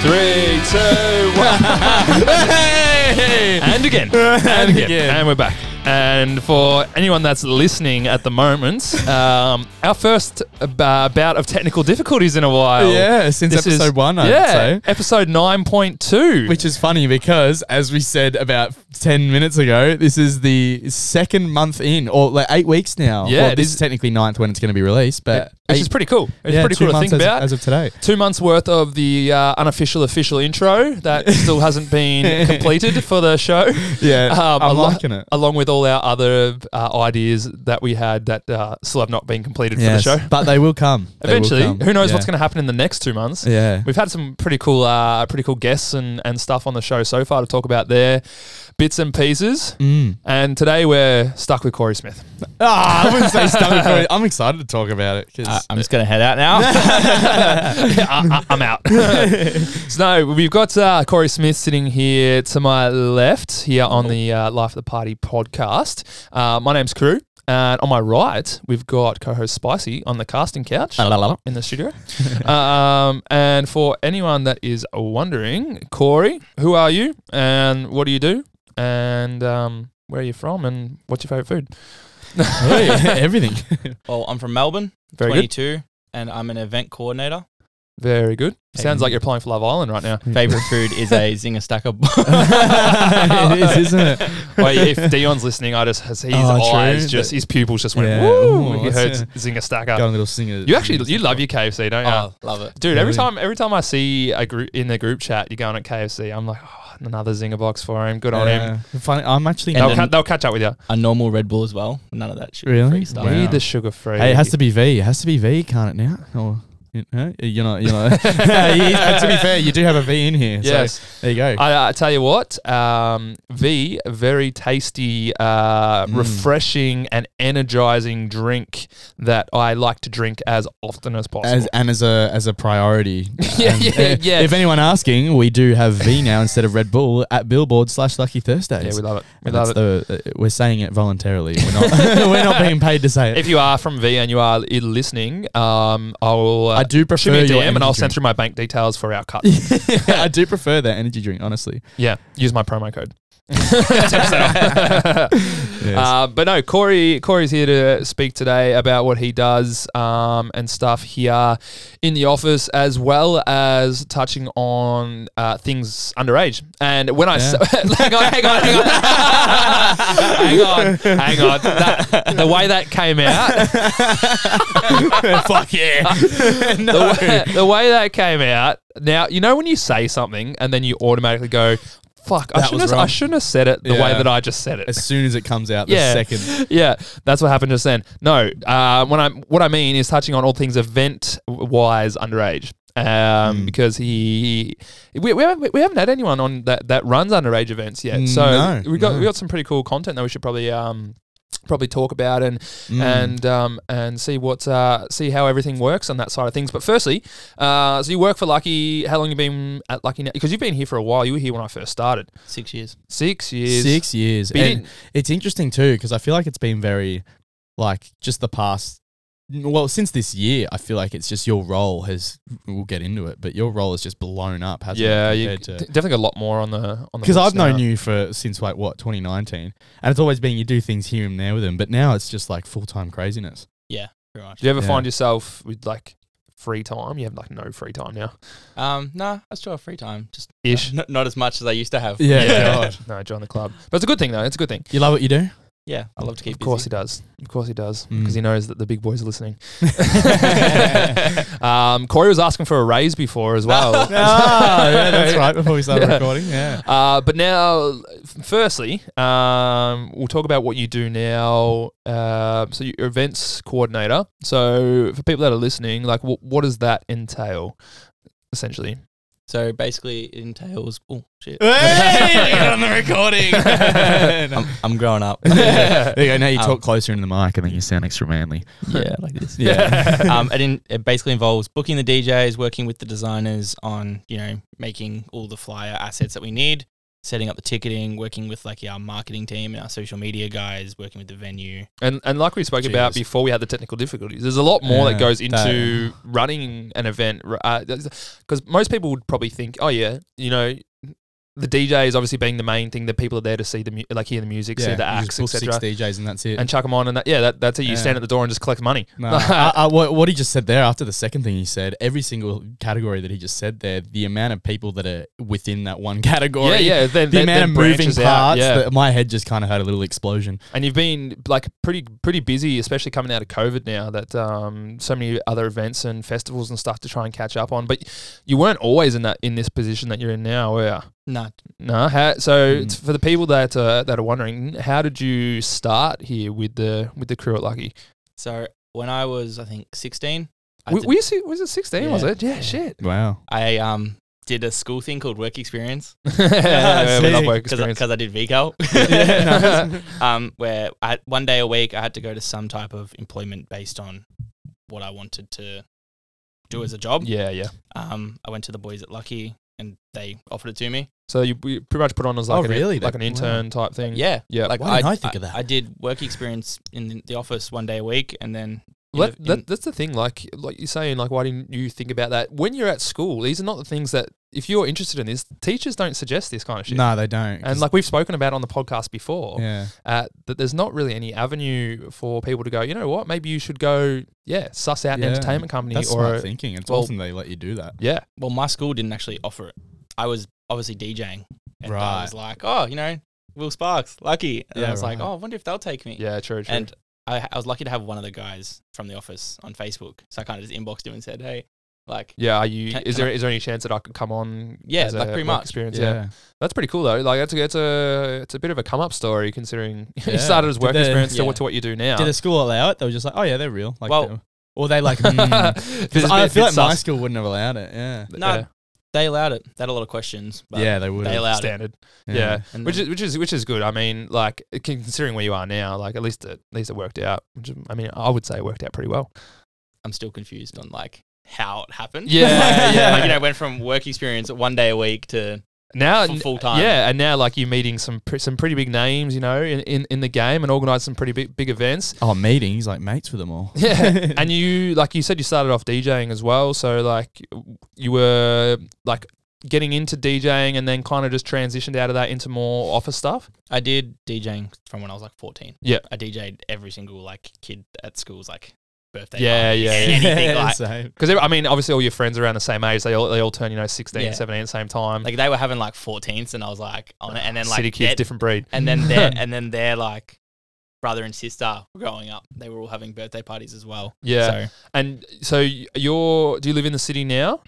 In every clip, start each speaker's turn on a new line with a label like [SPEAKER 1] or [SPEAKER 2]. [SPEAKER 1] Three, two, one.
[SPEAKER 2] and again. And again. And we're back. And for anyone that's listening at the moment, um, our first uh, bout of technical difficulties in a while.
[SPEAKER 1] Yeah, since episode one, I'd
[SPEAKER 2] yeah,
[SPEAKER 1] say.
[SPEAKER 2] episode 9.2.
[SPEAKER 1] Which is funny because, as we said about 10 minutes ago, this is the second month in, or like eight weeks now.
[SPEAKER 2] Yeah,
[SPEAKER 1] Well,
[SPEAKER 2] it
[SPEAKER 1] this
[SPEAKER 2] is-
[SPEAKER 1] is technically ninth when it's going to be released, but.
[SPEAKER 2] which
[SPEAKER 1] uh, eight-
[SPEAKER 2] is pretty cool. It's
[SPEAKER 1] yeah,
[SPEAKER 2] pretty
[SPEAKER 1] two
[SPEAKER 2] cool to
[SPEAKER 1] months
[SPEAKER 2] think
[SPEAKER 1] as-
[SPEAKER 2] about.
[SPEAKER 1] As of today.
[SPEAKER 2] Two months worth of the uh, unofficial official intro that still hasn't been completed for the show. Um,
[SPEAKER 1] Yeah, I'm
[SPEAKER 2] alo-
[SPEAKER 1] liking it.
[SPEAKER 2] Along with all our other uh, ideas that we had that uh, still have not been completed for the show.
[SPEAKER 1] But they will come. They will
[SPEAKER 2] Eventually,
[SPEAKER 1] come.
[SPEAKER 2] who knows
[SPEAKER 1] Yeah.
[SPEAKER 2] what's going to happen in the next two months?
[SPEAKER 1] Yeah.
[SPEAKER 2] We've had some pretty cool, uh, pretty cool guests and, and stuff on the show so far to talk about their bits and pieces.
[SPEAKER 1] Mm.
[SPEAKER 2] And today we're stuck with Corey Smith.
[SPEAKER 1] Ah, I wouldn't say stomach. for it. I'm excited to talk about it because
[SPEAKER 2] Uh,
[SPEAKER 3] I'm just going to head out now.
[SPEAKER 2] I, am out. so no, we've got uh, Corey Smith sitting here to my left here on the uh, Life of the Party podcast. Uh, my name's Crew, and on my right we've got co-host Spicy on the casting couch. in the studio. um, and for anyone that is wondering, Corey, who are you and what do you do? And um, where are you from and what's your favorite food?
[SPEAKER 1] everything.
[SPEAKER 3] well, I'm from Melbourne,
[SPEAKER 2] Very good.
[SPEAKER 3] 22, and I'm an event coordinator.
[SPEAKER 2] Very good.
[SPEAKER 3] Hey.
[SPEAKER 2] Sounds like you're applying for Love Island right now.
[SPEAKER 3] Favorite food is a zinger stacker.
[SPEAKER 1] it is, isn't it?
[SPEAKER 2] well, if Dion's listening, I just his
[SPEAKER 1] Oh,
[SPEAKER 2] eyes
[SPEAKER 1] true.
[SPEAKER 2] just his pupils just went
[SPEAKER 1] Yeah.
[SPEAKER 2] woo.
[SPEAKER 1] Ooh,
[SPEAKER 2] when he
[SPEAKER 1] that's
[SPEAKER 2] heard
[SPEAKER 1] it.
[SPEAKER 2] Zinger
[SPEAKER 1] Got
[SPEAKER 2] Stacker.
[SPEAKER 1] a little singer.
[SPEAKER 2] You actually you love your KFC, don't you?
[SPEAKER 3] oh, love it.
[SPEAKER 2] Dude, every
[SPEAKER 1] Really?
[SPEAKER 2] time every time I see a group in the group chat, you're going at KFC. I'm like, oh, another zinger box for him. Good on him.
[SPEAKER 1] Funny, I'm actually
[SPEAKER 3] And
[SPEAKER 2] They'll,
[SPEAKER 1] not.
[SPEAKER 3] then-
[SPEAKER 2] ca- they'll catch up with you.
[SPEAKER 3] A normal Red Bull as well. None of that shit.
[SPEAKER 1] Really?
[SPEAKER 3] Free stuff.
[SPEAKER 1] Wow.
[SPEAKER 2] Need the sugar free.
[SPEAKER 1] Hey, it has to be V. It has to be V, can't it now? Or you know, you're not. You're not. to be fair, you do have a V in here.
[SPEAKER 2] Yes,
[SPEAKER 1] So there you go.
[SPEAKER 2] I, I tell you what, um, V, very tasty, uh,
[SPEAKER 1] Mm.
[SPEAKER 2] refreshing, and energizing drink that I like to drink as often as possible.
[SPEAKER 1] as, and as a as a priority,
[SPEAKER 2] Yeah,
[SPEAKER 1] And,
[SPEAKER 2] yeah,
[SPEAKER 1] uh,
[SPEAKER 2] yeah.
[SPEAKER 1] If anyone asking, we do have V now instead of Red Bull at Billboard slash Lucky Thursdays.
[SPEAKER 2] yeah, we love it. We
[SPEAKER 1] And
[SPEAKER 2] love it.
[SPEAKER 1] that's the- uh, we're saying it voluntarily. We're not. we're not being paid to say it.
[SPEAKER 2] if you are from V and you are i- listening, um, I will. Uh,
[SPEAKER 1] I do
[SPEAKER 2] shoot
[SPEAKER 1] prefer
[SPEAKER 2] me a
[SPEAKER 1] your
[SPEAKER 2] DM and
[SPEAKER 1] energy
[SPEAKER 2] I'll send
[SPEAKER 1] drink.
[SPEAKER 2] through my bank details for our cut.
[SPEAKER 1] I do prefer that energy drink, honestly.
[SPEAKER 2] yeah, use my promo code. 10% off. Uh, but no, Corey. Corey's here to speak today about what he does um, and stuff here in the office, as well as touching on uh, things underage. And when I s- hang on, hang on, hang on, hang on, hang on. That, the way that came out,
[SPEAKER 1] fuck yeah.
[SPEAKER 2] the, way, the way that came out. Now you know when you say something and then you automatically go. Fuck! I
[SPEAKER 1] That
[SPEAKER 2] shouldn't,
[SPEAKER 1] was
[SPEAKER 2] have, I
[SPEAKER 1] wrong."
[SPEAKER 2] shouldn't have said it the way
[SPEAKER 1] Yeah.
[SPEAKER 2] that I just said it.
[SPEAKER 1] As soon as it comes out,
[SPEAKER 2] Yeah.
[SPEAKER 1] the second.
[SPEAKER 2] yeah, that's what happened just then. No, uh, when I what I mean is touching on all things event wise underage. Um,
[SPEAKER 1] Hmm.
[SPEAKER 2] because he, we, we, haven't, we haven't had anyone on that, that runs underage events yet. So
[SPEAKER 1] No,
[SPEAKER 2] we got
[SPEAKER 1] no.
[SPEAKER 2] we got some pretty cool content that we should probably um probably talk about and
[SPEAKER 1] Mm.
[SPEAKER 2] and um and see what uh see how everything works on that side of things. But firstly, uh, so you work for Lucky. How long you been at Lucky now? Because you've been here for a while. You were here when I first started.
[SPEAKER 3] Six years.
[SPEAKER 2] Six years.
[SPEAKER 1] Six years.
[SPEAKER 2] But you
[SPEAKER 1] And
[SPEAKER 2] didn't-
[SPEAKER 1] it's interesting too, because I feel like it's been very, like, just the past. Well, since this year, I feel like it's just your role has. We'll get into it, but your role has just blown up, hasn't
[SPEAKER 2] Yeah,
[SPEAKER 1] it?
[SPEAKER 2] you
[SPEAKER 1] compared
[SPEAKER 2] d-
[SPEAKER 1] to-
[SPEAKER 2] definitely got a lot more on the on the
[SPEAKER 1] because
[SPEAKER 2] books
[SPEAKER 1] I've
[SPEAKER 2] now.
[SPEAKER 1] known you for since like what 2019, and it's always been you do things here and there with them, but now it's just like full time craziness.
[SPEAKER 3] Pretty much.
[SPEAKER 2] Do you ever
[SPEAKER 1] Yeah.
[SPEAKER 2] find yourself with like free time? You have like no free time now.
[SPEAKER 3] Um, no, I still have free time. Just
[SPEAKER 2] Ish.
[SPEAKER 3] n- not as much as I used to have.
[SPEAKER 1] Yeah,
[SPEAKER 2] God. no, join the club. But it's a good thing though. It's a good thing.
[SPEAKER 1] You love what you do.
[SPEAKER 3] Yeah, I love to keep
[SPEAKER 2] Of course he
[SPEAKER 3] busy.
[SPEAKER 2] does. Of course he does.
[SPEAKER 1] Mm.
[SPEAKER 2] Because he knows that the big boys are listening. um, Corey was asking for a raise before as well.
[SPEAKER 1] ah, yeah, that's right. Before we started recording, yeah.
[SPEAKER 2] Uh, but now, f- firstly, um, we'll talk about what you do now. Uh, so, you're events coordinator. So, for people that are listening, like, wh- what does that entail, essentially?
[SPEAKER 3] So basically, it entails. Oh shit!
[SPEAKER 1] Hey, get on the recording.
[SPEAKER 3] I'm,
[SPEAKER 2] Um,
[SPEAKER 3] I'm growing up.
[SPEAKER 1] there you go. Now you
[SPEAKER 3] Um,
[SPEAKER 1] talk closer into the mic, and then you sound extra manly.
[SPEAKER 3] yeah, like this.
[SPEAKER 1] Yeah.
[SPEAKER 3] um, it, in, it basically involves booking the DJs, working with the designers on you know making all the flyer assets that we need, setting up the ticketing, working with like our marketing team and our social media guys, working with the venue.
[SPEAKER 2] And and like we spoke about
[SPEAKER 1] Jeez.
[SPEAKER 2] before, we had the technical difficulties. There's a lot more
[SPEAKER 1] Yeah,
[SPEAKER 2] that goes into
[SPEAKER 1] that-
[SPEAKER 2] running an event because most people would probably think, oh yeah, you know, the DJ is obviously being the main thing that people are there to see the mu- like hear the music, see the
[SPEAKER 1] you just
[SPEAKER 2] acts,
[SPEAKER 1] book six
[SPEAKER 2] etc.
[SPEAKER 1] DJs and that's it.
[SPEAKER 2] And chuck them on, and that, yeah, that, that's it. You
[SPEAKER 1] Yeah.
[SPEAKER 2] stand at the door and just collect money.
[SPEAKER 1] No, I, I- Uh, what, what he just said there after the second thing he said, every single category that he just said there, the amount of people that are within that one category,
[SPEAKER 2] yeah, yeah. Then,
[SPEAKER 1] the
[SPEAKER 2] then-
[SPEAKER 1] amount
[SPEAKER 2] then
[SPEAKER 1] of moving
[SPEAKER 2] branches
[SPEAKER 1] parts,
[SPEAKER 2] out, yeah.
[SPEAKER 1] that my head just kind of had a little explosion.
[SPEAKER 2] and you've been like pretty pretty busy, especially coming out of COVID now. That um, so many other events and festivals and stuff to try and catch up on. But you weren't always in that in this position that you're in now, were you?
[SPEAKER 3] Nah,
[SPEAKER 2] No. How, so
[SPEAKER 1] Mm.
[SPEAKER 2] it's for the people that uh, that are wondering, how did you start here with the with the crew at Lucky?
[SPEAKER 3] so when I was I think sixteen, I,
[SPEAKER 2] W-
[SPEAKER 3] did,
[SPEAKER 2] Were you, si- was it sixteen? Was
[SPEAKER 3] Yeah.
[SPEAKER 2] it? Yeah. Shit.
[SPEAKER 1] Wow.
[SPEAKER 3] I um did a school thing called work experience
[SPEAKER 2] yeah, we love
[SPEAKER 1] sick.
[SPEAKER 2] work
[SPEAKER 3] because
[SPEAKER 2] experience.
[SPEAKER 3] I did VCAL.
[SPEAKER 2] Yeah,
[SPEAKER 3] um, where I had one day a week I had to go to some type of employment based on what I wanted to do as a job.
[SPEAKER 2] yeah, yeah.
[SPEAKER 3] Um, I went to the boys at Lucky and they offered it to me.
[SPEAKER 2] So you, you pretty much put on as like
[SPEAKER 1] Oh,
[SPEAKER 2] an,
[SPEAKER 1] really?
[SPEAKER 2] like an
[SPEAKER 1] That-
[SPEAKER 2] intern type thing.
[SPEAKER 3] Yeah,
[SPEAKER 2] Yeah.
[SPEAKER 3] Like
[SPEAKER 1] Why
[SPEAKER 3] I,
[SPEAKER 1] didn't I think of that?
[SPEAKER 3] I did work experience in the office one day a week, and then
[SPEAKER 2] Well,
[SPEAKER 3] in
[SPEAKER 2] that,
[SPEAKER 3] the- in-
[SPEAKER 2] that, that's the thing. Like, like you're saying, like, why didn't you think about that when you're at school? These are not the things that, if you're interested in this, teachers don't suggest this kind of shit.
[SPEAKER 1] No, they don't. 'cause-
[SPEAKER 2] And like we've spoken about on the podcast before,
[SPEAKER 1] yeah.
[SPEAKER 2] uh, that there's not really any avenue for people to go. You know what? Maybe you should go, yeah, suss out an
[SPEAKER 1] Yeah.
[SPEAKER 2] entertainment company
[SPEAKER 1] That's
[SPEAKER 2] or
[SPEAKER 1] smart
[SPEAKER 2] a-
[SPEAKER 1] thinking. It's
[SPEAKER 2] well-
[SPEAKER 1] awesome they let you do that.
[SPEAKER 2] yeah,
[SPEAKER 3] well, my school didn't actually offer it. I was obviously DJing, and I
[SPEAKER 1] Right.
[SPEAKER 3] was like, oh, you know, Will Sparks, lucky. And I
[SPEAKER 1] Yeah,
[SPEAKER 3] was like,
[SPEAKER 1] right.
[SPEAKER 3] oh, I wonder if they'll take me.
[SPEAKER 2] yeah, true, true.
[SPEAKER 3] And I, I was lucky to have one of the guys from the office on Facebook, so I kind of just inboxed him and said, hey, like,
[SPEAKER 2] yeah, are you?
[SPEAKER 3] Can-
[SPEAKER 2] is
[SPEAKER 3] can
[SPEAKER 2] there is there any chance that I could come on?
[SPEAKER 3] Yeah,
[SPEAKER 2] as
[SPEAKER 3] like,
[SPEAKER 2] a
[SPEAKER 3] pretty
[SPEAKER 2] work
[SPEAKER 3] much.
[SPEAKER 2] experience. Yeah. that's pretty cool though. Like that's a, it's a it's a bit of a come up story considering you
[SPEAKER 1] Yeah.
[SPEAKER 2] started as
[SPEAKER 1] Did
[SPEAKER 2] work
[SPEAKER 1] they-
[SPEAKER 2] experience to
[SPEAKER 3] yeah.
[SPEAKER 2] what to what you do now.
[SPEAKER 1] Did the school allow it? They were just like, oh yeah, they're real. Like,
[SPEAKER 3] Well-
[SPEAKER 1] they- or they like, mm. 'Cause I feel like my school wouldn't have allowed it. Yeah.
[SPEAKER 3] No, they allowed it. They had a lot of questions. But
[SPEAKER 1] yeah, they would.
[SPEAKER 3] they
[SPEAKER 1] have.
[SPEAKER 3] allowed it.
[SPEAKER 2] standard. yeah.
[SPEAKER 1] Mm.
[SPEAKER 3] And
[SPEAKER 2] which
[SPEAKER 3] then-
[SPEAKER 2] is which is which is good. I mean, like c- considering where you are now, like at least it, at least it worked out. Which is- I mean, I would say it worked out pretty well.
[SPEAKER 3] I'm still confused on like how it happened.
[SPEAKER 2] Yeah,
[SPEAKER 1] yeah.
[SPEAKER 3] Like, you know, it went from work experience one day a week to
[SPEAKER 2] Now,
[SPEAKER 3] F- full-time.
[SPEAKER 2] Oh, uh, yeah, and now like you're meeting some pre- some pretty big names, you know, in, in, in the game, and organised some pretty big big events.
[SPEAKER 1] Oh, meetings like mates with them all.
[SPEAKER 2] Yeah, and you like you said you started off DJing as well, so like you were like getting into DJing and then kind of just transitioned out of that into more office stuff.
[SPEAKER 3] I did DJing from when I was like 14.
[SPEAKER 2] Yeah.
[SPEAKER 3] I DJ'd every single like kid at school's like birthday.
[SPEAKER 2] Yeah,
[SPEAKER 3] parties,
[SPEAKER 2] yeah, yeah.
[SPEAKER 3] Anything like
[SPEAKER 1] Same.
[SPEAKER 2] Because I mean, obviously, all your friends around the same age, they all they all turn you know 16,
[SPEAKER 3] Yeah.
[SPEAKER 2] 17 at the same time.
[SPEAKER 3] like they were having like 14s and I was like on it and then like
[SPEAKER 2] City kids,
[SPEAKER 3] their-
[SPEAKER 2] different breed.
[SPEAKER 3] and then their and then their like brother and sister were growing up. They were all having birthday parties as well.
[SPEAKER 2] Yeah.
[SPEAKER 3] So
[SPEAKER 2] And so y- you're do you live in the city now?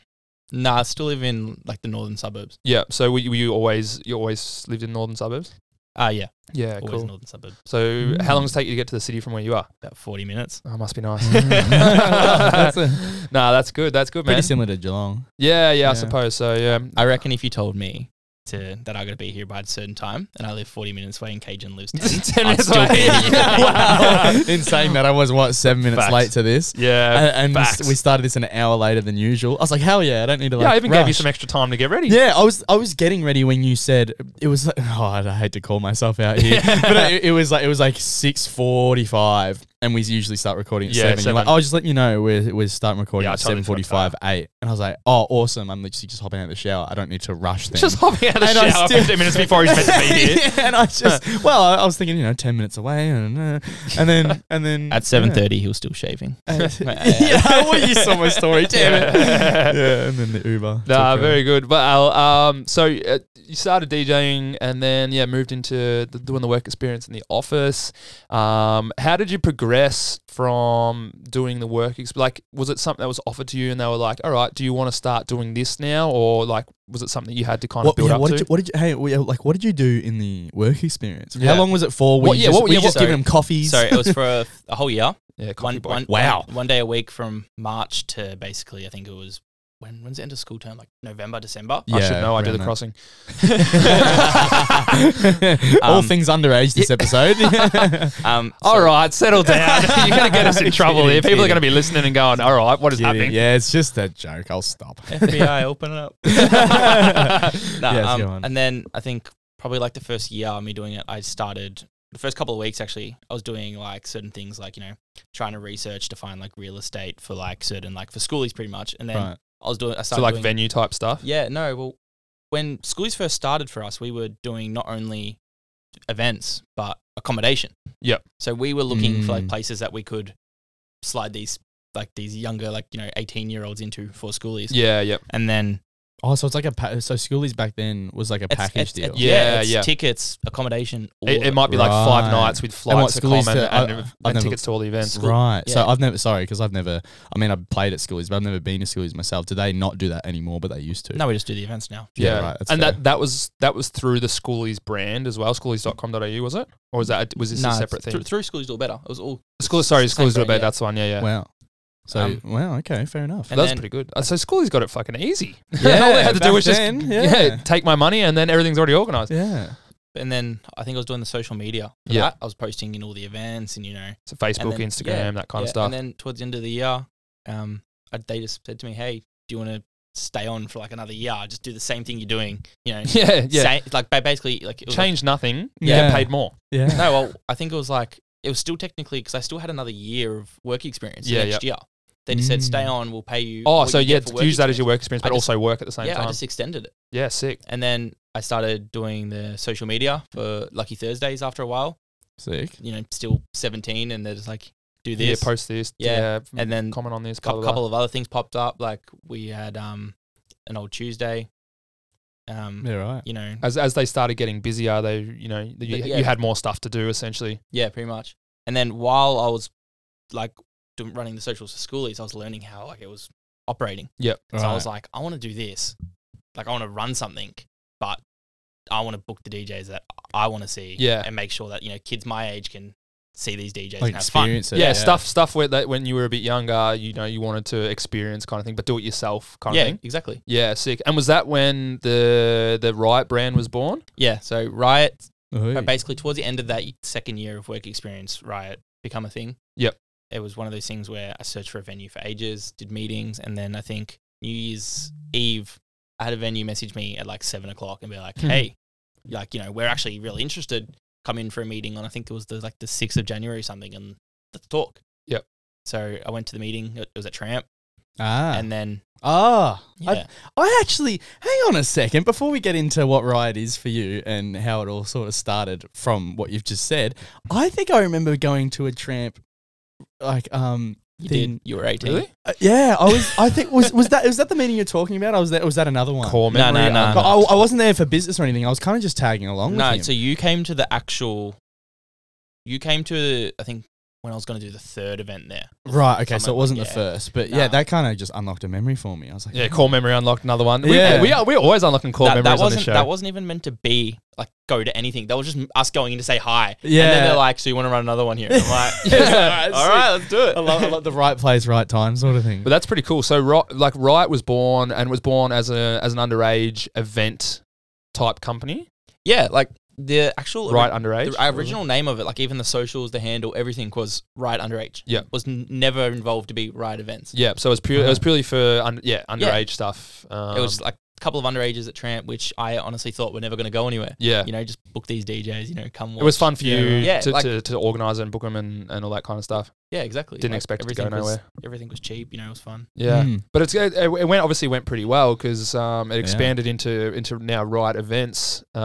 [SPEAKER 3] nah, I still live in like the northern suburbs.
[SPEAKER 2] Yeah. So were you, were you always you always lived in northern suburbs?
[SPEAKER 3] Ah, yeah.
[SPEAKER 2] Yeah,
[SPEAKER 3] Always
[SPEAKER 2] cool.
[SPEAKER 3] northern suburbs.
[SPEAKER 2] So how long does it take you to get to the city from where you are?
[SPEAKER 3] About 40 minutes.
[SPEAKER 2] Oh, must be nice.
[SPEAKER 1] That's a-
[SPEAKER 2] nah, that's good. That's good,
[SPEAKER 1] pretty
[SPEAKER 2] man.
[SPEAKER 1] similar to Geelong.
[SPEAKER 2] Yeah, yeah, I
[SPEAKER 1] Yeah.
[SPEAKER 2] suppose so. Yeah.
[SPEAKER 3] I reckon if you told me to that I got to be here by a certain time and I live 40 minutes away and Cajun lives 10,
[SPEAKER 2] Ten
[SPEAKER 3] I'd
[SPEAKER 2] minutes
[SPEAKER 3] still
[SPEAKER 2] away.
[SPEAKER 3] be here.
[SPEAKER 2] Wow. Uh,
[SPEAKER 1] In saying that, I was what seven minutes
[SPEAKER 2] Facts.
[SPEAKER 1] late to this,
[SPEAKER 2] Yeah.
[SPEAKER 1] and, and we,
[SPEAKER 2] facts.
[SPEAKER 1] st- we started this an hour later than usual. I was like, hell yeah, I don't need to. Like,
[SPEAKER 2] yeah, I even gave you
[SPEAKER 1] rush.
[SPEAKER 2] some extra time to get ready.
[SPEAKER 1] Yeah, I was I was getting ready when you said it was. Like, oh, I hate to call myself out here, but it, it was like it was like six forty five, and we usually start recording at
[SPEAKER 2] Yeah,
[SPEAKER 1] seven. You're like,
[SPEAKER 2] seven.
[SPEAKER 1] oh, just letting you know we're we're starting recording
[SPEAKER 2] Yeah, I
[SPEAKER 1] at
[SPEAKER 2] totally
[SPEAKER 1] seven forty five eight, and I was like, oh, awesome! I'm literally just hopping out of the shower. I don't need to rush things.
[SPEAKER 2] Just hopping out of the
[SPEAKER 1] And I
[SPEAKER 2] shower
[SPEAKER 1] still-
[SPEAKER 2] 15 minutes before he's meant to be here.
[SPEAKER 1] Yeah, and I just well, I, I was thinking, you know, ten minutes away, and uh, and then and then
[SPEAKER 3] At 7:30 he was still shaving.
[SPEAKER 1] Yeah, yeah well, you saw my story, damn it.
[SPEAKER 2] Yeah.
[SPEAKER 1] Yeah, and then the Uber.
[SPEAKER 2] Nah,
[SPEAKER 1] took, uh,
[SPEAKER 2] very good. But Al, um, so uh, you started DJing and then yeah, moved into the, doing the work experience in the office. Um, how did you progress from doing the work? Exp- like, was it something that was offered to you and they were like, "All right, do you want to start doing this now?" Or like, was it something you had to kind of
[SPEAKER 1] What,
[SPEAKER 2] build
[SPEAKER 1] yeah,
[SPEAKER 2] up
[SPEAKER 1] what
[SPEAKER 2] to?
[SPEAKER 1] did you, what did you, hey, we- like, what did you do in the work experience?
[SPEAKER 2] Yeah.
[SPEAKER 1] How long was it for? Were
[SPEAKER 2] What-
[SPEAKER 1] you
[SPEAKER 2] yeah,
[SPEAKER 1] just,
[SPEAKER 2] what-
[SPEAKER 1] were you
[SPEAKER 2] yeah,
[SPEAKER 1] just
[SPEAKER 3] what-
[SPEAKER 1] giving them coffees?
[SPEAKER 3] So it was for a, a whole year.
[SPEAKER 2] yeah, coffee
[SPEAKER 3] One,
[SPEAKER 2] boy.
[SPEAKER 3] one,
[SPEAKER 1] Wow.
[SPEAKER 3] One day a week from March to basically I think it was when when's the end of school term like November December.
[SPEAKER 2] I should know. I do the
[SPEAKER 1] around that.
[SPEAKER 2] crossing.
[SPEAKER 1] All
[SPEAKER 3] Um,
[SPEAKER 1] things underage this episode.
[SPEAKER 3] Um
[SPEAKER 2] All
[SPEAKER 3] so-
[SPEAKER 2] right, settle down. You're going to get us in trouble here.
[SPEAKER 1] Kidding,
[SPEAKER 2] People are going to
[SPEAKER 1] kidding.
[SPEAKER 2] be listening and going, "All right, what is
[SPEAKER 1] Kidding.
[SPEAKER 2] happening?"
[SPEAKER 1] Yeah, it's just a joke. I'll stop.
[SPEAKER 3] FBI, open it up.
[SPEAKER 1] Yes,
[SPEAKER 3] No, um,
[SPEAKER 1] go on.
[SPEAKER 3] and then I think probably like the first year of me doing it, I started the first couple of weeks actually, I was doing like certain things like, you know, trying to research to find like real estate for like certain like for schoolies pretty much. And then
[SPEAKER 1] right.
[SPEAKER 3] I was doing I
[SPEAKER 2] So
[SPEAKER 3] started
[SPEAKER 2] like
[SPEAKER 3] doing,
[SPEAKER 2] venue type stuff.
[SPEAKER 3] Yeah, no, well when schoolies first started for us, we were doing not only events but accommodation.
[SPEAKER 2] Yep.
[SPEAKER 3] So we were looking for like
[SPEAKER 1] Mm.
[SPEAKER 3] places that we could slide these like these younger like, you know, 18 year olds into for schoolies.
[SPEAKER 2] Yeah, yeah.
[SPEAKER 3] And then
[SPEAKER 1] Oh, so it's like a pa- so schoolies back then was like a
[SPEAKER 3] it's-
[SPEAKER 1] package
[SPEAKER 3] it's-
[SPEAKER 1] deal.
[SPEAKER 3] it's-
[SPEAKER 2] yeah.
[SPEAKER 3] yeah, it's
[SPEAKER 2] yeah.
[SPEAKER 3] tickets, accommododation, all
[SPEAKER 2] It,
[SPEAKER 3] of
[SPEAKER 2] it might be like five
[SPEAKER 1] Right.
[SPEAKER 2] nights with
[SPEAKER 1] And what,
[SPEAKER 2] flights to
[SPEAKER 1] schoolies
[SPEAKER 2] come and, and,
[SPEAKER 1] to- I-
[SPEAKER 2] and
[SPEAKER 1] I've never-
[SPEAKER 2] tickets to all the events.
[SPEAKER 1] Right. So
[SPEAKER 3] yeah.
[SPEAKER 1] I've never sorry because I've never. I mean, I played at schoolies, but I've never been to schoolies myself. Do they not do that anymore? But they used to.
[SPEAKER 3] No, we just do the events now.
[SPEAKER 2] Yeah,
[SPEAKER 1] right. That's
[SPEAKER 2] and
[SPEAKER 1] fair.
[SPEAKER 2] that that was that was through the Schoolies brand as well. Schoolies.com.au was it, or was that was this
[SPEAKER 3] No,
[SPEAKER 2] a separate thing?
[SPEAKER 3] Through, through schools do it better. It was all
[SPEAKER 2] Schoolies, sorry,
[SPEAKER 3] same
[SPEAKER 2] Schoolies.
[SPEAKER 3] brand,
[SPEAKER 2] Brand,
[SPEAKER 3] yeah.
[SPEAKER 2] That's the one. Yeah, yeah.
[SPEAKER 1] Wow. So
[SPEAKER 3] Um,
[SPEAKER 1] wow. Okay. Fair enough.
[SPEAKER 3] and
[SPEAKER 2] That's
[SPEAKER 3] then-
[SPEAKER 2] pretty good. Uh, So Schoolies got it fucking easy.
[SPEAKER 1] Yeah,
[SPEAKER 2] all they had to do
[SPEAKER 1] back
[SPEAKER 2] was
[SPEAKER 1] then,
[SPEAKER 2] just
[SPEAKER 1] yeah.
[SPEAKER 2] take my money and then everything's already organised.
[SPEAKER 1] Yeah.
[SPEAKER 3] and then I think I was doing the social media. for
[SPEAKER 2] Yeah.
[SPEAKER 3] that. I was posting in all the events and you know
[SPEAKER 2] So Facebook,
[SPEAKER 3] then-
[SPEAKER 2] Instagram,
[SPEAKER 3] yeah,
[SPEAKER 2] that kind
[SPEAKER 3] yeah,
[SPEAKER 2] of stuff.
[SPEAKER 3] And then towards the end of the year, um, I, they just said to me, "Hey, do you want to stay on for like another year? Just do the same thing you're doing, you know."
[SPEAKER 2] yeah, yeah.
[SPEAKER 3] Same, like ba- basically, like it was
[SPEAKER 2] Change nothing.
[SPEAKER 1] Yeah.
[SPEAKER 2] Get paid more.
[SPEAKER 1] Yeah.
[SPEAKER 3] Like, no, well, I think it was like it was still technically because I still had another year of work experience. the
[SPEAKER 2] Yeah,
[SPEAKER 3] next year. They just said, "Stay
[SPEAKER 1] Mm.
[SPEAKER 3] on. We'll pay you."
[SPEAKER 2] Oh,
[SPEAKER 3] what
[SPEAKER 2] so
[SPEAKER 3] you
[SPEAKER 2] yeah,
[SPEAKER 3] get for
[SPEAKER 2] use that as your work experience,
[SPEAKER 3] I
[SPEAKER 2] but
[SPEAKER 3] just-
[SPEAKER 2] also work at the same
[SPEAKER 3] Yeah, I
[SPEAKER 2] time.
[SPEAKER 3] just extended it,
[SPEAKER 2] yeah, sick.
[SPEAKER 3] and then I started doing the social media for Lucky Thursdays after a while.
[SPEAKER 1] Sick.
[SPEAKER 3] you know, still 17 and they're just like, do
[SPEAKER 2] Yeah,
[SPEAKER 3] this.
[SPEAKER 2] post this.
[SPEAKER 3] Yeah,
[SPEAKER 2] Yeah,
[SPEAKER 3] and then
[SPEAKER 2] comment on this. Blah,
[SPEAKER 3] couple,
[SPEAKER 2] blah,
[SPEAKER 3] couple of other things popped up. Like we had um, an old Tuesday, um,
[SPEAKER 1] Yeah. Right.
[SPEAKER 3] you know,
[SPEAKER 2] blah. As as they started getting busier, they you know you,
[SPEAKER 3] But yeah.
[SPEAKER 2] you had more stuff to do essentially.
[SPEAKER 3] yeah, pretty much. And then while I was like doing, running the socials for schoolies, I was learning how like it was operating. So I was like, I want to do this. Like I want to run something, but I want to book the DJs that I want to see
[SPEAKER 2] Yeah.
[SPEAKER 3] and make sure that, you know, kids my age can see these DJs
[SPEAKER 1] Like
[SPEAKER 3] and have fun.
[SPEAKER 1] experience it.
[SPEAKER 2] yeah, stuff stuff where that when you were a bit younger, you know, you wanted to experience kind of thing, but do it yourself kind of
[SPEAKER 3] Yeah,
[SPEAKER 2] thing.
[SPEAKER 3] exactly.
[SPEAKER 2] Yeah, sick. And was that when the the Riot brand was born?
[SPEAKER 3] Yeah. So Riot
[SPEAKER 1] Ooh.
[SPEAKER 3] But basically, towards the end of that second year of work experience, Riot become a thing.
[SPEAKER 2] Yep.
[SPEAKER 3] It was one of those things where I searched for a venue for ages, did meetings, and then I think New Year's Eve, I had a venue message me at like seven o'clock and be like,
[SPEAKER 2] Hmm.
[SPEAKER 3] "Hey, like you know, we're actually really interested. Come in for a meeting on I think it was the like the sixth of January or something, and let's talk."
[SPEAKER 2] Yep.
[SPEAKER 3] So I went to the meeting. It it was at Tramp,
[SPEAKER 1] Ah.
[SPEAKER 3] and then
[SPEAKER 1] ah. I-
[SPEAKER 3] yeah,
[SPEAKER 1] I actually hang on a second before we get into what riot is for you and how it all sort of started from what you've just said. I think I remember going to a tramp, like um,
[SPEAKER 3] you
[SPEAKER 1] then-
[SPEAKER 3] did. You were eighteen.
[SPEAKER 2] Really?
[SPEAKER 1] uh, yeah, I was. I think was was that was that the meeting you're talking about? I was there. Was that another one?
[SPEAKER 2] Core
[SPEAKER 3] No,
[SPEAKER 2] memory.
[SPEAKER 3] no, no,
[SPEAKER 2] uh,
[SPEAKER 1] But I, I wasn't there for business or anything. I was kind of just tagging along.
[SPEAKER 3] No,
[SPEAKER 1] with him.
[SPEAKER 3] so you came to the actual. You came to I think when I was going to do the third event there.
[SPEAKER 1] right. Okay, so
[SPEAKER 3] something,
[SPEAKER 1] it wasn't the
[SPEAKER 3] yeah.
[SPEAKER 1] first, but yeah,
[SPEAKER 3] Nah.
[SPEAKER 1] that kind of just unlocked a memory for me. I was like,
[SPEAKER 2] Yeah, core memory unlocked another one. We-
[SPEAKER 1] Yeah.
[SPEAKER 2] We, are we're always unlocking core
[SPEAKER 3] that,
[SPEAKER 2] memories
[SPEAKER 3] that
[SPEAKER 2] on this
[SPEAKER 3] wasn't
[SPEAKER 2] show.
[SPEAKER 3] that wasn't even meant to be like go to anything. That was just us going in to say hi.
[SPEAKER 1] yeah.
[SPEAKER 3] And then they're like, "So you want to run another one here?" I'm like,
[SPEAKER 2] Yeah.
[SPEAKER 3] "All right, let's do it."
[SPEAKER 1] I love, I love the right place, right time sort of thing.
[SPEAKER 2] But that's pretty cool. So, Ri- like, Riot was born and was born as a as an underage event type company.
[SPEAKER 3] yeah, like the actual
[SPEAKER 2] Right,
[SPEAKER 3] The
[SPEAKER 2] underage.
[SPEAKER 3] original name of it, like even the socials, the handle, everything was right underage.
[SPEAKER 2] Yeah.
[SPEAKER 3] was n- never involved to be right events.
[SPEAKER 2] Yeah. So it was pure. It was purely for un- yeah underage
[SPEAKER 3] Uh-huh. Yeah.
[SPEAKER 2] stuff. Um,
[SPEAKER 3] It was like a couple of underages at Tramp, which I honestly thought were never going to go anywhere.
[SPEAKER 2] yeah.
[SPEAKER 3] You know, just book these DJs. You know, come.
[SPEAKER 2] it was fun for you
[SPEAKER 3] Yeah,
[SPEAKER 2] to,
[SPEAKER 3] like-
[SPEAKER 2] to, to organize and book them and, and all that kind of stuff.
[SPEAKER 3] Yeah, exactly.
[SPEAKER 2] Didn't expect it to go
[SPEAKER 3] everything was-
[SPEAKER 2] nowhere.
[SPEAKER 3] everything was cheap. You know, it was fun.
[SPEAKER 2] Yeah,
[SPEAKER 1] Mm.
[SPEAKER 2] but it's it, it went obviously went pretty well because um, it expanded into into now Riot events um,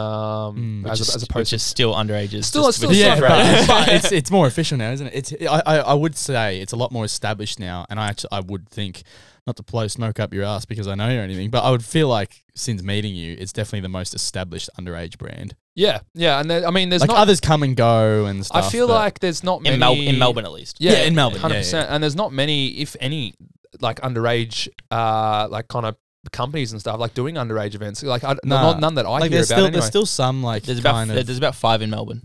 [SPEAKER 2] as,
[SPEAKER 1] Mm.
[SPEAKER 3] Hmm. Which
[SPEAKER 2] a,
[SPEAKER 3] is-
[SPEAKER 2] as
[SPEAKER 3] which
[SPEAKER 2] opposed to
[SPEAKER 3] is still underages.
[SPEAKER 2] Still-
[SPEAKER 3] just
[SPEAKER 2] still
[SPEAKER 3] with
[SPEAKER 1] yeah,
[SPEAKER 2] stuff,
[SPEAKER 3] different-
[SPEAKER 2] right?
[SPEAKER 1] but, but it's it's more official now, isn't it? It's I, I, I would say it's a lot more established now, and I actually, I would think not to blow smoke up your ass because I know you or anything, but I would feel like since meeting you, it's definitely the most established underage brand.
[SPEAKER 2] yeah yeah and there, I mean there's
[SPEAKER 1] like
[SPEAKER 2] not
[SPEAKER 1] others come and go and stuff.
[SPEAKER 2] I feel
[SPEAKER 1] but-
[SPEAKER 2] like there's not many
[SPEAKER 3] in, Mel- in Melbourne at least.
[SPEAKER 1] Yeah, in Melbourne,
[SPEAKER 2] hundred
[SPEAKER 1] yeah,
[SPEAKER 2] percent. And there's not many, if any, like underage, uh, like kind of companies and stuff like doing underage events. Like I,
[SPEAKER 1] Nah.
[SPEAKER 2] not, none that I
[SPEAKER 1] like
[SPEAKER 2] hear about.
[SPEAKER 1] there's still
[SPEAKER 2] anyway.
[SPEAKER 1] there's still some like
[SPEAKER 3] There's about
[SPEAKER 1] kind of
[SPEAKER 3] there's about five in Melbourne.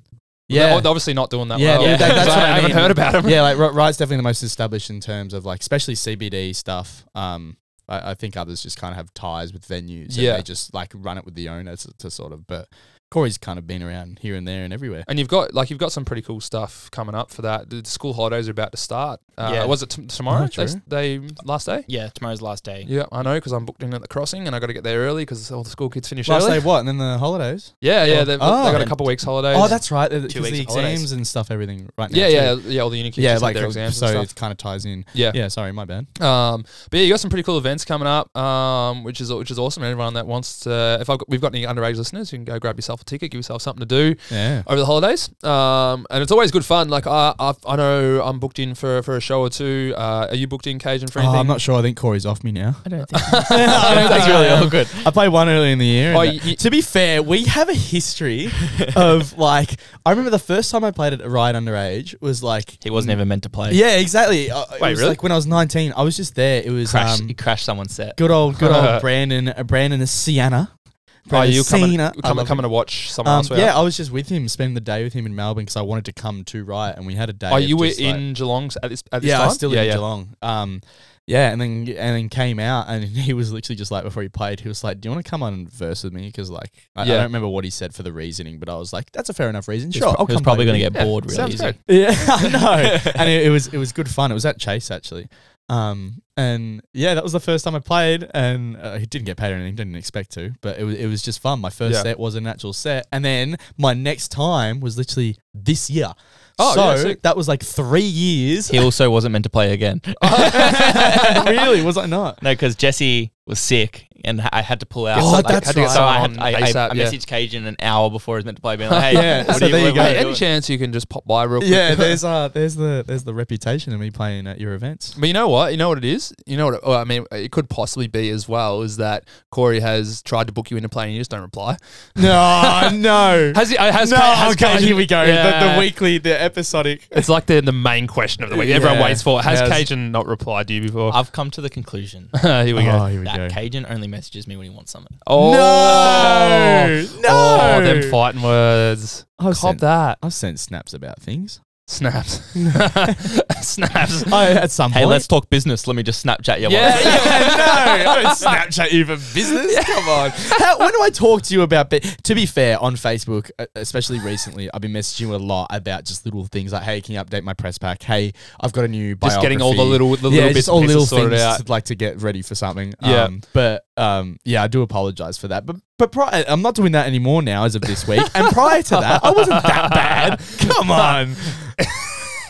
[SPEAKER 2] They're
[SPEAKER 1] yeah.
[SPEAKER 2] obviously not doing that.
[SPEAKER 1] Yeah,
[SPEAKER 2] well.
[SPEAKER 3] yeah, that-
[SPEAKER 1] that's
[SPEAKER 2] So
[SPEAKER 1] what I
[SPEAKER 2] I haven't
[SPEAKER 1] mean.
[SPEAKER 2] heard about them.
[SPEAKER 1] yeah, like Ri- Riot's definitely the most established in terms of like, especially CBD stuff. Um, I, I think others just kind of have ties with venues. and
[SPEAKER 2] Yeah.
[SPEAKER 1] they just like run it with the owner to, to sort of. But Corey's kind of been around here and there and everywhere.
[SPEAKER 2] And you've got like you've got some pretty cool stuff coming up for that. The school holidays are about to start. Uh,
[SPEAKER 3] Yeah.
[SPEAKER 2] Was it t- tomorrow?
[SPEAKER 1] Oh, true.
[SPEAKER 2] they, they last day.
[SPEAKER 3] Yeah, tomorrow's the last day.
[SPEAKER 2] Yeah, I know because I'm booked in at the crossing and I got to get there early because all the school kids finish
[SPEAKER 1] Last
[SPEAKER 2] early.
[SPEAKER 1] day what? And then the holidays.
[SPEAKER 2] Yeah, yeah, they've,
[SPEAKER 1] Oh.
[SPEAKER 2] they got a couple weeks holidays.
[SPEAKER 1] Oh, that's right. Two
[SPEAKER 3] weeks
[SPEAKER 1] the
[SPEAKER 3] of holidays.
[SPEAKER 1] exams and stuff, everything right now.
[SPEAKER 2] yeah,
[SPEAKER 1] too.
[SPEAKER 2] yeah, yeah. All the uni kids
[SPEAKER 1] yeah.
[SPEAKER 2] just had
[SPEAKER 1] Like
[SPEAKER 2] their
[SPEAKER 1] uh,
[SPEAKER 2] exams
[SPEAKER 1] so,
[SPEAKER 2] and
[SPEAKER 1] it
[SPEAKER 2] stuff.
[SPEAKER 1] kind of ties in.
[SPEAKER 2] Yeah,
[SPEAKER 1] Yeah, sorry, my bad.
[SPEAKER 2] Um, but yeah, you got some pretty cool events coming up, um, which is which is awesome. Anyone that wants to, if I've got, we've got any underage listeners, you can go grab yourself a ticket, give yourself something to do
[SPEAKER 1] Yeah.
[SPEAKER 2] over the holidays. Um, and it's always good fun. Like I, I, I know I'm booked in for, for a show or two. Uh, are you booked in Cajun for
[SPEAKER 1] Oh,
[SPEAKER 2] anything?
[SPEAKER 1] I'm not sure. I think Corey's off me now.
[SPEAKER 3] I don't think.
[SPEAKER 1] That's really
[SPEAKER 2] Yeah.
[SPEAKER 1] awkward. I played one early in the year. and
[SPEAKER 2] Oh,
[SPEAKER 1] that-
[SPEAKER 2] you-
[SPEAKER 1] to be fair, we have a history of like. I remember the first time I played it at Ride Underage was like.
[SPEAKER 3] He wasn't ever meant to play.
[SPEAKER 1] Yeah, exactly. Uh, it
[SPEAKER 2] Wait,
[SPEAKER 1] was
[SPEAKER 2] really?
[SPEAKER 1] Like when I was 19, I was just there. It was
[SPEAKER 3] Crashed,
[SPEAKER 1] um,
[SPEAKER 3] he crashed someone's set.
[SPEAKER 1] good old, good old Brandon, uh, Brandon and Sienna.
[SPEAKER 2] Are
[SPEAKER 1] Brandon
[SPEAKER 2] Oh, you coming,
[SPEAKER 1] Sienna. I
[SPEAKER 2] coming,
[SPEAKER 1] love
[SPEAKER 2] coming to watch someone
[SPEAKER 1] Um,
[SPEAKER 2] else?
[SPEAKER 1] yeah, I was just with him, spending the day with him in Melbourne because I wanted to come to Riot, and we had a day.
[SPEAKER 2] Are
[SPEAKER 1] of
[SPEAKER 2] Oh, you were
[SPEAKER 1] just, like-
[SPEAKER 2] in Geelong at this at this
[SPEAKER 1] yeah,
[SPEAKER 2] time?
[SPEAKER 1] I was still
[SPEAKER 2] yeah,
[SPEAKER 1] in
[SPEAKER 2] yeah.
[SPEAKER 1] Geelong. Um, yeah, and then and then came out, and he was literally just like before he played, he was like, "Do you want to come on and verse with me?" Because like I,
[SPEAKER 2] Yeah.
[SPEAKER 1] I don't remember what he said for the reasoning, but I was like, "That's a fair enough reason. Sure, I'll
[SPEAKER 3] he was
[SPEAKER 1] come
[SPEAKER 3] probably
[SPEAKER 1] play
[SPEAKER 3] going to
[SPEAKER 1] with
[SPEAKER 3] get
[SPEAKER 2] Yeah,
[SPEAKER 3] bored really
[SPEAKER 2] sounds
[SPEAKER 3] easy.
[SPEAKER 2] good.
[SPEAKER 1] you." Yeah, I know. and it, it was it was good fun. It was at Chase actually. Um, and yeah, that was the first time I played, and uh, he didn't get paid or anything. Didn't expect to, but it was it was just fun. My first
[SPEAKER 2] Yeah.
[SPEAKER 1] set was an actual set, and then my next time was literally this year.
[SPEAKER 2] Oh,
[SPEAKER 1] so
[SPEAKER 2] yeah, sick.
[SPEAKER 1] that was like three years
[SPEAKER 3] He also wasn't meant to play again.
[SPEAKER 1] really? Was I not?
[SPEAKER 3] No, because Jesse was sick and I had to pull out.
[SPEAKER 1] Oh,
[SPEAKER 3] So, like,
[SPEAKER 1] that's
[SPEAKER 3] had to get
[SPEAKER 1] right.
[SPEAKER 3] someone- I, had,
[SPEAKER 2] Someone
[SPEAKER 3] I, I,
[SPEAKER 2] ASAP,
[SPEAKER 3] I
[SPEAKER 2] yeah.
[SPEAKER 3] messaged Cajun an hour before he was meant to play, being like, "Hey,
[SPEAKER 1] Yeah,
[SPEAKER 3] what
[SPEAKER 1] so
[SPEAKER 3] are
[SPEAKER 1] there you
[SPEAKER 3] what
[SPEAKER 1] go.
[SPEAKER 3] are
[SPEAKER 2] Hey, any
[SPEAKER 3] doing?"
[SPEAKER 2] chance you can just pop by real quick?
[SPEAKER 1] Yeah, there's uh, there's the there's the reputation of me playing at your events.
[SPEAKER 2] But you know what? You know what it is? You know what? It, oh, I mean, it could possibly be as well is that Corey has tried to book you into play and you just don't reply.
[SPEAKER 1] No, no.
[SPEAKER 2] Has he? uh, Has
[SPEAKER 1] no,
[SPEAKER 2] Kate- has
[SPEAKER 1] okay,
[SPEAKER 2] Cajun-
[SPEAKER 1] here we go. The,
[SPEAKER 2] Yeah.
[SPEAKER 1] the weekly, the episodic.
[SPEAKER 2] It's like the the main question of the week. Everyone
[SPEAKER 1] Yeah.
[SPEAKER 2] waits for. it. Has
[SPEAKER 1] Yes.
[SPEAKER 2] Cajun not replied to you before?
[SPEAKER 3] I've come to the conclusion
[SPEAKER 1] Uh,
[SPEAKER 2] here we go.
[SPEAKER 1] Oh, here we
[SPEAKER 3] that Cajun only messages me when he wants something.
[SPEAKER 2] Oh
[SPEAKER 1] No, no.
[SPEAKER 2] Oh, them fighting words.
[SPEAKER 1] I've
[SPEAKER 2] Cop
[SPEAKER 1] sent,
[SPEAKER 2] that.
[SPEAKER 1] I've sent snaps about things.
[SPEAKER 2] Snaps. Snaps.
[SPEAKER 1] I, Oh, at some
[SPEAKER 3] Hey,
[SPEAKER 1] point.
[SPEAKER 3] let's talk business. Let me just Snapchat you.
[SPEAKER 2] Yeah,
[SPEAKER 1] yeah, no, I don't Snapchat you for business. Come on. How, when do I talk to you about? But to be fair, on Facebook, uh, especially recently, I've been messaging you a lot about just little things like, "Hey, can you update my press pack?" "Hey, I've got a new biography."
[SPEAKER 2] Just getting all the little the
[SPEAKER 1] yeah,
[SPEAKER 2] little
[SPEAKER 1] just
[SPEAKER 2] bits
[SPEAKER 1] all
[SPEAKER 2] and
[SPEAKER 1] little
[SPEAKER 2] pieces sorted
[SPEAKER 1] things
[SPEAKER 2] out.
[SPEAKER 1] to, like to get ready for something.
[SPEAKER 2] Yeah.
[SPEAKER 1] Um, but um, yeah, I do apologize for that. But but pri- I'm not doing that anymore now as of this week. and prior to that, I wasn't that bad. Come on.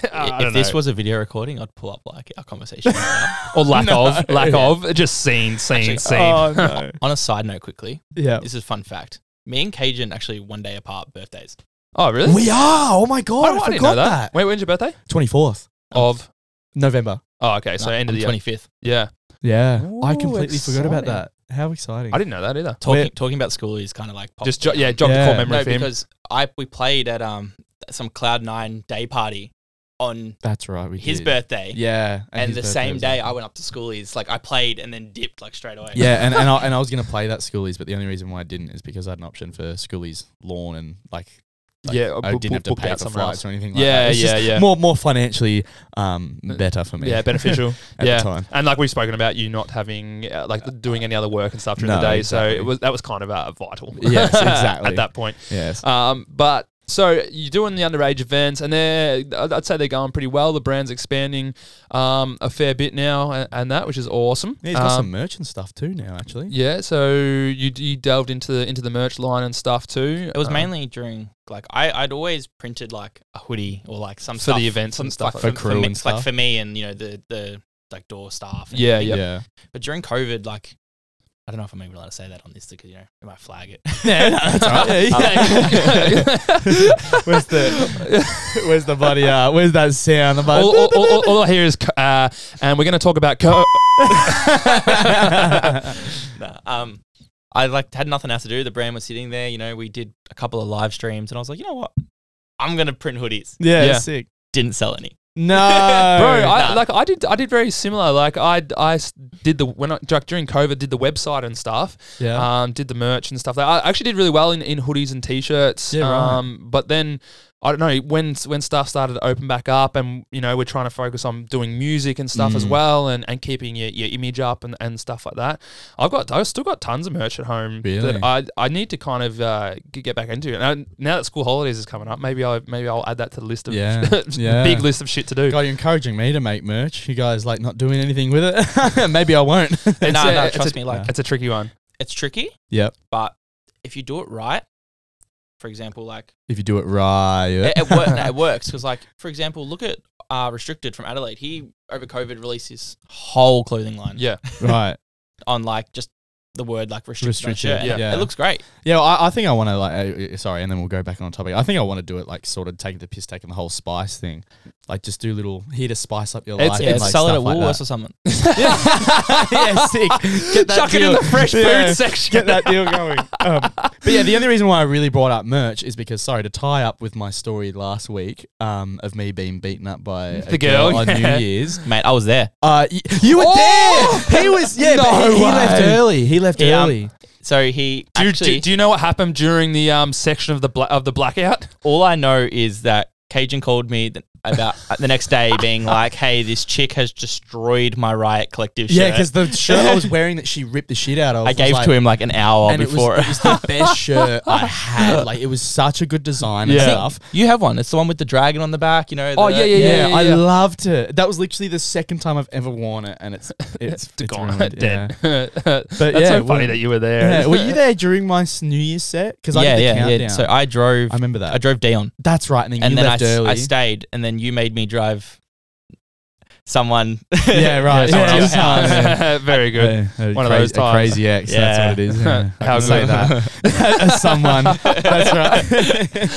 [SPEAKER 2] I
[SPEAKER 3] if
[SPEAKER 2] don't
[SPEAKER 3] this
[SPEAKER 2] know.
[SPEAKER 3] was a video recording, I'd pull up like our conversation. right
[SPEAKER 2] or lack of lack of just scene scene scene.
[SPEAKER 1] Oh no.
[SPEAKER 3] now. On a side note, quickly,
[SPEAKER 2] Oh.
[SPEAKER 1] yeah.
[SPEAKER 3] this is a fun fact. Me and Cajun actually one day apart birthdays.
[SPEAKER 2] oh really?
[SPEAKER 1] We are. Oh my god,
[SPEAKER 2] Oh,
[SPEAKER 1] I,
[SPEAKER 2] I didn't
[SPEAKER 1] forgot
[SPEAKER 2] know
[SPEAKER 1] that.
[SPEAKER 2] Wait, when's your birthday?
[SPEAKER 1] 24th
[SPEAKER 2] Of
[SPEAKER 1] November.
[SPEAKER 2] oh okay, so end of the year.
[SPEAKER 3] twenty fifth.
[SPEAKER 2] Yeah,
[SPEAKER 1] Yeah. I
[SPEAKER 2] Ooh,
[SPEAKER 1] completely forgot about
[SPEAKER 2] exciting.
[SPEAKER 1] that. How exciting.
[SPEAKER 2] I didn't know that either.
[SPEAKER 3] Talking
[SPEAKER 1] Where-
[SPEAKER 3] talking about school is kind of like pop-
[SPEAKER 2] Just jo- yeah, jog the
[SPEAKER 1] Yeah.
[SPEAKER 2] core memory
[SPEAKER 3] no
[SPEAKER 2] for him.
[SPEAKER 3] because I we played at um some Cloud Nine day party on
[SPEAKER 1] That's right. We
[SPEAKER 3] his
[SPEAKER 1] did.
[SPEAKER 3] birthday.
[SPEAKER 1] Yeah.
[SPEAKER 3] And,
[SPEAKER 1] his
[SPEAKER 3] the
[SPEAKER 1] birthday
[SPEAKER 3] same
[SPEAKER 1] was
[SPEAKER 3] day
[SPEAKER 1] on-
[SPEAKER 3] I went up to schoolies, like I played and then dipped like straight away.
[SPEAKER 1] Yeah, and, and, I, and I was going to play that schoolies, but the only reason why I didn't is because I had an option for schoolies lawn and like, like,
[SPEAKER 2] Yeah,
[SPEAKER 1] I
[SPEAKER 2] book-
[SPEAKER 1] didn't have to
[SPEAKER 2] booked
[SPEAKER 1] pay
[SPEAKER 2] out
[SPEAKER 1] for
[SPEAKER 2] somewhere
[SPEAKER 1] flights
[SPEAKER 2] else.
[SPEAKER 1] or anything like
[SPEAKER 2] yeah,
[SPEAKER 1] that. It's
[SPEAKER 2] yeah,
[SPEAKER 1] just
[SPEAKER 2] yeah, Uh,
[SPEAKER 1] More, more financially um, better for me.
[SPEAKER 2] yeah, beneficial.
[SPEAKER 1] at
[SPEAKER 2] yeah,
[SPEAKER 1] the time.
[SPEAKER 2] and like we've spoken about, you not having uh, like doing any other work and stuff during the
[SPEAKER 1] No,
[SPEAKER 2] day, so
[SPEAKER 1] exactly.
[SPEAKER 2] it was that was kind of uh, vital.
[SPEAKER 1] Yes, exactly.
[SPEAKER 2] at that point.
[SPEAKER 1] Yes.
[SPEAKER 2] Um, but so you're doing the underage events, and they're I'd I'd say they're going pretty well. The brand's expanding um, a fair bit now, and, and that which is awesome.
[SPEAKER 1] Yeah, he's got
[SPEAKER 2] Um,
[SPEAKER 1] some merch and stuff too now, actually.
[SPEAKER 2] Yeah, so you you delved into the into the merch line and stuff too.
[SPEAKER 3] It was
[SPEAKER 2] Um,
[SPEAKER 3] mainly during like I I'd always printed like a hoodie or like some
[SPEAKER 2] For
[SPEAKER 3] stuff
[SPEAKER 2] the events and stuff
[SPEAKER 3] like,
[SPEAKER 1] like
[SPEAKER 3] for,
[SPEAKER 1] that. For crew
[SPEAKER 3] me,
[SPEAKER 1] and
[SPEAKER 3] like
[SPEAKER 1] stuff.
[SPEAKER 3] for me and you know the the like door staff. and
[SPEAKER 2] Yeah,
[SPEAKER 3] everything.
[SPEAKER 2] yeah.
[SPEAKER 3] But during COVID, like I don't know if I'm even allowed to say that on this because you know they might flag it.
[SPEAKER 1] where's the where's the bloody uh, where's that sound? I'm like,
[SPEAKER 2] all, all, all, all- all I hear is, co- uh, and we're going to talk about. Co-
[SPEAKER 3] Nah, um, I like had nothing else to do. The brand was sitting there. You know, we did a couple of live streams, and I was like, you know what, I'm gonna print hoodies.
[SPEAKER 1] yeah,
[SPEAKER 2] Yeah.
[SPEAKER 1] sick.
[SPEAKER 3] Didn't sell any.
[SPEAKER 1] No,
[SPEAKER 2] Bro, I,
[SPEAKER 3] Nah.
[SPEAKER 2] like I did, I did very similar. Like I, I s- did the when I, like, during COVID, did the website and stuff,
[SPEAKER 1] yeah,
[SPEAKER 2] um, did the merch and stuff. I actually did really well in, in hoodies and t-shirts.
[SPEAKER 1] Yeah, right.
[SPEAKER 2] um, but then I don't know when when stuff started to open back up, and you know we're trying to focus on doing music and stuff as
[SPEAKER 1] Mm.
[SPEAKER 2] well, and, and keeping your, your image up and, and stuff like that. I've got I've still got tons of merch at home
[SPEAKER 1] Really?
[SPEAKER 2] that I I need to kind of uh, g- get back into. And I, now that school holidays is coming up, maybe I maybe I'll add that to the list of
[SPEAKER 1] Yeah, yeah.
[SPEAKER 2] big list of shit to do.
[SPEAKER 1] God, you're encouraging me to make merch. You guys like not doing anything with it. Maybe I won't.
[SPEAKER 3] No,
[SPEAKER 2] It's
[SPEAKER 3] no,
[SPEAKER 2] a- it's
[SPEAKER 3] trust
[SPEAKER 2] a-
[SPEAKER 3] me. Like,
[SPEAKER 2] It's a tricky one.
[SPEAKER 3] it's tricky,
[SPEAKER 1] yep.
[SPEAKER 3] but if you do it right, for example, like
[SPEAKER 1] If you do it right.
[SPEAKER 3] it, it, wor- no, it works because, like, for example, look at uh, Restricted from Adelaide. He over COVID released his whole clothing line
[SPEAKER 2] Yeah,
[SPEAKER 1] right.
[SPEAKER 3] on like just the word like restricted,
[SPEAKER 1] Restricted,
[SPEAKER 3] on a shirt.
[SPEAKER 1] yeah.
[SPEAKER 3] And
[SPEAKER 1] Yeah.
[SPEAKER 3] it looks great.
[SPEAKER 1] Yeah, well, I, I think I want to like. Uh, uh, sorry, and then we'll go back on topic. I think I want to do it like sort of taking the piss, taking the whole spice thing, like just do little here to spice up your
[SPEAKER 2] It's-
[SPEAKER 1] life.
[SPEAKER 2] Yeah,
[SPEAKER 3] Yeah,
[SPEAKER 1] and,
[SPEAKER 3] it's
[SPEAKER 1] like,
[SPEAKER 3] sell it at
[SPEAKER 1] stuff like
[SPEAKER 3] Woolworths
[SPEAKER 1] that.
[SPEAKER 3] or something.
[SPEAKER 1] yeah, sick. Get that
[SPEAKER 2] chuck it in
[SPEAKER 1] deal.
[SPEAKER 2] the fresh
[SPEAKER 1] Yeah.
[SPEAKER 2] food section.
[SPEAKER 1] Get that deal going. Um, but yeah, the only reason why I really brought up merch is because sorry to tie up with my story last week um, of me being beaten up by
[SPEAKER 2] The
[SPEAKER 1] a girl,
[SPEAKER 2] girl,
[SPEAKER 1] on
[SPEAKER 2] yeah.
[SPEAKER 1] New Year's.
[SPEAKER 3] Mate, I was there.
[SPEAKER 1] Uh, y- you were
[SPEAKER 2] Oh!
[SPEAKER 1] there. He was. Yeah,
[SPEAKER 2] No
[SPEAKER 1] but he, he
[SPEAKER 2] way.
[SPEAKER 1] left early. He left
[SPEAKER 3] Yeah, um,
[SPEAKER 1] early.
[SPEAKER 3] So he
[SPEAKER 2] Do you,
[SPEAKER 3] actually.
[SPEAKER 2] do, do you know what happened during the um, section of the bla- of the blackout?
[SPEAKER 3] all I know is that Cajun called me th- about uh, the next day, being like, "Hey, this chick has destroyed my Riot Collective shirt."
[SPEAKER 1] Yeah, because the shirt I was wearing that she ripped the shit out of.
[SPEAKER 3] I
[SPEAKER 1] was
[SPEAKER 3] gave
[SPEAKER 1] like,
[SPEAKER 3] to him like an hour
[SPEAKER 1] and it was,
[SPEAKER 3] before.
[SPEAKER 1] it was the best shirt I had. Like it was such a good design
[SPEAKER 2] Yeah.
[SPEAKER 1] and stuff.
[SPEAKER 3] you have one. It's the one with the dragon on the back. You know.
[SPEAKER 2] Oh,
[SPEAKER 3] the-
[SPEAKER 2] yeah, yeah,
[SPEAKER 1] Yeah, I
[SPEAKER 2] yeah.
[SPEAKER 1] loved it. That was literally the second time I've ever worn it, and it's it's, it's
[SPEAKER 2] Gone
[SPEAKER 1] ruined, yeah.
[SPEAKER 2] dead. That's
[SPEAKER 1] yeah,
[SPEAKER 2] so funny
[SPEAKER 1] well-
[SPEAKER 2] that you were there.
[SPEAKER 1] Yeah, were you there during my s- New Year's set? Because I
[SPEAKER 3] yeah,
[SPEAKER 1] did the
[SPEAKER 3] yeah,
[SPEAKER 1] countdown.
[SPEAKER 3] yeah. So I drove.
[SPEAKER 1] I remember that.
[SPEAKER 3] I drove Dion,
[SPEAKER 1] That's right. And then
[SPEAKER 3] and
[SPEAKER 1] you
[SPEAKER 3] then I,
[SPEAKER 1] left
[SPEAKER 3] s-
[SPEAKER 1] early.
[SPEAKER 3] I stayed, and then you made me drive someone.
[SPEAKER 1] yeah, right. Yeah,
[SPEAKER 3] Yeah, someone
[SPEAKER 1] it's
[SPEAKER 3] else's house.
[SPEAKER 1] fine, yeah.
[SPEAKER 2] Very good.
[SPEAKER 1] Yeah, a
[SPEAKER 2] One of
[SPEAKER 1] crazy-
[SPEAKER 2] those
[SPEAKER 1] a
[SPEAKER 2] times.
[SPEAKER 1] crazy ex. That's
[SPEAKER 3] Yeah.
[SPEAKER 1] what it is. Yeah, I
[SPEAKER 2] How
[SPEAKER 1] can say
[SPEAKER 2] good.
[SPEAKER 1] that as someone. That's right.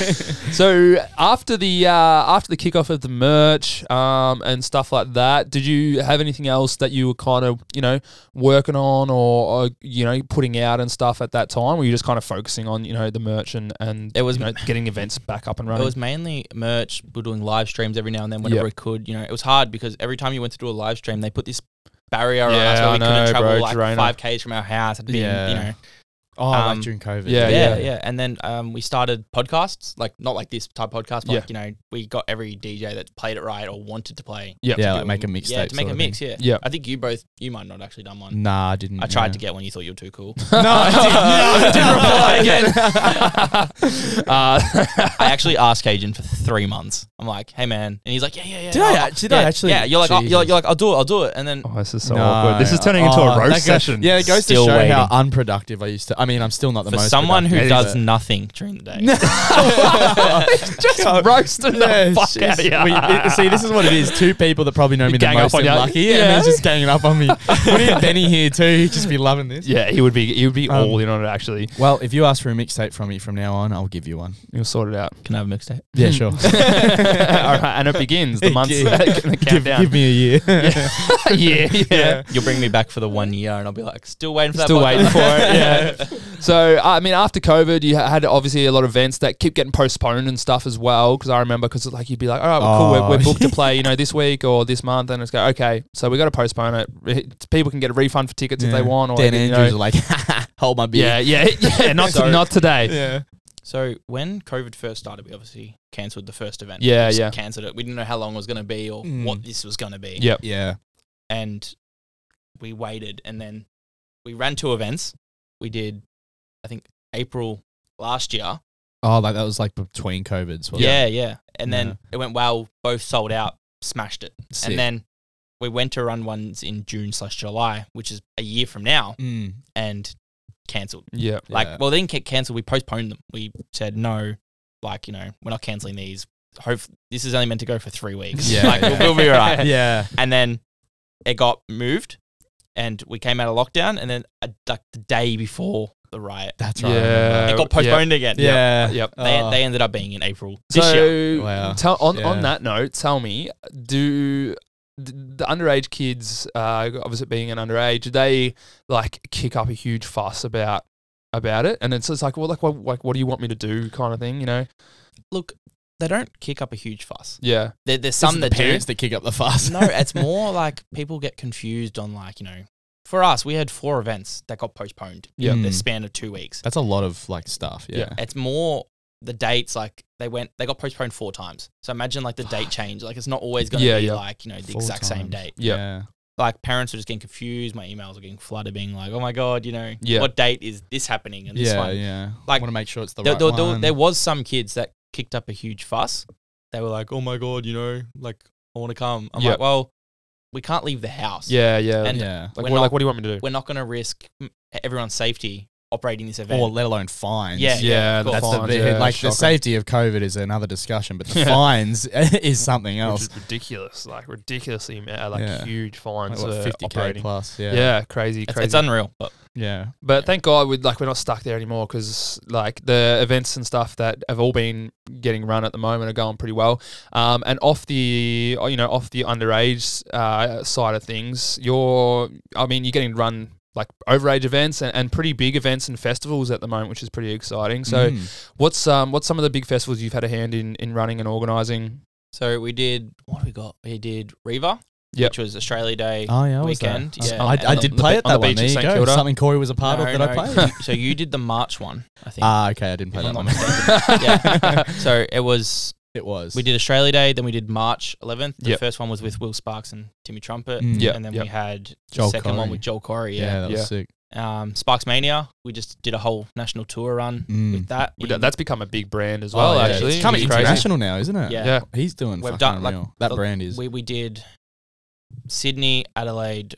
[SPEAKER 2] So after the uh, after the kickoff of the merch um, and stuff like that, did you have anything else that you were kind of you know working on or, or you know putting out and stuff at that time? Were you just kind of focusing on you know the merch and and
[SPEAKER 3] It was-
[SPEAKER 2] you know, getting events back up and
[SPEAKER 3] It
[SPEAKER 2] running?
[SPEAKER 3] was mainly merch. We were doing live streams every now and then whenever
[SPEAKER 2] Yeah.
[SPEAKER 3] we could. You know, it was hard because every time you went to do a live stream, they put this barrier on
[SPEAKER 2] Yeah,
[SPEAKER 3] us
[SPEAKER 2] I
[SPEAKER 3] where we
[SPEAKER 2] know,
[SPEAKER 3] couldn't travel
[SPEAKER 2] bro,
[SPEAKER 3] like
[SPEAKER 2] Girona.
[SPEAKER 3] five k's from our house. It'd been,
[SPEAKER 1] Yeah.
[SPEAKER 3] you know,
[SPEAKER 1] Oh,
[SPEAKER 3] Um,
[SPEAKER 1] like during COVID.
[SPEAKER 2] yeah,
[SPEAKER 3] yeah, yeah,
[SPEAKER 2] yeah.
[SPEAKER 3] And then um, we started podcasts, like not like this type of podcast, but
[SPEAKER 2] Yeah.
[SPEAKER 3] like, you know, we got every DJ that played it right or wanted to play.
[SPEAKER 2] Yeah.
[SPEAKER 1] Yeah,
[SPEAKER 3] to
[SPEAKER 1] like
[SPEAKER 3] do
[SPEAKER 1] make a mixtape
[SPEAKER 3] Yeah, to make
[SPEAKER 1] sort
[SPEAKER 3] a
[SPEAKER 1] of thing.
[SPEAKER 3] mix. Yeah,
[SPEAKER 2] Yeah.
[SPEAKER 3] I think you both, you might not actually done one.
[SPEAKER 1] Nah, I didn't.
[SPEAKER 3] I tried
[SPEAKER 1] yeah.
[SPEAKER 3] to get one. You thought you were too cool.
[SPEAKER 1] No, I didn't.
[SPEAKER 2] I
[SPEAKER 1] No,
[SPEAKER 2] did
[SPEAKER 1] I
[SPEAKER 2] reply again. uh,
[SPEAKER 3] I actually asked Cajun for three months. I'm like, hey man, and he's like, yeah, yeah, yeah.
[SPEAKER 1] Did I
[SPEAKER 3] I'll-
[SPEAKER 1] act- did I
[SPEAKER 3] yeah,
[SPEAKER 1] actually-
[SPEAKER 3] Yeah, you're like, oh, you're like,
[SPEAKER 1] Jesus.
[SPEAKER 3] you're like, I'll do it, I'll do it, and then
[SPEAKER 2] Oh, this is so
[SPEAKER 1] No.
[SPEAKER 2] awkward. This is turning into
[SPEAKER 1] Oh,
[SPEAKER 2] a roast
[SPEAKER 1] that goes-
[SPEAKER 2] session.
[SPEAKER 1] Yeah, it goes
[SPEAKER 3] Still
[SPEAKER 1] to show
[SPEAKER 3] waiting.
[SPEAKER 1] how unproductive I used to. I mean, I'm still not the
[SPEAKER 3] for
[SPEAKER 1] most
[SPEAKER 3] someone who
[SPEAKER 2] productive.
[SPEAKER 3] does
[SPEAKER 1] not
[SPEAKER 3] nothing during the day.
[SPEAKER 2] just roasting the fuck out of you.
[SPEAKER 1] see, this is what it is. Two people that probably know me the
[SPEAKER 2] Gang up
[SPEAKER 1] most
[SPEAKER 2] on
[SPEAKER 1] and
[SPEAKER 2] you.
[SPEAKER 1] lucky,
[SPEAKER 2] Yeah.
[SPEAKER 1] and they're just ganging up on me. we need Benny here too. He'd just be loving this.
[SPEAKER 2] yeah, he would be. He would be
[SPEAKER 1] Um,
[SPEAKER 2] all in on it. Actually,
[SPEAKER 1] Well, if you ask for a mixtape from me from now on, I'll give you one.
[SPEAKER 2] he'll sort it out.
[SPEAKER 3] Can I have a mixtape?
[SPEAKER 1] Yeah, sure.
[SPEAKER 2] all right, and it begins the months.
[SPEAKER 1] Yeah.
[SPEAKER 2] the
[SPEAKER 1] give,
[SPEAKER 2] countdown.
[SPEAKER 1] give me a year. Yeah.
[SPEAKER 2] yeah, yeah.
[SPEAKER 3] You'll bring me back for the one year, and I'll be like, still waiting for that.
[SPEAKER 2] Still
[SPEAKER 3] podcast."
[SPEAKER 2] waiting for it. Yeah. so I mean, after COVID, you had obviously a lot of events that keep getting postponed and stuff as well. Because I remember, because like you'd be like, all right, well, cool,
[SPEAKER 1] Oh.
[SPEAKER 2] we're, we're booked to play, you know, this week or this month, and it's go, okay, so we got to postpone it. It- People can get a refund for tickets if they want, or
[SPEAKER 1] Dan
[SPEAKER 2] you know-
[SPEAKER 1] Andrews are like, hold my beer.
[SPEAKER 2] Yeah, yeah, yeah. Not
[SPEAKER 3] Sorry.
[SPEAKER 2] not today.
[SPEAKER 1] Yeah.
[SPEAKER 3] So when COVID first started, we obviously cancelled the first event.
[SPEAKER 2] Yeah,
[SPEAKER 3] We just
[SPEAKER 2] yeah.
[SPEAKER 3] Cancelled it. We didn't know how long it was going to be or
[SPEAKER 1] Mm.
[SPEAKER 3] what this was going to be.
[SPEAKER 2] Yeah.
[SPEAKER 1] Yeah.
[SPEAKER 3] And we waited, and then we ran two events. We did, I think, April last year.
[SPEAKER 1] Oh, like that was like between COVIDs. wasn't it?
[SPEAKER 3] Yeah, yeah. And then
[SPEAKER 1] Yeah.
[SPEAKER 3] it went well. Both sold out. Smashed it.
[SPEAKER 1] Sick.
[SPEAKER 3] And then we went to run ones in June slash July, which is a year from now,
[SPEAKER 1] Mm.
[SPEAKER 3] and cancelled.
[SPEAKER 2] Yeah.
[SPEAKER 3] Like,
[SPEAKER 1] Yeah.
[SPEAKER 3] well, they didn't get cancelled. We postponed them. We said no, like you know, we're not cancelling these. Hope this is only meant to go for three weeks.
[SPEAKER 1] Yeah,
[SPEAKER 3] like
[SPEAKER 1] yeah.
[SPEAKER 3] We'll, we'll be alright.
[SPEAKER 1] Yeah.
[SPEAKER 3] And then it got moved, and we came out of lockdown. And then uh, like the day before the riot,
[SPEAKER 1] That's right. I remember
[SPEAKER 2] Yeah.
[SPEAKER 1] that.
[SPEAKER 3] it got postponed again.
[SPEAKER 1] Yeah.
[SPEAKER 2] Yep.
[SPEAKER 3] They,
[SPEAKER 1] Oh.
[SPEAKER 3] they ended up being in April this year.
[SPEAKER 2] So,
[SPEAKER 1] Wow.
[SPEAKER 2] tell, on, on
[SPEAKER 1] Yeah.
[SPEAKER 2] that note, tell me, do d- the underage kids, uh, obviously being an underage, do they like kick up a huge fuss about about it? And it's it's like, well, like, what, like, what do you want me to do, kind of thing, you know?
[SPEAKER 3] Look, they don't kick up a huge fuss.
[SPEAKER 2] Yeah.
[SPEAKER 3] There, there's
[SPEAKER 1] This is
[SPEAKER 3] some
[SPEAKER 1] the
[SPEAKER 3] that do.
[SPEAKER 1] parents that kick up the fuss.
[SPEAKER 3] no, it's more like people get confused on like you know. For us, we had four events that got postponed.
[SPEAKER 2] Yeah.
[SPEAKER 3] in the
[SPEAKER 1] Mm.
[SPEAKER 3] span of two weeks.
[SPEAKER 1] That's a lot of like stuff.
[SPEAKER 2] Yeah.
[SPEAKER 1] Yeah.
[SPEAKER 3] it's more the dates like they went they got postponed four times. So imagine like the date change. Like it's not always gonna
[SPEAKER 2] Yeah,
[SPEAKER 3] be
[SPEAKER 2] yeah.
[SPEAKER 3] like, you know, the
[SPEAKER 1] Four
[SPEAKER 3] exact
[SPEAKER 1] times.
[SPEAKER 3] same date.
[SPEAKER 2] Yeah.
[SPEAKER 3] Like parents were just getting confused, my emails were getting flooded being like, Oh my god, you know,
[SPEAKER 2] Yeah.
[SPEAKER 3] what date is this happening and this
[SPEAKER 1] yeah,
[SPEAKER 3] one?
[SPEAKER 1] yeah.
[SPEAKER 3] Like,
[SPEAKER 1] want to make sure it's the
[SPEAKER 3] there,
[SPEAKER 1] right
[SPEAKER 3] there, there,
[SPEAKER 1] one.
[SPEAKER 3] there was some kids that kicked up a huge fuss. They were like, "Oh my god, you know, like I want to come." I'm
[SPEAKER 2] Yeah.
[SPEAKER 3] like, "Well, we can't leave the house.
[SPEAKER 2] Yeah, yeah.
[SPEAKER 3] And-
[SPEAKER 1] yeah,
[SPEAKER 2] like,
[SPEAKER 3] we're
[SPEAKER 2] what,
[SPEAKER 3] not-
[SPEAKER 2] like, what do you want me to do?
[SPEAKER 3] We're not going to risk mm, everyone's safety operating this event."
[SPEAKER 1] or let alone fines.
[SPEAKER 3] Yeah, yeah,
[SPEAKER 2] the
[SPEAKER 3] that's
[SPEAKER 1] That's
[SPEAKER 2] fines,
[SPEAKER 1] the big,
[SPEAKER 2] yeah,
[SPEAKER 1] like the
[SPEAKER 2] shocking.
[SPEAKER 1] safety of COVID is another discussion, but the
[SPEAKER 2] Yeah.
[SPEAKER 1] fines is something
[SPEAKER 2] Which
[SPEAKER 1] else.
[SPEAKER 2] is ridiculous, like ridiculously, ma- like
[SPEAKER 1] Yeah.
[SPEAKER 2] huge
[SPEAKER 1] Like,
[SPEAKER 2] fines
[SPEAKER 1] what,
[SPEAKER 2] uh,
[SPEAKER 1] 50k
[SPEAKER 2] operating.
[SPEAKER 1] plus.
[SPEAKER 2] Yeah.
[SPEAKER 1] Yeah,
[SPEAKER 2] crazy,
[SPEAKER 3] it's,
[SPEAKER 2] crazy.
[SPEAKER 3] it's unreal. But
[SPEAKER 1] yeah.
[SPEAKER 2] But thank God we like we're not stuck there anymore because like the events and stuff that have all been getting run at the moment are going pretty well. Um, and off the oh, you know off the underage uh, side of things, you're I mean you're getting run like overage events and, and pretty big events and festivals at the moment, which is pretty exciting. So
[SPEAKER 1] Mm.
[SPEAKER 2] what's um what's some of the big festivals you've had a hand in in running and organising?
[SPEAKER 3] so we did. What do we got? We did Reva,
[SPEAKER 2] Yep. Uh,
[SPEAKER 3] which was Australia Day.
[SPEAKER 1] oh yeah, I was there.
[SPEAKER 3] Weekend,
[SPEAKER 1] I-
[SPEAKER 3] yeah.
[SPEAKER 1] I, I
[SPEAKER 3] On
[SPEAKER 1] did
[SPEAKER 2] the
[SPEAKER 1] play
[SPEAKER 2] be-
[SPEAKER 1] it
[SPEAKER 2] on the
[SPEAKER 1] that one.
[SPEAKER 2] beach
[SPEAKER 1] There
[SPEAKER 2] in
[SPEAKER 1] you
[SPEAKER 2] St
[SPEAKER 1] go.
[SPEAKER 2] Kilda.
[SPEAKER 1] Something Corey was a part
[SPEAKER 3] No,
[SPEAKER 1] of that
[SPEAKER 3] no,
[SPEAKER 1] I played.
[SPEAKER 3] you- so you did the March one, I think.
[SPEAKER 1] Ah, okay, I didn't
[SPEAKER 3] if
[SPEAKER 1] play that
[SPEAKER 3] I'm not
[SPEAKER 1] one.
[SPEAKER 3] mistaken. yeah. So it was.
[SPEAKER 1] It was.
[SPEAKER 3] We did Australia Day, then we did March 11th. The
[SPEAKER 2] Yep.
[SPEAKER 3] first one was with Will Sparks and Timmy Trumpet,
[SPEAKER 1] Mm.
[SPEAKER 2] Yeah.
[SPEAKER 3] and then we
[SPEAKER 2] Yep.
[SPEAKER 3] had the
[SPEAKER 1] Joel
[SPEAKER 3] second one
[SPEAKER 1] Corey.
[SPEAKER 3] with Joel Corey.
[SPEAKER 1] Yeah,
[SPEAKER 3] Yeah.
[SPEAKER 1] that
[SPEAKER 2] Yeah.
[SPEAKER 1] was sick.
[SPEAKER 3] Um, Sparks Mania, we just did a whole national tour run
[SPEAKER 1] Mm.
[SPEAKER 3] with that.
[SPEAKER 2] Well,
[SPEAKER 3] in-
[SPEAKER 2] that- Uh, That's become a big brand as
[SPEAKER 1] Oh,
[SPEAKER 2] well.
[SPEAKER 1] yeah,
[SPEAKER 2] Actually,
[SPEAKER 1] it's coming
[SPEAKER 2] which is crazy.
[SPEAKER 1] international now, isn't it?
[SPEAKER 3] Yeah.
[SPEAKER 2] Yeah,
[SPEAKER 1] He's doing
[SPEAKER 3] We've
[SPEAKER 1] fucking
[SPEAKER 3] done, like,
[SPEAKER 1] unreal. that
[SPEAKER 3] the-
[SPEAKER 1] brand is.
[SPEAKER 3] we we did Sydney, Adelaide,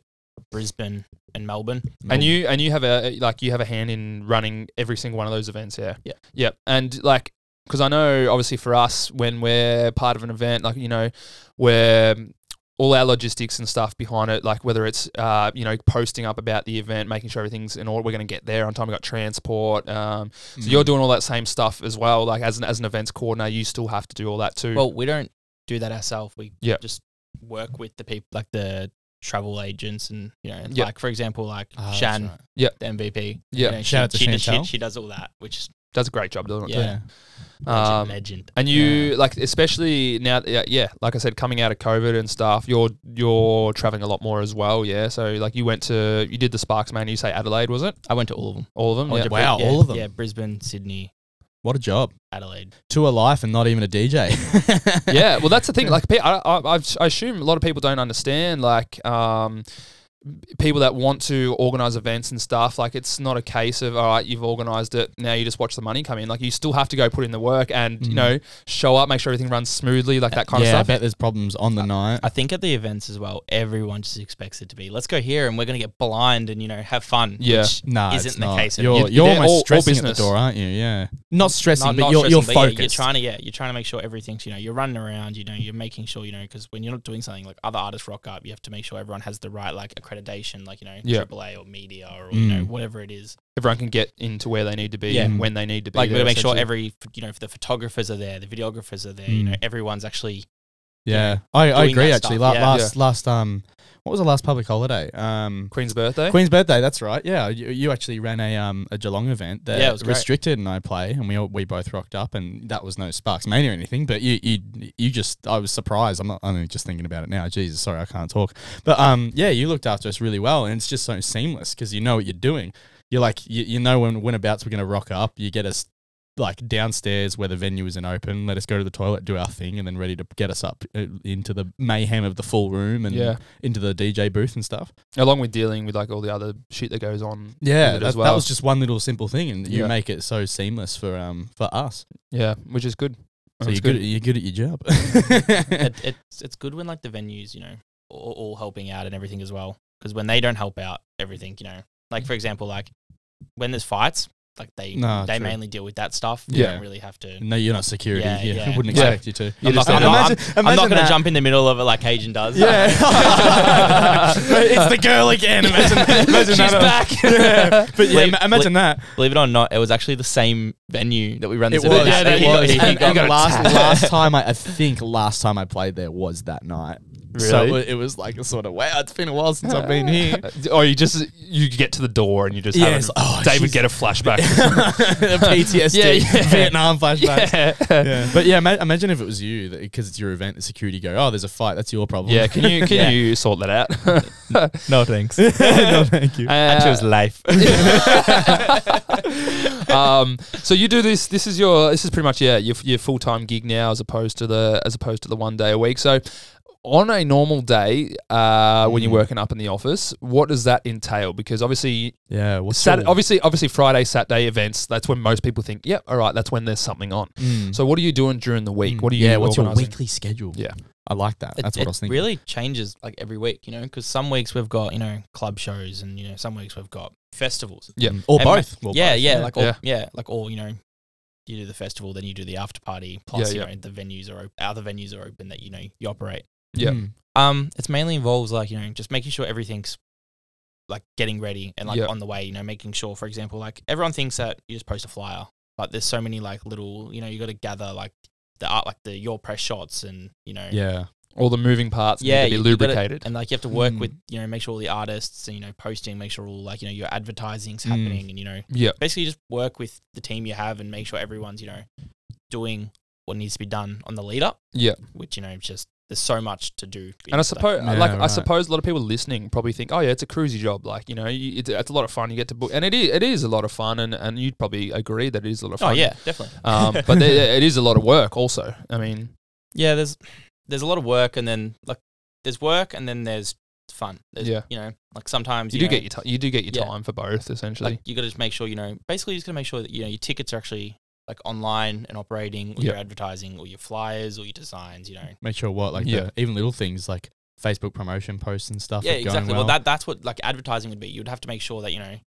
[SPEAKER 3] Brisbane, and Melbourne.
[SPEAKER 2] and you and you have a like you have a hand in running every single one of those events yeah
[SPEAKER 3] Yeah.
[SPEAKER 2] yep and like because i know obviously for us when we're part of an event like you know we're um, all our logistics and stuff behind it like whether it's uh, you know posting up about the event making sure everything's in order we're going to get there on time we got transport um, so
[SPEAKER 3] Mm.
[SPEAKER 2] you're doing all that same stuff as well like as an, as an events coordinator you still have to do all that too
[SPEAKER 3] Well, we don't do that ourselves. We
[SPEAKER 2] Yeah.
[SPEAKER 3] just work with the people, like the travel agents, and you know,
[SPEAKER 2] Yeah.
[SPEAKER 3] like for example, like
[SPEAKER 1] Ah, that's
[SPEAKER 3] Shan,
[SPEAKER 1] right.
[SPEAKER 3] the MVP.
[SPEAKER 2] yeah
[SPEAKER 3] you know,
[SPEAKER 1] Shout out to
[SPEAKER 3] she, does- she,
[SPEAKER 1] Chantel.
[SPEAKER 3] she does all that, which is
[SPEAKER 2] does a great job doesn't it
[SPEAKER 3] Yeah.
[SPEAKER 2] too?
[SPEAKER 3] legend.
[SPEAKER 2] Um,
[SPEAKER 3] legend.
[SPEAKER 2] And you like, especially now, yeah, yeah, like I said, coming out of COVID and stuff, you're you're traveling a lot more as well, yeah. So like, you went to you did the Sparks man, you say Adelaide was it?
[SPEAKER 3] I went to all of them.
[SPEAKER 2] All of them,
[SPEAKER 3] I went
[SPEAKER 2] yeah.
[SPEAKER 3] to
[SPEAKER 1] Wow,
[SPEAKER 3] Bri- Oh, yeah,
[SPEAKER 1] all of them.
[SPEAKER 3] Yeah, Brisbane, Sydney,
[SPEAKER 1] What a job.
[SPEAKER 3] Adelaide.
[SPEAKER 1] Tour life and not even a DJ.
[SPEAKER 2] yeah. Well, that's the thing. Like, pe- I, I, I've- I assume a lot of people don't understand. Like, um, people that want to organize events and stuff. Like, it's not a case of all right, you've organized it. Now you just watch the money come in. Like, you still have to go put in the work and you
[SPEAKER 1] Mm.
[SPEAKER 2] know show up, make sure everything runs smoothly,
[SPEAKER 3] Uh,
[SPEAKER 2] like that kind
[SPEAKER 1] yeah, I
[SPEAKER 2] of stuff.
[SPEAKER 1] bet there's problems on the night.
[SPEAKER 3] I think at the events as well, everyone just expects it to be. Let's go here, and we're gonna get blind and you know have fun.
[SPEAKER 2] Yeah.
[SPEAKER 3] which
[SPEAKER 1] Nah,
[SPEAKER 3] isn't
[SPEAKER 1] it's
[SPEAKER 3] the
[SPEAKER 1] not.
[SPEAKER 3] case.
[SPEAKER 1] You're,
[SPEAKER 2] You-
[SPEAKER 1] you're
[SPEAKER 2] they're
[SPEAKER 1] almost
[SPEAKER 2] all- all
[SPEAKER 1] stressing at
[SPEAKER 2] business.
[SPEAKER 1] the door, aren't you? Yeah. Not stressing,
[SPEAKER 3] Not-
[SPEAKER 1] but
[SPEAKER 3] not
[SPEAKER 1] you're, you're
[SPEAKER 3] stressing, but yeah,
[SPEAKER 1] focused.
[SPEAKER 3] you're trying to yeah, you're trying to make sure everything's you know you're running around. You know you're making sure you know because when you're not doing something like other artists rock up, you have to make sure everyone has the right like accreditation, like you know
[SPEAKER 2] Yeah.
[SPEAKER 3] AAA or media or you know
[SPEAKER 1] Mm.
[SPEAKER 3] whatever it is.
[SPEAKER 2] Everyone can get into where they need to be
[SPEAKER 3] Yeah.
[SPEAKER 2] and when they need to be.
[SPEAKER 3] Like we
[SPEAKER 2] there,
[SPEAKER 3] gotta make sure
[SPEAKER 2] essentially.
[SPEAKER 3] every you know the photographers are there, the videographers are there. You know
[SPEAKER 1] Mm.
[SPEAKER 3] everyone's actually
[SPEAKER 1] yeah. I, I
[SPEAKER 3] doing
[SPEAKER 1] agree,
[SPEAKER 3] that
[SPEAKER 1] actually.
[SPEAKER 3] stuff.
[SPEAKER 1] La-
[SPEAKER 3] Yeah.
[SPEAKER 1] Last, last, um, what was the last public holiday? Um,
[SPEAKER 2] Queen's birthday.
[SPEAKER 1] Queen's birthday. That's right. Yeah, you, you actually ran a um a Geelong event that
[SPEAKER 3] Yeah, it was great.
[SPEAKER 1] restricted, and I play, and we all, we both rocked up, and that was no Sparks Mania or anything. But you you you just I was surprised. I'm not. I'm just thinking about it now. Jesus, sorry, I can't talk. But um, yeah, you looked after us really well, and it's just so seamless because you know what you're doing. You're like you, you know when whenabouts we're gonna rock up. You get us like downstairs where the venue isn't open. Let us go to the toilet, do our thing, and then ready to get us up uh, into the mayhem of the full room and
[SPEAKER 2] Yeah.
[SPEAKER 1] into the DJ booth and stuff.
[SPEAKER 2] along with dealing with like all the other shit that goes on. with
[SPEAKER 1] Yeah,
[SPEAKER 2] it
[SPEAKER 1] that,
[SPEAKER 2] as
[SPEAKER 1] that
[SPEAKER 2] well.
[SPEAKER 1] was just one little simple thing, and you
[SPEAKER 2] Yeah.
[SPEAKER 1] make it so seamless for um for us.
[SPEAKER 2] Yeah, which is good.
[SPEAKER 1] So
[SPEAKER 2] It's
[SPEAKER 1] you're good. at- you're good at your job.
[SPEAKER 3] it, it's it's good when like the venues you know all, all helping out and everything as well because when they don't help out everything you know like for example like when there's fights like they
[SPEAKER 1] Nah,
[SPEAKER 3] they
[SPEAKER 1] true.
[SPEAKER 3] mainly deal with that stuff you
[SPEAKER 1] Yeah.
[SPEAKER 3] don't really have to
[SPEAKER 1] no, you're not security.
[SPEAKER 3] Yeah,
[SPEAKER 1] Yeah,
[SPEAKER 3] yeah.
[SPEAKER 1] I wouldn't
[SPEAKER 2] Yeah.
[SPEAKER 1] expect you to.
[SPEAKER 2] You
[SPEAKER 3] I'm not,
[SPEAKER 2] just
[SPEAKER 3] I'm,
[SPEAKER 2] don't-
[SPEAKER 3] not, "Oh, I'm,
[SPEAKER 1] Imagine-
[SPEAKER 3] I'm not
[SPEAKER 1] imagine
[SPEAKER 3] gonna
[SPEAKER 1] that.
[SPEAKER 3] jump in the middle of it like Cajun does
[SPEAKER 1] Yeah. But it's the girl again. Imagine, imagine
[SPEAKER 2] She's
[SPEAKER 1] that.
[SPEAKER 2] back.
[SPEAKER 1] Yeah. But yeah,
[SPEAKER 3] Wait,
[SPEAKER 1] ma- imagine that.
[SPEAKER 3] believe it or not it was actually the same venue that we ran this
[SPEAKER 1] It was.
[SPEAKER 3] event at.
[SPEAKER 2] that
[SPEAKER 1] it
[SPEAKER 3] He got-
[SPEAKER 1] was.
[SPEAKER 3] he
[SPEAKER 1] And,
[SPEAKER 3] got
[SPEAKER 1] and
[SPEAKER 3] attacked.
[SPEAKER 1] last, last time, I, I think last time I played there was that night. So it
[SPEAKER 2] Really?
[SPEAKER 1] wa- it was like a sort of, wow, it's been a while since I've been here.
[SPEAKER 2] or Uh, oh, you just you get to the door and you just
[SPEAKER 1] Yeah,
[SPEAKER 2] have
[SPEAKER 1] it's
[SPEAKER 2] a-
[SPEAKER 1] like, oh,
[SPEAKER 2] David
[SPEAKER 1] she's-
[SPEAKER 2] get a flashback.
[SPEAKER 1] PTSD,
[SPEAKER 2] Yeah, yeah.
[SPEAKER 1] Vietnam flashbacks.
[SPEAKER 2] yeah.
[SPEAKER 1] yeah. But yeah, ma- imagine if it was you because it's your event. The security go, oh, there's a fight. That's your problem.
[SPEAKER 2] Yeah, can you can
[SPEAKER 3] Yeah.
[SPEAKER 2] you sort that out?
[SPEAKER 3] no thanks
[SPEAKER 1] no, thank you.
[SPEAKER 2] Uh,
[SPEAKER 3] life
[SPEAKER 2] um, so you do this. This is your. This is pretty much yeah your, your full time gig now, as opposed to the as opposed to the one day a week. So on a normal day, uh, when
[SPEAKER 1] Mm.
[SPEAKER 2] you're working up in the office, what does that entail? Because obviously,
[SPEAKER 1] yeah. What's
[SPEAKER 2] Sat-
[SPEAKER 1] your-
[SPEAKER 2] obviously, obviously Friday, Saturday events. That's when most people think, yeah, all right, that's when there's something on.
[SPEAKER 1] Mm.
[SPEAKER 2] So what are you doing during the
[SPEAKER 3] Mm.
[SPEAKER 2] week? What are you?
[SPEAKER 1] Yeah, what's your
[SPEAKER 2] organising?
[SPEAKER 1] weekly schedule?
[SPEAKER 2] Yeah.
[SPEAKER 1] I like that.
[SPEAKER 3] It-
[SPEAKER 1] That's what
[SPEAKER 3] it
[SPEAKER 1] I was thinking.
[SPEAKER 3] really changes like every week, you know, because some weeks we've got, you know, club shows and, you know, some weeks we've got festivals.
[SPEAKER 2] Yeah.
[SPEAKER 1] Mm. Or
[SPEAKER 3] And ma-
[SPEAKER 1] both. Well,
[SPEAKER 3] yeah,
[SPEAKER 1] both.
[SPEAKER 3] yeah, like all,
[SPEAKER 2] Yeah.
[SPEAKER 3] yeah. like all, you know, you do the festival, then you do the after party, plus,
[SPEAKER 2] Yeah,
[SPEAKER 3] you know, the venues are, op- other venues are open that, you know, you operate.
[SPEAKER 2] Yeah.
[SPEAKER 1] Mm.
[SPEAKER 3] Um, it's mainly involves like you know just making sure everything's like getting ready and like
[SPEAKER 2] Yeah.
[SPEAKER 3] on the way. You know, making sure, for example, like everyone thinks that you just post a flyer, but there's so many like little, you know, you got to gather like the art, like the your press shots, and you know,
[SPEAKER 1] Yeah.
[SPEAKER 2] All the moving parts
[SPEAKER 3] Yeah,
[SPEAKER 2] need to
[SPEAKER 3] you-
[SPEAKER 2] be
[SPEAKER 3] you gotta-
[SPEAKER 2] lubricated. Mm.
[SPEAKER 3] and like you have to work
[SPEAKER 1] Hmm.
[SPEAKER 3] with you know make sure all the artists and you know posting, make sure all like you know your advertising's
[SPEAKER 1] Hmm.
[SPEAKER 3] happening, and you know,
[SPEAKER 2] Mm. yeah,
[SPEAKER 3] basically just work with the team you have and make sure everyone's you know doing what needs to be done on the lead up.
[SPEAKER 2] Yeah.
[SPEAKER 3] which you know just there's so much to do.
[SPEAKER 2] and I
[SPEAKER 3] It's like-
[SPEAKER 2] suppose
[SPEAKER 1] Yeah,
[SPEAKER 2] like I
[SPEAKER 1] right.
[SPEAKER 2] suppose a lot of people listening probably think, oh yeah, it's a cruisy job. Like you know, you, it's, it's a lot of fun. You get to book, and it is it is a lot of fun, and, and you'd probably agree that it is a lot of
[SPEAKER 3] Oh
[SPEAKER 2] fun.
[SPEAKER 3] yeah, definitely.
[SPEAKER 2] um, but there, it is a lot of work. Also, I mean,
[SPEAKER 3] yeah, there's there's a lot of work, and then like there's work, and then there's fun. There's,
[SPEAKER 2] Yeah.
[SPEAKER 3] you know, like sometimes
[SPEAKER 2] you
[SPEAKER 3] you,
[SPEAKER 2] do
[SPEAKER 3] know,
[SPEAKER 2] get your ti you do get your
[SPEAKER 3] Yeah.
[SPEAKER 2] time for both essentially.
[SPEAKER 3] like you got to just make sure you know. Basically, you just got to make sure that you know your tickets are actually like online and operating, or your advertising, or your flyers, or your designs. You know,
[SPEAKER 1] Make sure what like
[SPEAKER 2] Yeah.
[SPEAKER 1] the, even little things like Facebook promotion posts and stuff.
[SPEAKER 3] yeah,
[SPEAKER 1] are going
[SPEAKER 3] exactly.
[SPEAKER 1] Well,
[SPEAKER 3] Well, that that's what like advertising would be. You'd have to make sure that you know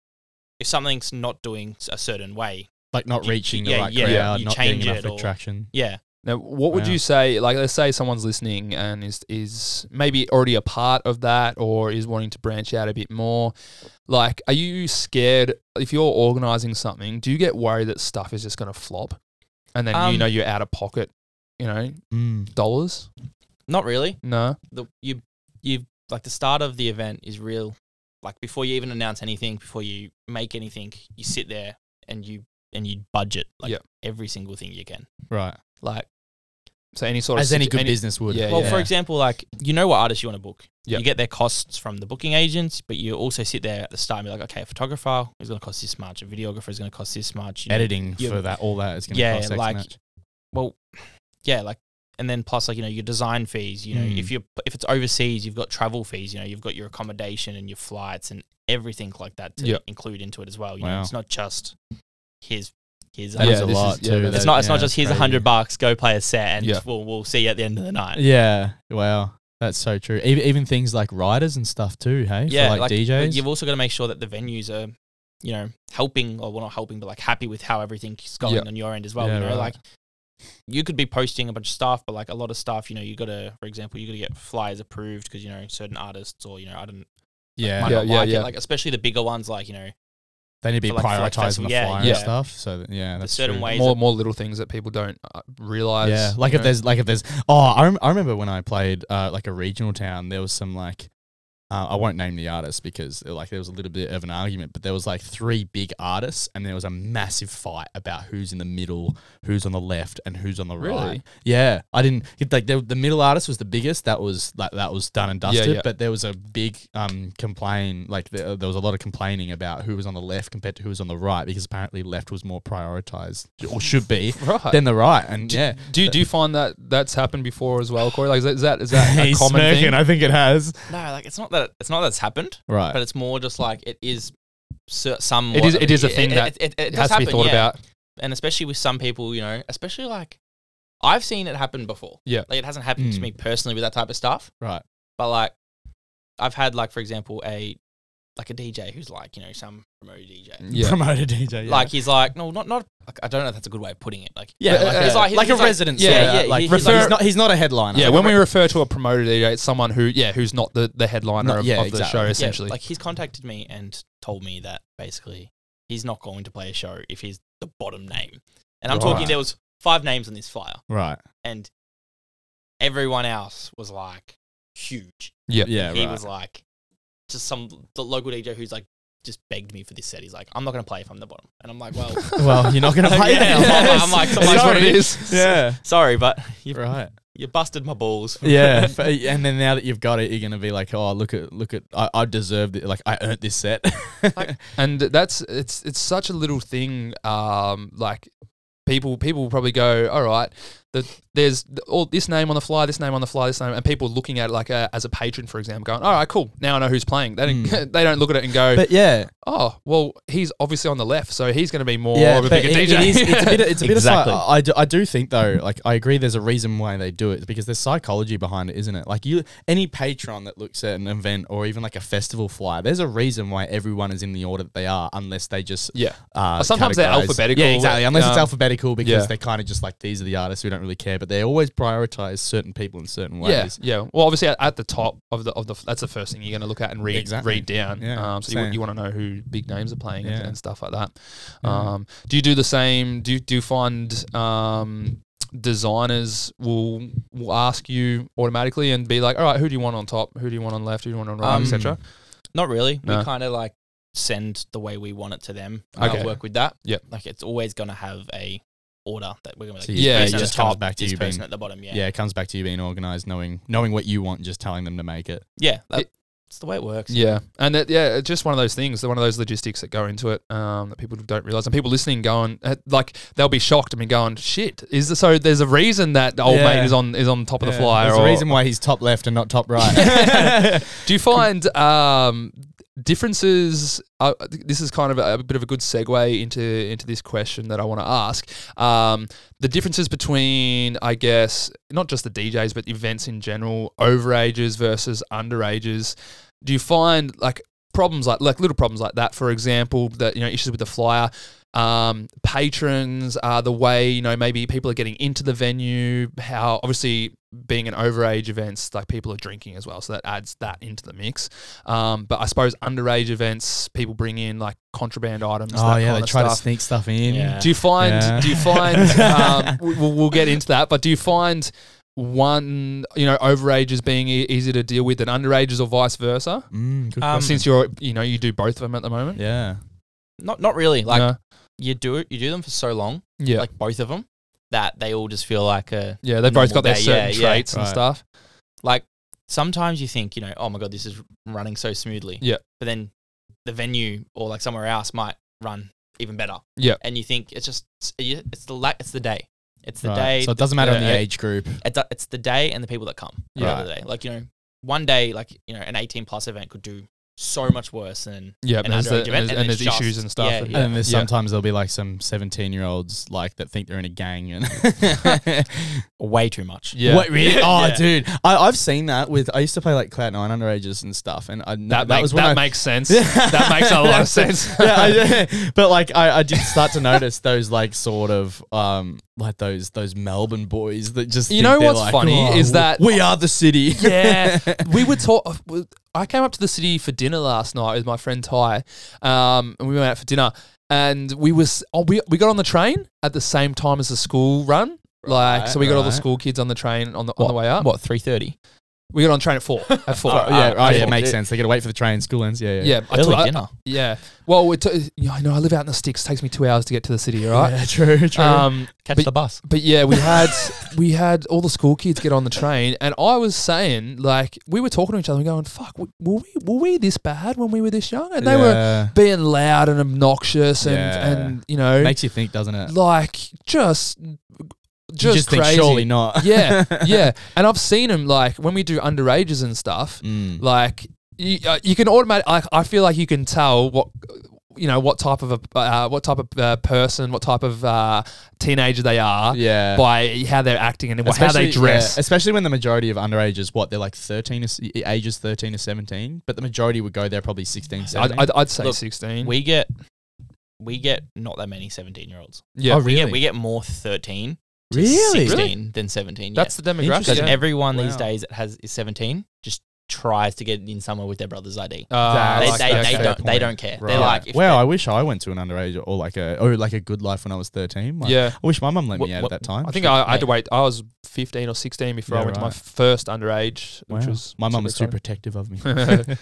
[SPEAKER 3] if something's not doing s- a certain way.
[SPEAKER 1] like not
[SPEAKER 3] you-
[SPEAKER 1] reaching
[SPEAKER 3] yeah,
[SPEAKER 1] the right
[SPEAKER 3] yeah, yeah,
[SPEAKER 1] crowd,
[SPEAKER 3] you
[SPEAKER 1] not getting
[SPEAKER 3] change
[SPEAKER 1] enough
[SPEAKER 3] it or-
[SPEAKER 1] attraction.
[SPEAKER 3] Yeah,
[SPEAKER 2] Now, what would
[SPEAKER 1] Wow.
[SPEAKER 2] you say? Like, let's say someone's listening and is is maybe already a part of that, or is wanting to branch out a bit more. Like, are you scared if you're organizing something? Do you get worried that stuff is just going to flop, and then you
[SPEAKER 3] Um,
[SPEAKER 2] know you're out of pocket, you know,
[SPEAKER 1] Mm.
[SPEAKER 2] dollars?
[SPEAKER 3] not really.
[SPEAKER 2] No,
[SPEAKER 3] The you you like the start of the event is real. Like before you even announce anything, before you make anything, you sit there and you and you budget like
[SPEAKER 2] Yeah.
[SPEAKER 3] every single thing you can.
[SPEAKER 1] Right.
[SPEAKER 3] Like,
[SPEAKER 2] so any sort of
[SPEAKER 1] As any
[SPEAKER 2] situ-
[SPEAKER 1] good business would.
[SPEAKER 2] Yeah,
[SPEAKER 3] well,
[SPEAKER 2] yeah.
[SPEAKER 3] for example, like you know what artists you want to book.
[SPEAKER 2] Yeah.
[SPEAKER 3] You get their costs from the booking agents, but you also sit there at the start and be like, okay, a photographer is going to cost this much, a videographer is going to cost this much, you know,
[SPEAKER 1] editing
[SPEAKER 3] you-
[SPEAKER 1] for that, all that is going to
[SPEAKER 3] Yeah,
[SPEAKER 1] cost X
[SPEAKER 3] like,
[SPEAKER 1] much.
[SPEAKER 3] yeah, like, and then plus like you know your design fees. You know,
[SPEAKER 1] Mm.
[SPEAKER 3] if you are if it's overseas, you've got travel fees. You know, you've got your accommodation and your flights and everything like that to
[SPEAKER 2] Yeah.
[SPEAKER 3] include into it as well. You know,
[SPEAKER 1] Wow.
[SPEAKER 3] it's not just his his.
[SPEAKER 1] That
[SPEAKER 2] Yeah,
[SPEAKER 1] is a
[SPEAKER 2] this
[SPEAKER 1] lot
[SPEAKER 2] is- yeah,
[SPEAKER 1] too.
[SPEAKER 2] that's-
[SPEAKER 1] that-
[SPEAKER 3] it's not. It's
[SPEAKER 1] yeah,
[SPEAKER 3] not just here's a
[SPEAKER 1] crazy.
[SPEAKER 3] hundred bucks. Go play a set, and
[SPEAKER 2] Yeah.
[SPEAKER 3] we'll we'll see you at the end of the night.
[SPEAKER 1] Yeah. Wow. That's so true. Even, even things like writers and stuff too. Hey. For like,
[SPEAKER 3] but
[SPEAKER 1] DJs.
[SPEAKER 3] You've also got to make sure that the venues are, you know, helping or well, not helping, but like happy with how everything's going
[SPEAKER 2] Yeah.
[SPEAKER 3] on your end as well.
[SPEAKER 1] Yeah,
[SPEAKER 3] you know,
[SPEAKER 1] right.
[SPEAKER 3] like you could be posting a bunch of stuff, but like a lot of stuff, you know, you got to, for example, you got to get flyers approved because you know certain artists or you know I don't
[SPEAKER 1] yeah.
[SPEAKER 3] might
[SPEAKER 2] Yeah,
[SPEAKER 3] not
[SPEAKER 2] yeah,
[SPEAKER 3] like
[SPEAKER 2] yeah.
[SPEAKER 3] it, like especially the bigger ones, like you know,
[SPEAKER 1] They need to be
[SPEAKER 3] for like- for like
[SPEAKER 1] prioritized on
[SPEAKER 3] festival-
[SPEAKER 1] the
[SPEAKER 3] yeah,
[SPEAKER 1] flyer
[SPEAKER 2] yeah.
[SPEAKER 1] and stuff. So that, yeah, that's
[SPEAKER 3] certain
[SPEAKER 1] true.
[SPEAKER 3] ways
[SPEAKER 2] more more little things that people don't uh, realize.
[SPEAKER 1] Yeah, like
[SPEAKER 2] you
[SPEAKER 1] if
[SPEAKER 2] know?
[SPEAKER 1] there's like if there's oh, I, rem- I remember when I played uh, like a regional town, there was some like uh, I won't name the artist because uh, like there was a little bit of an argument, but there was like three big artists and there was a massive fight about who's in the middle, who's on the left, and who's on the
[SPEAKER 2] Really?
[SPEAKER 1] right. Yeah, I didn't it- like the, the middle artist was the biggest. That was like that was done and
[SPEAKER 2] Yeah,
[SPEAKER 1] dusted.
[SPEAKER 2] yeah.
[SPEAKER 1] But there was a big um complain like there, there was a lot of complaining about who was on the left compared to who was on the right because apparently left was more prioritized or should be
[SPEAKER 2] right.
[SPEAKER 1] than the right. And yeah,
[SPEAKER 2] do you, do you find that that's happened before as well, Corey? Like is that is that, is that a common thing?
[SPEAKER 1] I think it has.
[SPEAKER 3] no, like it's not that it's not that it's happened,
[SPEAKER 1] Right.
[SPEAKER 3] but it's more just like it is. Some
[SPEAKER 2] Uh, It is- it is a thing that
[SPEAKER 3] it, it, it
[SPEAKER 2] It
[SPEAKER 3] does
[SPEAKER 2] has to be
[SPEAKER 3] happen,
[SPEAKER 2] thought
[SPEAKER 3] yeah.
[SPEAKER 2] about.
[SPEAKER 3] and especially with some people, you know, especially like I've seen it happen before.
[SPEAKER 2] Yeah.
[SPEAKER 3] Like it hasn't happened to
[SPEAKER 1] Mm.
[SPEAKER 3] me personally with that type of stuff,
[SPEAKER 1] right.
[SPEAKER 3] but like I've had like for example a like a DJ who's like, you know, some remote DJ.
[SPEAKER 2] Yeah.
[SPEAKER 1] Promoted DJ. Mm, Yeah.
[SPEAKER 3] Like he's like, no, not not like, I don't know if that's a good way of putting it. Like
[SPEAKER 1] yeah,
[SPEAKER 2] But,
[SPEAKER 1] like,
[SPEAKER 2] uh,
[SPEAKER 1] he's
[SPEAKER 2] uh,
[SPEAKER 1] like, he's
[SPEAKER 3] like a
[SPEAKER 1] like-
[SPEAKER 3] resident
[SPEAKER 1] Yeah,
[SPEAKER 2] sorta.
[SPEAKER 1] yeah,
[SPEAKER 3] Yeah,
[SPEAKER 1] like
[SPEAKER 3] he-
[SPEAKER 1] refer-
[SPEAKER 3] he's
[SPEAKER 1] he's not he's not a headliner.
[SPEAKER 2] Yeah, when we refer to a promoter DJ, it's someone who, yeah, who's not the, the headliner
[SPEAKER 1] Not-
[SPEAKER 2] of,
[SPEAKER 1] yeah,
[SPEAKER 2] of the
[SPEAKER 1] exactly.
[SPEAKER 2] show,
[SPEAKER 1] Yeah,
[SPEAKER 3] yeah,
[SPEAKER 2] essentially.
[SPEAKER 3] like he's contacted me and told me that basically he's not going to play a show if he's the bottom name. And I'm talking
[SPEAKER 1] Right.
[SPEAKER 3] there was five names on this flyer
[SPEAKER 1] right.
[SPEAKER 3] and everyone else was like huge.
[SPEAKER 1] Yeah,
[SPEAKER 3] he
[SPEAKER 1] right.
[SPEAKER 3] was like just some the local DJ who's like just begged me for this set. He's like, I'm not gonna play if I'm the bottom. And I'm like, Well
[SPEAKER 1] well, you're not going to play
[SPEAKER 3] Yeah,
[SPEAKER 1] now.
[SPEAKER 3] I'm like- I'm like-
[SPEAKER 2] it is what
[SPEAKER 3] sorry.
[SPEAKER 2] it is.
[SPEAKER 1] yeah.
[SPEAKER 3] sorry, but you
[SPEAKER 1] Right.
[SPEAKER 3] You busted my balls.
[SPEAKER 1] Yeah, f- and then now that you've got it, you're gonna be like, oh, look at look at, I, I deserved it. Like I earned this set.
[SPEAKER 2] and that's it's it's such a little thing. Um, like people people will probably go, all right, the, there's th- all this name on the fly, this name on the fly, this name, and people looking at it like a, as a patron, for example, going, all right, cool, now I know who's playing. They don't, they don't look at it and go,
[SPEAKER 1] Hmm. but yeah,
[SPEAKER 2] oh, well, he's obviously on the left, so he's going to be more
[SPEAKER 1] yeah,
[SPEAKER 2] of a
[SPEAKER 1] but
[SPEAKER 2] bigger
[SPEAKER 1] it-
[SPEAKER 2] DJ.
[SPEAKER 1] it is- it's a bit. It's a bit
[SPEAKER 4] Exactly.
[SPEAKER 1] of. psy- I do, I do think though, like I agree. There's a reason why they do it because there's psychology behind it, isn't it? Like you, any patron that looks at an event or even like a festival flyer, there's a reason why everyone is in the order that they are, unless they just
[SPEAKER 2] yeah.
[SPEAKER 1] uh,
[SPEAKER 2] Sometimes they're
[SPEAKER 1] categorise-
[SPEAKER 2] alphabetical,
[SPEAKER 1] Yeah, exactly. Unless it's
[SPEAKER 2] um,
[SPEAKER 1] alphabetical because
[SPEAKER 2] yeah.
[SPEAKER 1] they're kind of just like these are the artists we don't really care, but they always prioritize certain people in certain
[SPEAKER 2] Yeah,
[SPEAKER 1] ways.
[SPEAKER 2] yeah. Well, obviously, at, at the top of the of the that's the first thing you're going to look at and read
[SPEAKER 1] Exactly.
[SPEAKER 2] read down.
[SPEAKER 1] Yeah,
[SPEAKER 2] um, so you,
[SPEAKER 1] same.
[SPEAKER 2] want- you want to know who big names are playing and,
[SPEAKER 1] Yeah.
[SPEAKER 2] and stuff like that. Um, do you do the same? Do you, do you find um, designers will will ask you automatically and be like, all right, who do you want on top? Who do you want on left? Who do you want on right?
[SPEAKER 3] Um,
[SPEAKER 2] Etc.
[SPEAKER 3] Not really.
[SPEAKER 2] No.
[SPEAKER 3] We kind of like send the way we want it to them. and
[SPEAKER 2] Okay.
[SPEAKER 3] I'll work with that.
[SPEAKER 2] Yep.
[SPEAKER 3] Like it's always gonna have a order that we're gonna be like,
[SPEAKER 1] So
[SPEAKER 3] this
[SPEAKER 2] yeah,
[SPEAKER 3] person
[SPEAKER 2] it
[SPEAKER 3] at
[SPEAKER 1] just
[SPEAKER 3] the
[SPEAKER 1] comes
[SPEAKER 3] top,
[SPEAKER 1] back to
[SPEAKER 3] this
[SPEAKER 1] you
[SPEAKER 3] person
[SPEAKER 1] being-
[SPEAKER 3] at the bottom.
[SPEAKER 1] Yeah.
[SPEAKER 3] Yeah, yeah.
[SPEAKER 1] it comes back to you being organized, knowing knowing what you want, and just telling them to make it.
[SPEAKER 3] that-
[SPEAKER 2] It-
[SPEAKER 3] that's the way it works.
[SPEAKER 2] Yeah, and that, yeah, it's just one of those things. They're one of those logistics that go into it um, that people don't realize. And people listening going uh, like they'll be shocked and be going, "Shit!" Is the, so? There's a reason that the old
[SPEAKER 1] Yeah.
[SPEAKER 2] mate is on is on top of the
[SPEAKER 1] Yeah.
[SPEAKER 2] flyer.
[SPEAKER 1] There's
[SPEAKER 2] or-
[SPEAKER 1] a reason why he's top left and not top right.
[SPEAKER 2] Do you find um, differences? Uh, this is kind of a, a bit of a good segue into into this question that I want to ask. Um, the differences between, I guess, not just the DJs but events in general, overages versus underages. Do you find like problems like like little problems like that? For example, that you know issues with the flyer. Um, patrons, uh, the way you know maybe people are getting into the venue, how obviously being an overage events, like people are drinking as well, so that adds that into the mix. Um, but I suppose underage events, people bring in like contraband items.
[SPEAKER 1] oh
[SPEAKER 2] that
[SPEAKER 1] yeah,
[SPEAKER 2] kind
[SPEAKER 1] they
[SPEAKER 2] of
[SPEAKER 1] try
[SPEAKER 2] stuff.
[SPEAKER 1] to sneak stuff in.
[SPEAKER 3] Yeah.
[SPEAKER 2] Do you find?
[SPEAKER 1] Yeah.
[SPEAKER 2] Do you find? Um, we- we'll, we'll get into that, but do you find one, you know, overages being e- easier to deal with than underages, or vice versa?
[SPEAKER 1] Mm, good
[SPEAKER 3] Um,
[SPEAKER 1] question.
[SPEAKER 2] Since you're, you know, you do both of them at the moment.
[SPEAKER 1] yeah.
[SPEAKER 3] Not not really. Like
[SPEAKER 2] No?
[SPEAKER 3] you do it, you do them for so long,
[SPEAKER 2] yeah,
[SPEAKER 3] like both of them, that they all just feel like a
[SPEAKER 2] yeah. They both got their
[SPEAKER 3] normal
[SPEAKER 2] certain
[SPEAKER 3] day, yeah, yeah.
[SPEAKER 2] traits and
[SPEAKER 1] Right.
[SPEAKER 2] stuff.
[SPEAKER 3] like. Sometimes you think, you know, oh my god, this is running so smoothly.
[SPEAKER 2] Yeah.
[SPEAKER 3] But then the venue or like somewhere else might run even better.
[SPEAKER 2] Yeah.
[SPEAKER 3] And you think it's just it's the la- it's the day. It's the
[SPEAKER 1] Right.
[SPEAKER 3] day.
[SPEAKER 1] So it doesn't matter on
[SPEAKER 2] Yeah.
[SPEAKER 1] the age group.
[SPEAKER 3] it, do- it's the day and the people that come at the
[SPEAKER 2] Yeah.
[SPEAKER 3] end of the day. Like, you know, one day, like, you know, an 18 plus event could do so much worse than,
[SPEAKER 2] Yeah,
[SPEAKER 3] An
[SPEAKER 2] there's the-
[SPEAKER 3] underage event,
[SPEAKER 2] there's-
[SPEAKER 3] and
[SPEAKER 2] and
[SPEAKER 3] it's
[SPEAKER 2] there's issues
[SPEAKER 3] just-
[SPEAKER 2] and stuff.
[SPEAKER 3] yeah,
[SPEAKER 2] and-
[SPEAKER 3] yeah.
[SPEAKER 1] And then there's sometimes there'll be like some 17 year olds like that think they're in a gang and
[SPEAKER 3] way too much.
[SPEAKER 2] Yeah.
[SPEAKER 1] What really? Oh,
[SPEAKER 3] Yeah.
[SPEAKER 1] dude, I, I've seen that with. I used to play like Cloud Nine underages and stuff, and I,
[SPEAKER 2] That,
[SPEAKER 1] that,
[SPEAKER 2] makes,
[SPEAKER 1] was when
[SPEAKER 2] that
[SPEAKER 1] I,
[SPEAKER 2] makes sense. that makes a lot of sense.
[SPEAKER 1] yeah, I, but like I, I did start to notice those like sort of um like those those Melbourne boys that just
[SPEAKER 2] You
[SPEAKER 1] think
[SPEAKER 2] know
[SPEAKER 1] they're
[SPEAKER 2] what's
[SPEAKER 1] like,
[SPEAKER 2] funny
[SPEAKER 1] "Oh,
[SPEAKER 2] is that-
[SPEAKER 1] we are the city.
[SPEAKER 2] yeah, we were talk. I came up to the city for dinner last night with my friend Ty, um, and we went out for dinner. And we was oh, we we got on the train at the same time as the school run. Like so, we got all the
[SPEAKER 1] right.
[SPEAKER 2] school kids on the train on the on the way up.
[SPEAKER 3] What, 3.30?
[SPEAKER 2] We got on train at four. At four.
[SPEAKER 1] Oh, yeah, right, yeah,
[SPEAKER 2] four.
[SPEAKER 1] it makes sense. They gotta wait for the train. School ends. Yeah, yeah.
[SPEAKER 2] Yeah, I
[SPEAKER 3] Early
[SPEAKER 2] took-
[SPEAKER 3] dinner.
[SPEAKER 2] yeah. Well, we t- you know, I know I live out in the sticks. Takes me two hours to get to the city. All right.
[SPEAKER 1] Yeah, true, true.
[SPEAKER 2] Um,
[SPEAKER 3] Catch
[SPEAKER 2] But-
[SPEAKER 3] the bus.
[SPEAKER 2] But yeah, we had we had all the school kids get on the train, and I was saying like we were talking to each other, and going, "Fuck, w- were we were we this bad when we were this young?" And they were
[SPEAKER 1] Yeah.
[SPEAKER 2] being loud and obnoxious, and
[SPEAKER 1] Yeah.
[SPEAKER 2] and you know,
[SPEAKER 1] makes you think, doesn't it?
[SPEAKER 2] like just
[SPEAKER 1] You
[SPEAKER 2] just,
[SPEAKER 1] think,
[SPEAKER 2] crazy.
[SPEAKER 1] surely not.
[SPEAKER 2] yeah, yeah. And I've seen them like when we do underages and stuff,
[SPEAKER 1] Mm.
[SPEAKER 2] like you, uh, you can automate. I, I feel like you can tell what you know what type of a uh, what type of uh, person, what type of uh, teenager they are
[SPEAKER 1] Yeah.
[SPEAKER 2] by how they're acting and wh- how they
[SPEAKER 1] Especially-
[SPEAKER 2] dress.
[SPEAKER 1] yeah, especially when the majority of underages, what, they're like 13, is- e, ages 13 to 17, but the majority would go there probably 16, 17.
[SPEAKER 2] I'd, I'd, I'd say
[SPEAKER 3] Look,
[SPEAKER 2] sixteen.
[SPEAKER 3] We get, we get not that many 17-year-olds.
[SPEAKER 2] yeah,
[SPEAKER 1] Oh,
[SPEAKER 3] We get,
[SPEAKER 1] Really?
[SPEAKER 3] we get more 13 to
[SPEAKER 1] Really?
[SPEAKER 3] 16 than 17.
[SPEAKER 2] that's the demographic.
[SPEAKER 3] Because
[SPEAKER 1] Interesting.
[SPEAKER 2] Yeah.
[SPEAKER 3] everyone these
[SPEAKER 1] Wow.
[SPEAKER 3] days that has is 17 just tries to get in somewhere with their brother's ID.
[SPEAKER 2] Uh,
[SPEAKER 1] That's-
[SPEAKER 3] they,
[SPEAKER 2] like
[SPEAKER 3] they,
[SPEAKER 2] that.
[SPEAKER 1] that's
[SPEAKER 3] they,
[SPEAKER 1] fair
[SPEAKER 3] don't, they
[SPEAKER 1] point.
[SPEAKER 3] don't care.
[SPEAKER 1] Right.
[SPEAKER 3] They're like, if
[SPEAKER 1] wow, I wish I went to an underage or like a or like a good life when I was 13. Like,
[SPEAKER 2] yeah.
[SPEAKER 1] I wish my mum let me
[SPEAKER 3] Wh-
[SPEAKER 1] out
[SPEAKER 3] wh-
[SPEAKER 1] at that time.
[SPEAKER 2] I think
[SPEAKER 1] Shit.
[SPEAKER 2] I, I had to wait. I was fifteen or sixteen before I
[SPEAKER 1] Yeah,
[SPEAKER 2] went to my
[SPEAKER 1] right.
[SPEAKER 2] first underage, which
[SPEAKER 1] Wow.
[SPEAKER 2] was
[SPEAKER 1] my mum was too
[SPEAKER 2] super
[SPEAKER 1] protective of me.
[SPEAKER 2] exciting.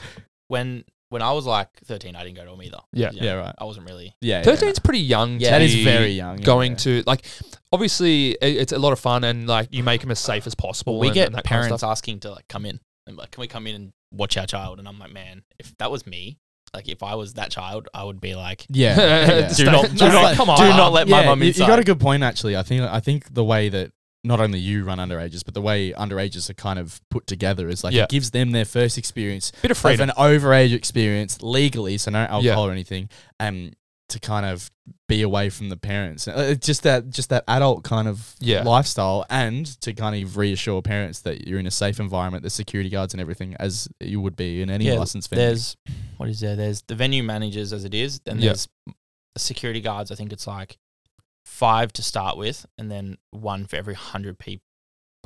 [SPEAKER 3] when when I was like 13, I didn't go to them either.
[SPEAKER 2] Yeah.
[SPEAKER 3] You know,
[SPEAKER 1] yeah, right.
[SPEAKER 3] I wasn't really.
[SPEAKER 1] Yeah, yeah.
[SPEAKER 2] Thirteen's pretty young.
[SPEAKER 3] Yeah.
[SPEAKER 2] to
[SPEAKER 1] that is
[SPEAKER 2] be
[SPEAKER 1] very young. yeah,
[SPEAKER 2] Going
[SPEAKER 1] yeah.
[SPEAKER 2] to like, obviously i- it's a lot of fun and like you make them as safe as possible.
[SPEAKER 3] we
[SPEAKER 2] and,
[SPEAKER 3] get
[SPEAKER 2] and that kind of
[SPEAKER 3] parents
[SPEAKER 2] stuff.
[SPEAKER 3] asking to like come in and like, can we come in and watch our child? And I'm like, man, if that was me, like if I was that child, I would be like,
[SPEAKER 1] Yeah. yeah.
[SPEAKER 3] do not, do
[SPEAKER 1] That's
[SPEAKER 3] not,
[SPEAKER 1] like-
[SPEAKER 3] come on,
[SPEAKER 1] do
[SPEAKER 3] do
[SPEAKER 1] not
[SPEAKER 3] not let my
[SPEAKER 1] Yeah,
[SPEAKER 3] mum
[SPEAKER 1] you,
[SPEAKER 3] inside.
[SPEAKER 1] you got a good point actually. I think I think the way that not only you run underages, but the way underages are kind of put together is like
[SPEAKER 2] Yeah.
[SPEAKER 1] it gives them their first experience
[SPEAKER 2] bit of
[SPEAKER 1] of
[SPEAKER 2] freedom.
[SPEAKER 1] an overage experience legally, so no alcohol
[SPEAKER 2] Yeah.
[SPEAKER 1] or anything, and to kind of be away from the parents. Uh, it's Just that just that adult kind of
[SPEAKER 2] Yeah.
[SPEAKER 1] lifestyle and to kind of reassure parents that you're in a safe environment, the security guards and everything, as you would be in any
[SPEAKER 3] Yeah,
[SPEAKER 1] license venue.
[SPEAKER 3] there's what is there? There's the venue managers as it is, then
[SPEAKER 2] Yeah.
[SPEAKER 3] there's security guards. I think it's like five to start with, and then one for every hundred people.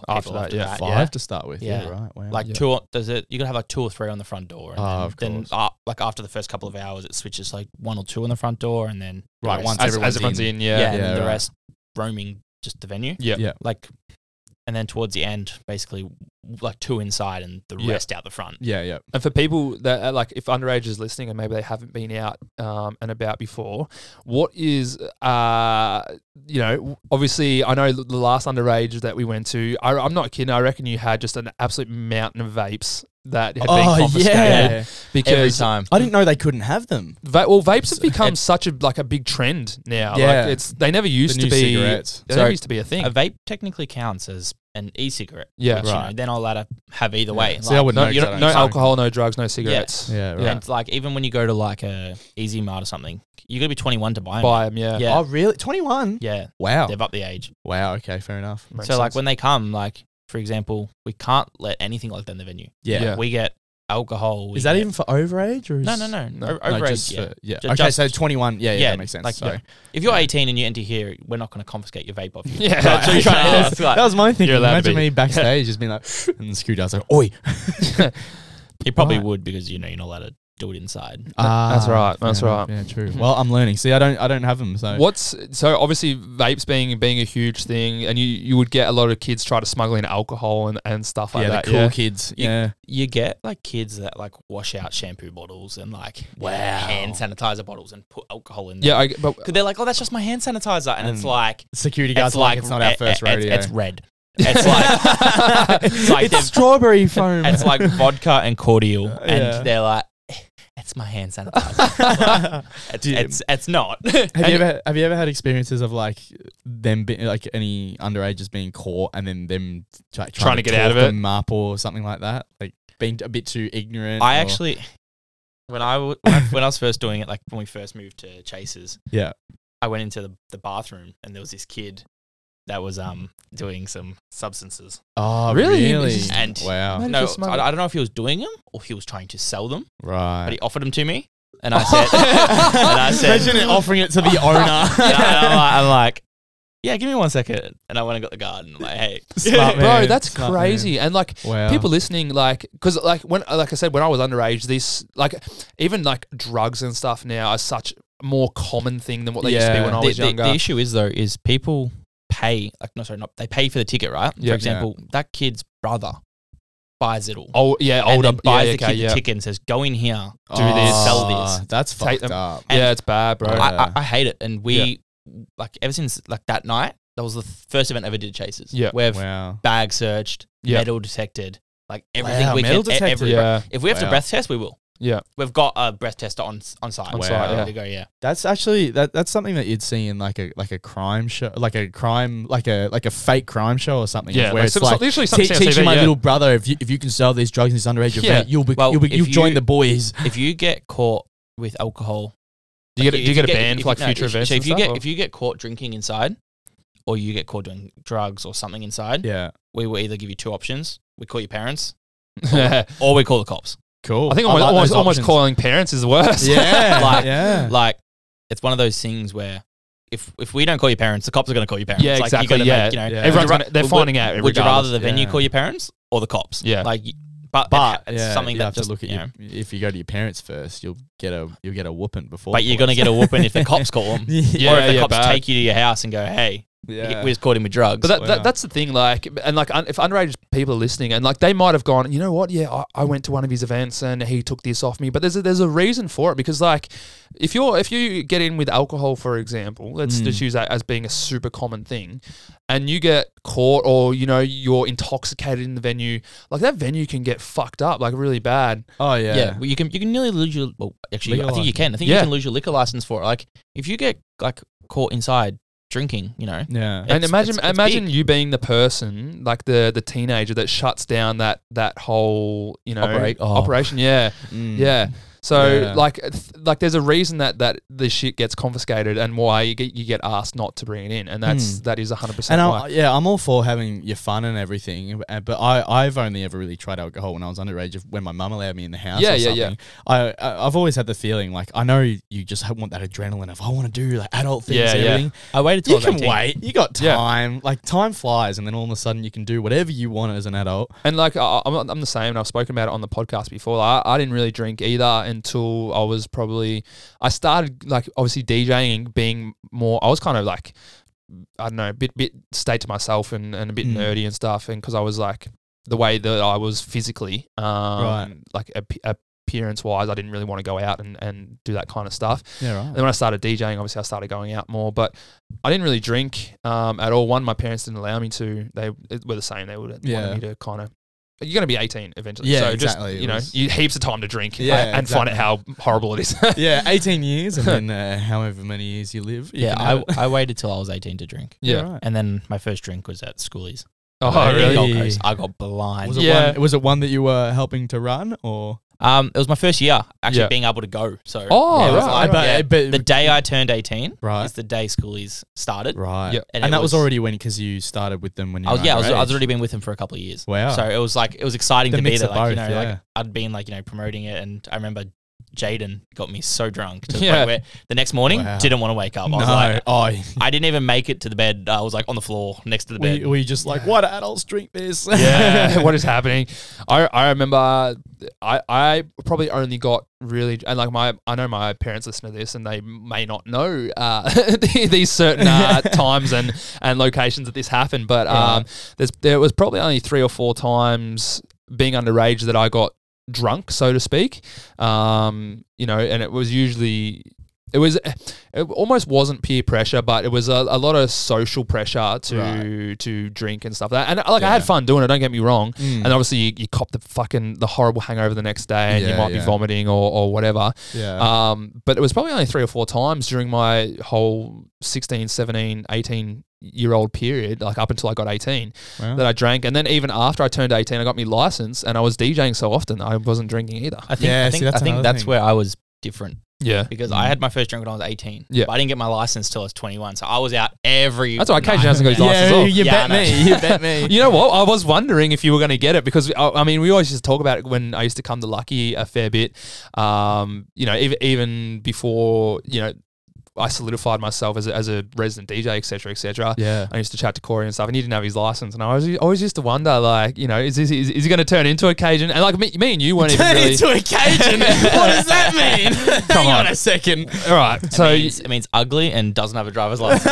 [SPEAKER 2] After that, yeah.
[SPEAKER 1] five to start with. Yeah,
[SPEAKER 3] Yeah.
[SPEAKER 1] right. Wow.
[SPEAKER 3] Like
[SPEAKER 2] Yeah.
[SPEAKER 3] two, or- does it? You gotta have like two or three on the front door, and
[SPEAKER 1] Ah,
[SPEAKER 3] then-
[SPEAKER 1] of
[SPEAKER 3] then,
[SPEAKER 1] course.
[SPEAKER 3] uh, like after the first couple of hours, it switches like one or two on the front door, and then the
[SPEAKER 1] Right,
[SPEAKER 3] rest-
[SPEAKER 1] once
[SPEAKER 2] as,
[SPEAKER 1] everyone's
[SPEAKER 2] as everyone's in, yeah.
[SPEAKER 3] yeah, and
[SPEAKER 1] Yeah,
[SPEAKER 3] then the
[SPEAKER 1] right.
[SPEAKER 3] rest roaming just the venue.
[SPEAKER 2] Yeah.
[SPEAKER 1] Yeah.
[SPEAKER 3] Like, and then towards the end, basically like two inside and the
[SPEAKER 2] Yeah.
[SPEAKER 3] rest out the front.
[SPEAKER 1] yeah, yeah.
[SPEAKER 2] And for people that are like, if underage is listening and maybe they haven't been out um, and about before, what is, uh, you know, obviously I know the last underage that we went to, I, I'm not kidding. I reckon you had just an absolute mountain of vapes that had
[SPEAKER 1] Oh,
[SPEAKER 2] been confiscated
[SPEAKER 3] Every
[SPEAKER 2] because
[SPEAKER 3] time,
[SPEAKER 1] I didn't know they couldn't have them.
[SPEAKER 2] va- well, vapes have become
[SPEAKER 3] It-
[SPEAKER 2] such a like a big trend now.
[SPEAKER 1] Yeah.
[SPEAKER 2] like it's they never used
[SPEAKER 1] new
[SPEAKER 2] to be.
[SPEAKER 1] cigarettes.
[SPEAKER 2] They
[SPEAKER 3] So-
[SPEAKER 2] never used to be a thing.
[SPEAKER 3] a vape technically counts as an e-cigarette.
[SPEAKER 2] yeah,
[SPEAKER 3] which, you know,
[SPEAKER 1] Right.
[SPEAKER 3] they're not allowed to have either way.
[SPEAKER 1] See, I wouldn't
[SPEAKER 2] No,
[SPEAKER 1] know
[SPEAKER 2] you
[SPEAKER 1] 'cause I
[SPEAKER 2] don't,
[SPEAKER 1] don't
[SPEAKER 2] no
[SPEAKER 1] smoke.
[SPEAKER 2] alcohol, no drugs, no cigarettes.
[SPEAKER 1] Yeah, right.
[SPEAKER 2] Yeah.
[SPEAKER 3] And like even when you go to like a Easy Mart or something, you got to be 21 to buy 'em.
[SPEAKER 2] Buy them, yeah.
[SPEAKER 3] Yeah,
[SPEAKER 1] Oh, really? Twenty one.
[SPEAKER 3] yeah,
[SPEAKER 1] Wow.
[SPEAKER 3] they've up the age.
[SPEAKER 1] Wow. Okay. Fair enough.
[SPEAKER 2] Makes
[SPEAKER 3] so like
[SPEAKER 2] sense.
[SPEAKER 3] when they come, like for example, we can't let anything like that in the venue.
[SPEAKER 1] Yeah.
[SPEAKER 2] Yeah.
[SPEAKER 3] We get alcohol. we
[SPEAKER 1] Is that
[SPEAKER 3] get-
[SPEAKER 1] even for overage or is
[SPEAKER 3] No, no, no.
[SPEAKER 2] No,
[SPEAKER 3] O-
[SPEAKER 1] No,
[SPEAKER 3] overage.
[SPEAKER 1] just
[SPEAKER 3] yeah.
[SPEAKER 1] for- yeah.
[SPEAKER 3] Ju-
[SPEAKER 1] okay.
[SPEAKER 3] just-
[SPEAKER 1] so twenty one. Yeah, yeah.
[SPEAKER 3] yeah,
[SPEAKER 1] That makes sense.
[SPEAKER 3] like,
[SPEAKER 1] Sorry.
[SPEAKER 3] If you're 18 and you enter here, we're not going to confiscate your vape off you.
[SPEAKER 2] Yeah.
[SPEAKER 3] That's what you're trying to ask, like,
[SPEAKER 1] that was my thinking.
[SPEAKER 2] allowed to
[SPEAKER 1] Imagine
[SPEAKER 2] be-
[SPEAKER 1] me backstage just being like, and the screwdriver's like, oi.
[SPEAKER 3] you probably
[SPEAKER 1] Right.
[SPEAKER 3] would because you know you're not allowed to do it inside.
[SPEAKER 2] that's right, that's
[SPEAKER 1] fair
[SPEAKER 2] right.
[SPEAKER 1] enough. Ah. Yeah, true. Well, I'm learning. See, I don't, I don't have them. So
[SPEAKER 2] What's so obviously vapes being being a huge thing, and you, you would get a lot of kids try to smuggle in alcohol and, and stuff
[SPEAKER 1] yeah,
[SPEAKER 2] like
[SPEAKER 1] the
[SPEAKER 2] that.
[SPEAKER 1] cool
[SPEAKER 2] yeah,
[SPEAKER 1] kids.
[SPEAKER 3] You-
[SPEAKER 1] Yeah,
[SPEAKER 3] You get like kids that like wash out shampoo bottles and like
[SPEAKER 1] Wow.
[SPEAKER 3] hand sanitizer bottles and put alcohol in.
[SPEAKER 2] yeah, I, but
[SPEAKER 3] Because they're like, oh, that's just my hand sanitizer, and, it's
[SPEAKER 1] And
[SPEAKER 3] like,
[SPEAKER 1] security
[SPEAKER 3] it's
[SPEAKER 1] guards. are
[SPEAKER 3] like
[SPEAKER 1] Like, e-, it's not our
[SPEAKER 3] it-
[SPEAKER 1] first
[SPEAKER 3] it- it's-
[SPEAKER 1] rodeo.
[SPEAKER 3] It's, red. It's like, it's like,
[SPEAKER 1] It's
[SPEAKER 3] they've-
[SPEAKER 1] strawberry foam.
[SPEAKER 3] it's like vodka and cordial,
[SPEAKER 1] yeah.
[SPEAKER 3] and they're like, "Eh, it's my hand sanitizer. it's,
[SPEAKER 1] Dude.
[SPEAKER 3] it's it's not.
[SPEAKER 1] Have you ever have you ever had experiences of like them be, like any underages being caught and then them try,
[SPEAKER 2] Trying to get out of
[SPEAKER 1] talk
[SPEAKER 2] it?
[SPEAKER 1] them up or something like that? Like being a bit too ignorant.
[SPEAKER 3] I
[SPEAKER 1] or-
[SPEAKER 3] actually, when I, w- when I when I was first doing it, like when we first moved to Chasers,
[SPEAKER 1] yeah.
[SPEAKER 3] I went into the, the bathroom and there was this kid that was um doing some substances.
[SPEAKER 1] Oh
[SPEAKER 2] Really?
[SPEAKER 1] really?
[SPEAKER 2] Just-
[SPEAKER 3] And-
[SPEAKER 1] wow.
[SPEAKER 2] Man- How did
[SPEAKER 3] No,
[SPEAKER 2] you smuggle
[SPEAKER 3] I, I don't know if he was doing them or he was trying to sell them, but
[SPEAKER 1] Right.
[SPEAKER 3] he offered them to me, and I said, and I said,
[SPEAKER 1] Imagine it offering it to the owner.
[SPEAKER 3] and I- and I'm, like, I'm like, yeah, give me one second, and I went and got the guard and I'm like, hey,
[SPEAKER 1] Smart man.
[SPEAKER 2] bro, that's
[SPEAKER 1] Smart
[SPEAKER 2] crazy. And like
[SPEAKER 1] Wow.
[SPEAKER 2] people listening, like because like when like I said, when I was underage, this like even like drugs and stuff now are such a more common thing than what they used to be
[SPEAKER 1] Yeah.
[SPEAKER 2] when I
[SPEAKER 3] the,
[SPEAKER 2] was
[SPEAKER 3] the-
[SPEAKER 2] younger.
[SPEAKER 3] the issue is though is people pay like no sorry not they pay for the ticket right
[SPEAKER 2] Yeah.
[SPEAKER 3] for example that kid's brother buys it all
[SPEAKER 2] oh yeah,
[SPEAKER 3] and
[SPEAKER 2] older
[SPEAKER 3] then buys
[SPEAKER 2] yeah,
[SPEAKER 3] the
[SPEAKER 2] okay,
[SPEAKER 3] kid
[SPEAKER 2] yeah.
[SPEAKER 3] the ticket and says go in here
[SPEAKER 1] do
[SPEAKER 2] this,
[SPEAKER 3] sell this.
[SPEAKER 1] Ah, That's
[SPEAKER 2] Take
[SPEAKER 1] fucked
[SPEAKER 2] them.
[SPEAKER 1] up.
[SPEAKER 3] And
[SPEAKER 2] yeah, it's bad, bro.
[SPEAKER 1] I-
[SPEAKER 3] I, I, I hate it and we like ever since like that night that was the th- first event I ever did chases
[SPEAKER 2] Yeah.
[SPEAKER 3] we've
[SPEAKER 1] Wow.
[SPEAKER 3] bag searched
[SPEAKER 2] Yeah.
[SPEAKER 3] metal detected like everything
[SPEAKER 1] Wow,
[SPEAKER 3] we
[SPEAKER 1] metal
[SPEAKER 3] can e- every
[SPEAKER 1] detected.
[SPEAKER 3] breath-
[SPEAKER 2] yeah,
[SPEAKER 3] if we have to
[SPEAKER 1] Wow.
[SPEAKER 3] breath test we will
[SPEAKER 2] yeah,
[SPEAKER 3] we've got a breath tester on on site
[SPEAKER 2] On
[SPEAKER 1] Wow.
[SPEAKER 2] site, yeah.
[SPEAKER 3] to go yeah
[SPEAKER 1] That's actually that that's something that you'd see in like a like a crime show, like a crime, like a like a fake crime show or something.
[SPEAKER 2] yeah.
[SPEAKER 1] where
[SPEAKER 2] like,
[SPEAKER 1] it's
[SPEAKER 2] some-
[SPEAKER 1] like
[SPEAKER 2] literally
[SPEAKER 1] Te-
[SPEAKER 2] something on
[SPEAKER 1] teaching
[SPEAKER 2] TV,
[SPEAKER 1] my
[SPEAKER 2] yeah.
[SPEAKER 1] little brother if you, if you can sell these drugs in this underage
[SPEAKER 2] Yeah.
[SPEAKER 1] event, you'll be,
[SPEAKER 3] Well,
[SPEAKER 1] you'll, be
[SPEAKER 3] if
[SPEAKER 1] you'll join
[SPEAKER 3] you-
[SPEAKER 1] the boys.
[SPEAKER 3] if you get caught with alcohol
[SPEAKER 2] Do you get, a-
[SPEAKER 3] If
[SPEAKER 2] do you get a ban
[SPEAKER 3] if
[SPEAKER 2] for like
[SPEAKER 3] no,
[SPEAKER 2] future
[SPEAKER 3] if-
[SPEAKER 2] events?
[SPEAKER 3] So
[SPEAKER 2] and
[SPEAKER 3] if you
[SPEAKER 2] stuff,
[SPEAKER 3] get
[SPEAKER 2] or-
[SPEAKER 3] if you get caught drinking inside, or you get caught doing drugs or something inside,
[SPEAKER 1] Yeah,
[SPEAKER 3] we will either give you two options: we call your parents, or we call the cops.
[SPEAKER 1] cool.
[SPEAKER 2] I think almost,
[SPEAKER 1] like
[SPEAKER 2] almost,
[SPEAKER 1] those
[SPEAKER 2] almost
[SPEAKER 1] options.
[SPEAKER 2] calling parents is the worst.
[SPEAKER 1] Yeah,
[SPEAKER 3] Like-
[SPEAKER 1] yeah.
[SPEAKER 3] Like it's one of those things where if if we don't call your parents, the cops are going to call your parents.
[SPEAKER 2] Yeah,
[SPEAKER 3] Like, you
[SPEAKER 2] exactly,
[SPEAKER 3] gotta
[SPEAKER 2] yeah.
[SPEAKER 3] make, you know,
[SPEAKER 1] Yeah.
[SPEAKER 3] would
[SPEAKER 2] Everyone's
[SPEAKER 3] you ra-
[SPEAKER 2] gonna, they're
[SPEAKER 3] would-
[SPEAKER 2] finding out.
[SPEAKER 3] Would you rather
[SPEAKER 2] regardless.
[SPEAKER 3] the venue
[SPEAKER 1] yeah.
[SPEAKER 3] call your parents or the cops?
[SPEAKER 2] Yeah.
[SPEAKER 3] like y- but
[SPEAKER 1] but
[SPEAKER 3] it's
[SPEAKER 1] yeah,
[SPEAKER 3] something
[SPEAKER 1] you
[SPEAKER 3] that
[SPEAKER 1] have
[SPEAKER 3] just
[SPEAKER 1] to look at.
[SPEAKER 3] you
[SPEAKER 1] your,
[SPEAKER 3] know,
[SPEAKER 1] if you go to your parents first, you'll get a you'll get a whooping before.
[SPEAKER 3] But
[SPEAKER 1] the
[SPEAKER 3] you're going to
[SPEAKER 1] boys.
[SPEAKER 3] get a whooping if the cops call them.
[SPEAKER 1] yeah,
[SPEAKER 3] or if the
[SPEAKER 2] yeah,
[SPEAKER 3] cops
[SPEAKER 2] bad.
[SPEAKER 3] take you to your house and go, hey,
[SPEAKER 1] Yeah.
[SPEAKER 3] We just caught him with drugs.
[SPEAKER 2] But that,
[SPEAKER 1] Yeah.
[SPEAKER 2] that, that's the thing, like, and like, un, if underage people are listening, and like, they might have gone, you know what? Yeah, I, I went to one of his events and he took this off me. But there's a, there's a reason for it because, like, if you're if you get in with alcohol, for example, let's
[SPEAKER 3] Hmm.
[SPEAKER 2] just use that as being a super common thing, and you get caught or you know you're intoxicated in the venue, like that venue can get fucked up, like really bad.
[SPEAKER 1] Oh
[SPEAKER 3] yeah,
[SPEAKER 1] yeah.
[SPEAKER 3] well, you can you can nearly lose your. Well, actually,
[SPEAKER 1] Liquor
[SPEAKER 3] I think you
[SPEAKER 1] license.
[SPEAKER 3] can. I think
[SPEAKER 2] Yeah.
[SPEAKER 3] you can lose your liquor license for it. Like if you get like caught inside drinking, you know.
[SPEAKER 1] Yeah.
[SPEAKER 2] and
[SPEAKER 3] It's-
[SPEAKER 2] imagine
[SPEAKER 3] it's- it's
[SPEAKER 2] imagine
[SPEAKER 3] big.
[SPEAKER 2] you being the person like the the teenager that shuts down that that whole you know
[SPEAKER 3] Operate- oh.
[SPEAKER 2] operation yeah
[SPEAKER 1] Mm.
[SPEAKER 2] yeah so
[SPEAKER 1] Yeah.
[SPEAKER 2] like th- like there's a reason that that this shit gets confiscated and why you get you get asked not to bring it in and that's that is 100%
[SPEAKER 1] Hmm. And
[SPEAKER 2] why.
[SPEAKER 1] I, yeah, I'm all for having your fun and everything, uh, but I, I've only ever really tried alcohol when I was underage, if- when my mum allowed me in the house.
[SPEAKER 2] Yeah,
[SPEAKER 1] or
[SPEAKER 2] yeah, yeah.
[SPEAKER 1] something. I, I, I've always had the feeling like I know you just ha- want that adrenaline of I want to do like adult things.
[SPEAKER 2] Yeah,
[SPEAKER 1] and
[SPEAKER 2] yeah.
[SPEAKER 1] everything.
[SPEAKER 3] I waited till
[SPEAKER 1] You
[SPEAKER 3] I was
[SPEAKER 1] can
[SPEAKER 3] 18.
[SPEAKER 1] wait. You got
[SPEAKER 2] Yeah.
[SPEAKER 1] time. Like time flies, and then all of a sudden you can do whatever you want as an adult.
[SPEAKER 2] And like I, I'm, I'm the same, and I've spoken about it on the podcast before. Like, I, I didn't really drink either until I was probably I started like obviously DJing and being more. I was kind of like I don't know, a bit bit stayed to myself and, and a bit
[SPEAKER 1] Mm.
[SPEAKER 2] nerdy and stuff. And because I was like the way that I was physically, um,
[SPEAKER 1] Right.
[SPEAKER 2] like ap- appearance wise, I didn't really want to go out and, and do that kind of stuff.
[SPEAKER 1] Yeah,
[SPEAKER 2] And then when I started DJing, obviously I started going out more, but I didn't really drink um, at all. One, my parents didn't allow me to. They it- were the same. They would
[SPEAKER 1] Yeah.
[SPEAKER 2] wanted me to kind of. You're going to be 18 eventually,
[SPEAKER 1] Yeah,
[SPEAKER 2] so
[SPEAKER 1] exactly.
[SPEAKER 2] just
[SPEAKER 1] It
[SPEAKER 2] you know,
[SPEAKER 1] was-
[SPEAKER 2] you heaps of time to drink,
[SPEAKER 1] Yeah,
[SPEAKER 2] and, and find out how horrible it is.
[SPEAKER 1] Yeah, 18 years, and then uh, however many years you live. you
[SPEAKER 3] Yeah,
[SPEAKER 1] can have
[SPEAKER 3] I,
[SPEAKER 1] it.
[SPEAKER 3] I waited till I was 18 to drink.
[SPEAKER 2] yeah.
[SPEAKER 1] Right.
[SPEAKER 3] And then my first drink was at schoolies.
[SPEAKER 2] Oh,
[SPEAKER 1] Really?
[SPEAKER 2] really?
[SPEAKER 3] Gold Coast. I got blind.
[SPEAKER 1] Was it
[SPEAKER 2] Yeah.
[SPEAKER 1] one? Was it one that you were helping to run, or?
[SPEAKER 3] Um, it was my first year actually
[SPEAKER 2] Yeah.
[SPEAKER 3] being able to go. So
[SPEAKER 2] Oh,
[SPEAKER 3] it was
[SPEAKER 2] right,
[SPEAKER 3] like-
[SPEAKER 1] right.
[SPEAKER 3] yeah,
[SPEAKER 1] But-
[SPEAKER 3] the day I turned 18
[SPEAKER 1] Right.
[SPEAKER 3] is the day schoolies started.
[SPEAKER 1] Right. Oh,
[SPEAKER 2] Yep.
[SPEAKER 1] And,
[SPEAKER 3] And it
[SPEAKER 1] that was,
[SPEAKER 3] was-
[SPEAKER 1] already when because you started with them when you
[SPEAKER 3] I was,
[SPEAKER 1] were
[SPEAKER 3] yeah, I was, I was
[SPEAKER 1] underage.
[SPEAKER 3] already been with him for a couple of years.
[SPEAKER 1] Wow.
[SPEAKER 3] So it was like it was exciting
[SPEAKER 1] The
[SPEAKER 3] to be
[SPEAKER 1] mix
[SPEAKER 3] there.
[SPEAKER 1] of
[SPEAKER 3] Like you
[SPEAKER 1] both,
[SPEAKER 3] know,
[SPEAKER 1] yeah.
[SPEAKER 3] like I'd been like you know promoting it, and I remember Jaden got me so drunk to
[SPEAKER 2] Yeah.
[SPEAKER 3] the point where the next morning
[SPEAKER 1] Wow.
[SPEAKER 3] didn't want to wake up. I
[SPEAKER 1] no.
[SPEAKER 3] was like,
[SPEAKER 1] oh,
[SPEAKER 3] I didn't even make it to the bed. I was like on the floor next to the bed.
[SPEAKER 1] we, we just like what adults drink this. Mm.
[SPEAKER 2] yeah, what is happening? I, I remember uh, I, I probably only got really and like my I know my parents listen to this and they may not know uh, these certain uh, times and and locations that this happened, but um, there's there was probably only three or four times being underage that I got drunk, so to speak. Um, you know, and it was usually. It was, it almost wasn't peer pressure, but it was a, a lot of social pressure to to drink and stuff like that. And like I had
[SPEAKER 1] Yeah.
[SPEAKER 2] fun doing it. Don't get me wrong.
[SPEAKER 1] Mm.
[SPEAKER 2] And obviously you, you cop the fucking the horrible hangover the next day, and you
[SPEAKER 1] Yeah,
[SPEAKER 2] might be
[SPEAKER 1] yeah.
[SPEAKER 2] vomiting or, or whatever.
[SPEAKER 1] yeah.
[SPEAKER 2] Um, but it was probably only three or four times during my whole 16, 17, 18 year old period, like up until I got 18,
[SPEAKER 1] Wow.
[SPEAKER 2] that I drank. And then even after I turned 18, I got my license and I was DJing so often, I wasn't drinking either.
[SPEAKER 3] I think,
[SPEAKER 1] Yeah,
[SPEAKER 3] I
[SPEAKER 1] see,
[SPEAKER 3] think,
[SPEAKER 1] that's
[SPEAKER 3] I think
[SPEAKER 1] another
[SPEAKER 3] that's
[SPEAKER 1] thing.
[SPEAKER 3] where I was different
[SPEAKER 2] Yeah.
[SPEAKER 3] because I had my first drink when I was 18.
[SPEAKER 2] Mm. Yeah.
[SPEAKER 3] But I didn't get my license till I was 21. So I was out every.
[SPEAKER 2] That's why
[SPEAKER 3] night.
[SPEAKER 2] Cajun hasn't got his license
[SPEAKER 1] yeah,
[SPEAKER 2] off.
[SPEAKER 1] you
[SPEAKER 3] Yeah,
[SPEAKER 1] bet
[SPEAKER 3] I know.
[SPEAKER 1] me. You bet me.
[SPEAKER 2] You know what? I was wondering if you were going to get it because I, I mean, we always just talk about it when I used to come to Lucky a fair bit. Um, you know, even, even before you know, I solidified myself as a, as a resident DJ, etc., cetera, etc.
[SPEAKER 1] Yeah.
[SPEAKER 2] I used to chat to Corey and stuff, and he didn't have his license, and I was always used to wonder, like, you know, is this, is, is he going to turn into a Cajun? And like me, me and you weren't even
[SPEAKER 1] Turn
[SPEAKER 2] really.
[SPEAKER 1] into a Cajun. what does that mean? Hang
[SPEAKER 2] on.
[SPEAKER 1] on. a second.
[SPEAKER 2] all right, so
[SPEAKER 3] It means, it means ugly and doesn't have a driver's license.
[SPEAKER 2] hey,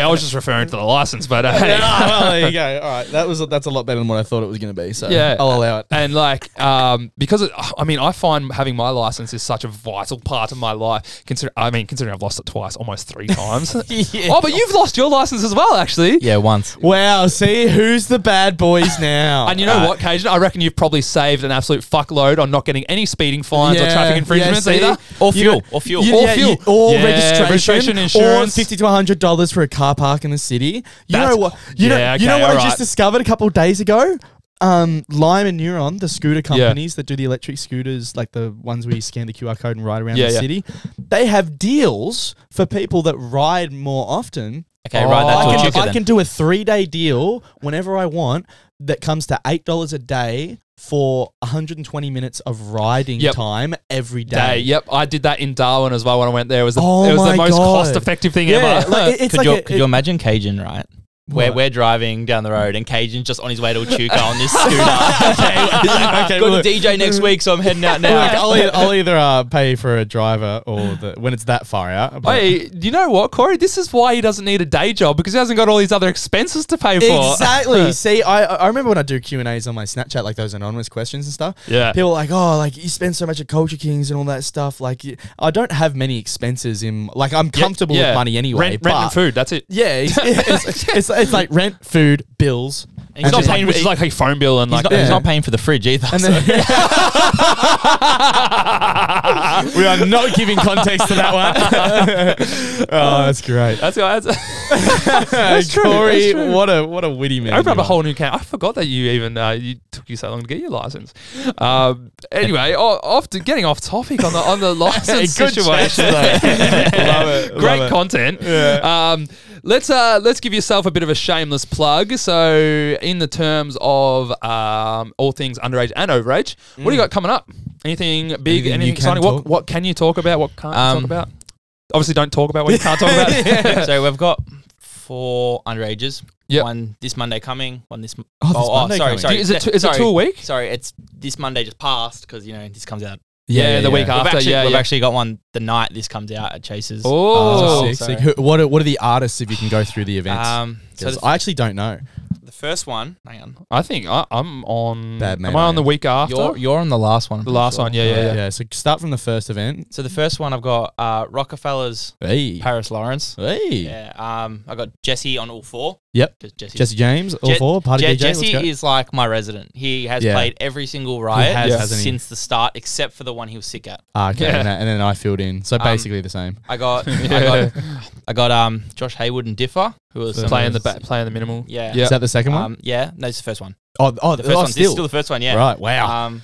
[SPEAKER 2] I was just referring to the license, but uh,
[SPEAKER 1] Ah, well, there you go. All right, that was that's a lot better than what I thought it was going to be. So
[SPEAKER 2] Yeah.
[SPEAKER 1] I'll allow it.
[SPEAKER 2] and like um, because it, I mean I find having my license is such a vital part of my life. Consider I mean considering I've lost it twice, almost three times. Oh, but you've lost your license as well, actually.
[SPEAKER 3] yeah, once.
[SPEAKER 1] Wow. See who's the bad boys now?
[SPEAKER 2] And you know what, Cajun? I reckon you've probably saved an absolute fuckload on not getting any speeding fines or
[SPEAKER 1] Yeah,
[SPEAKER 2] traffic
[SPEAKER 1] yeah,
[SPEAKER 2] infringements
[SPEAKER 1] see?
[SPEAKER 2] either.
[SPEAKER 1] You
[SPEAKER 3] Or fuel.
[SPEAKER 1] got-
[SPEAKER 3] Or fuel.
[SPEAKER 1] You-
[SPEAKER 2] Or
[SPEAKER 1] yeah,
[SPEAKER 2] fuel.
[SPEAKER 1] you- or
[SPEAKER 2] Yeah,
[SPEAKER 1] registration,
[SPEAKER 2] registration,
[SPEAKER 1] or
[SPEAKER 2] insurance.
[SPEAKER 1] fifty to hundred dollars for a car park in the city. You
[SPEAKER 2] That's-
[SPEAKER 1] know what? You know,
[SPEAKER 2] yeah,
[SPEAKER 1] you know
[SPEAKER 2] okay,
[SPEAKER 1] what I
[SPEAKER 2] alright.
[SPEAKER 1] just discovered a couple of days ago. Um, Lime and Neuron, the scooter companies that do the electric scooters, like the ones where you scan the QR code and ride around
[SPEAKER 2] Yeah,
[SPEAKER 1] the
[SPEAKER 2] yeah.
[SPEAKER 1] city, they have deals for people that ride more often.
[SPEAKER 3] Okay,
[SPEAKER 2] Oh.
[SPEAKER 3] right. That's
[SPEAKER 2] Oh,
[SPEAKER 1] I,
[SPEAKER 3] what
[SPEAKER 1] can,
[SPEAKER 3] you
[SPEAKER 1] I can do a three day deal whenever I want that comes to eight dollars a day for 120 minutes of riding
[SPEAKER 2] Yep.
[SPEAKER 1] time every
[SPEAKER 2] Day. Yep, I did that in Darwin as well when I went there. It was the,
[SPEAKER 1] Oh
[SPEAKER 2] it was the
[SPEAKER 1] my
[SPEAKER 2] most
[SPEAKER 1] God.
[SPEAKER 2] cost effective thing
[SPEAKER 1] Yeah,
[SPEAKER 2] ever.
[SPEAKER 1] like, it- it's
[SPEAKER 3] could,
[SPEAKER 1] like
[SPEAKER 3] you,
[SPEAKER 1] a-
[SPEAKER 3] could you imagine Cajun, right? Where we're driving down the road and Cajun's just on his way to Echuca on this scooter. He's like,
[SPEAKER 1] Okay,
[SPEAKER 3] got
[SPEAKER 1] look.
[SPEAKER 3] a DJ next week, so I'm heading out
[SPEAKER 1] Look,
[SPEAKER 3] now.
[SPEAKER 1] I'll, either, I'll either uh, pay for a driver or the, when it's that far out. but-
[SPEAKER 2] Hey, you know what, Corey? This is why he doesn't need a day job because he hasn't got all these other expenses to pay for.
[SPEAKER 1] Exactly. See, I I remember when I do Q and A's on my Snapchat, like those anonymous questions and stuff.
[SPEAKER 2] Yeah.
[SPEAKER 1] People are like, oh, like you spend so much at Culture Kings and all that stuff. Like, y- I don't have many expenses in. Like, I'm comfortable
[SPEAKER 2] Yeah.
[SPEAKER 1] with money anyway.
[SPEAKER 2] Rent,
[SPEAKER 1] but
[SPEAKER 2] rent and food. That's it.
[SPEAKER 1] Yeah, it's, it's, it's, it's like rent, food, bills.
[SPEAKER 3] And he's
[SPEAKER 2] Not
[SPEAKER 3] not
[SPEAKER 2] paying, which is like a phone bill and
[SPEAKER 3] He's
[SPEAKER 2] like.
[SPEAKER 3] not, he's not paying for the fridge either.
[SPEAKER 1] And
[SPEAKER 3] so-
[SPEAKER 1] then we are not giving context to that one. oh, that's great.
[SPEAKER 2] That's, that's,
[SPEAKER 1] That's
[SPEAKER 2] true, that's
[SPEAKER 1] Corey,
[SPEAKER 2] true.
[SPEAKER 1] what a what a witty man.
[SPEAKER 2] I opened up
[SPEAKER 1] you
[SPEAKER 2] a
[SPEAKER 1] are.
[SPEAKER 2] whole new can. I forgot that you even uh, you took you so long to get your license. Um, anyway, o- off to getting off topic on the on the license
[SPEAKER 1] Good
[SPEAKER 2] situation.
[SPEAKER 1] chat, though. Love it, love
[SPEAKER 2] Great
[SPEAKER 1] it.
[SPEAKER 2] content. Um, let's uh, let's give yourself a bit of a shameless plug. So, in the terms of um, all things underage and overage, what do you got coming up? Anything big?
[SPEAKER 1] Mm. Anything you
[SPEAKER 2] Anything,
[SPEAKER 1] can
[SPEAKER 2] exciting? What
[SPEAKER 1] talk-
[SPEAKER 2] what can you talk about? What can't you
[SPEAKER 3] Um,
[SPEAKER 2] talk about? Obviously, don't talk about what you can't talk about.
[SPEAKER 3] so we've got four underages.
[SPEAKER 2] Yep.
[SPEAKER 3] One this Monday coming. One this. m-
[SPEAKER 1] Oh, this Monday
[SPEAKER 3] sorry,
[SPEAKER 1] coming.
[SPEAKER 3] sorry.
[SPEAKER 2] Is it two, is
[SPEAKER 3] sorry,
[SPEAKER 2] it two a week?
[SPEAKER 3] Sorry, it's this Monday just passed because you know this comes out.
[SPEAKER 2] Yeah, the week
[SPEAKER 3] We've
[SPEAKER 2] after.
[SPEAKER 3] actually,
[SPEAKER 2] yeah,
[SPEAKER 3] we've
[SPEAKER 2] yeah.
[SPEAKER 3] actually got one the night this comes out at Chasers.
[SPEAKER 2] Oh,
[SPEAKER 1] sick,
[SPEAKER 3] so-
[SPEAKER 1] sick. Who, what, are, what are the artists if you can go through the events?
[SPEAKER 3] Um, so
[SPEAKER 1] 'Cause
[SPEAKER 3] the,
[SPEAKER 1] I actually don't know.
[SPEAKER 3] the first one. Hang on.
[SPEAKER 2] I think I, I'm on.
[SPEAKER 1] Bad man,
[SPEAKER 2] am I
[SPEAKER 1] I
[SPEAKER 2] on the
[SPEAKER 1] am.
[SPEAKER 2] week after?
[SPEAKER 3] You're you're on the last one. I'm
[SPEAKER 2] the
[SPEAKER 3] pretty
[SPEAKER 2] last
[SPEAKER 3] sure.
[SPEAKER 2] one, yeah, yeah, yeah.
[SPEAKER 1] So start from the first event.
[SPEAKER 3] So the first one I've got uh, Rockefeller's
[SPEAKER 1] Hey.
[SPEAKER 3] Paris Lawrence.
[SPEAKER 1] Hey.
[SPEAKER 3] Yeah. Um, I got Jesse on all four.
[SPEAKER 1] Yep.
[SPEAKER 3] Because Jesse.
[SPEAKER 1] Jesse James, all
[SPEAKER 3] Je-
[SPEAKER 1] four, party
[SPEAKER 3] Je-
[SPEAKER 1] DJ. let's
[SPEAKER 3] Jesse
[SPEAKER 1] go.
[SPEAKER 3] is like my resident. He has
[SPEAKER 1] Yeah.
[SPEAKER 3] played every single riot
[SPEAKER 1] has,
[SPEAKER 2] Yeah.
[SPEAKER 1] hasn't he?
[SPEAKER 3] since the start, except for the one he was sick at.
[SPEAKER 1] Ah, okay,
[SPEAKER 2] Yeah.
[SPEAKER 1] and, that- and then I filled in.
[SPEAKER 3] Um,
[SPEAKER 1] So basically the same.
[SPEAKER 3] I got, I
[SPEAKER 2] Yeah.
[SPEAKER 3] got, I got um Josh Haywood and Differ, who was
[SPEAKER 1] So-
[SPEAKER 2] playing the ba- playing the minimal.
[SPEAKER 3] Yeah.
[SPEAKER 2] yeah.
[SPEAKER 1] Is that the second one?
[SPEAKER 3] Um, yeah, no, it's the first one.
[SPEAKER 1] oh, oh,
[SPEAKER 3] The first
[SPEAKER 1] oh,
[SPEAKER 3] one. This is
[SPEAKER 1] still.
[SPEAKER 3] still the first one. Yeah.
[SPEAKER 1] Right, wow.
[SPEAKER 3] Um,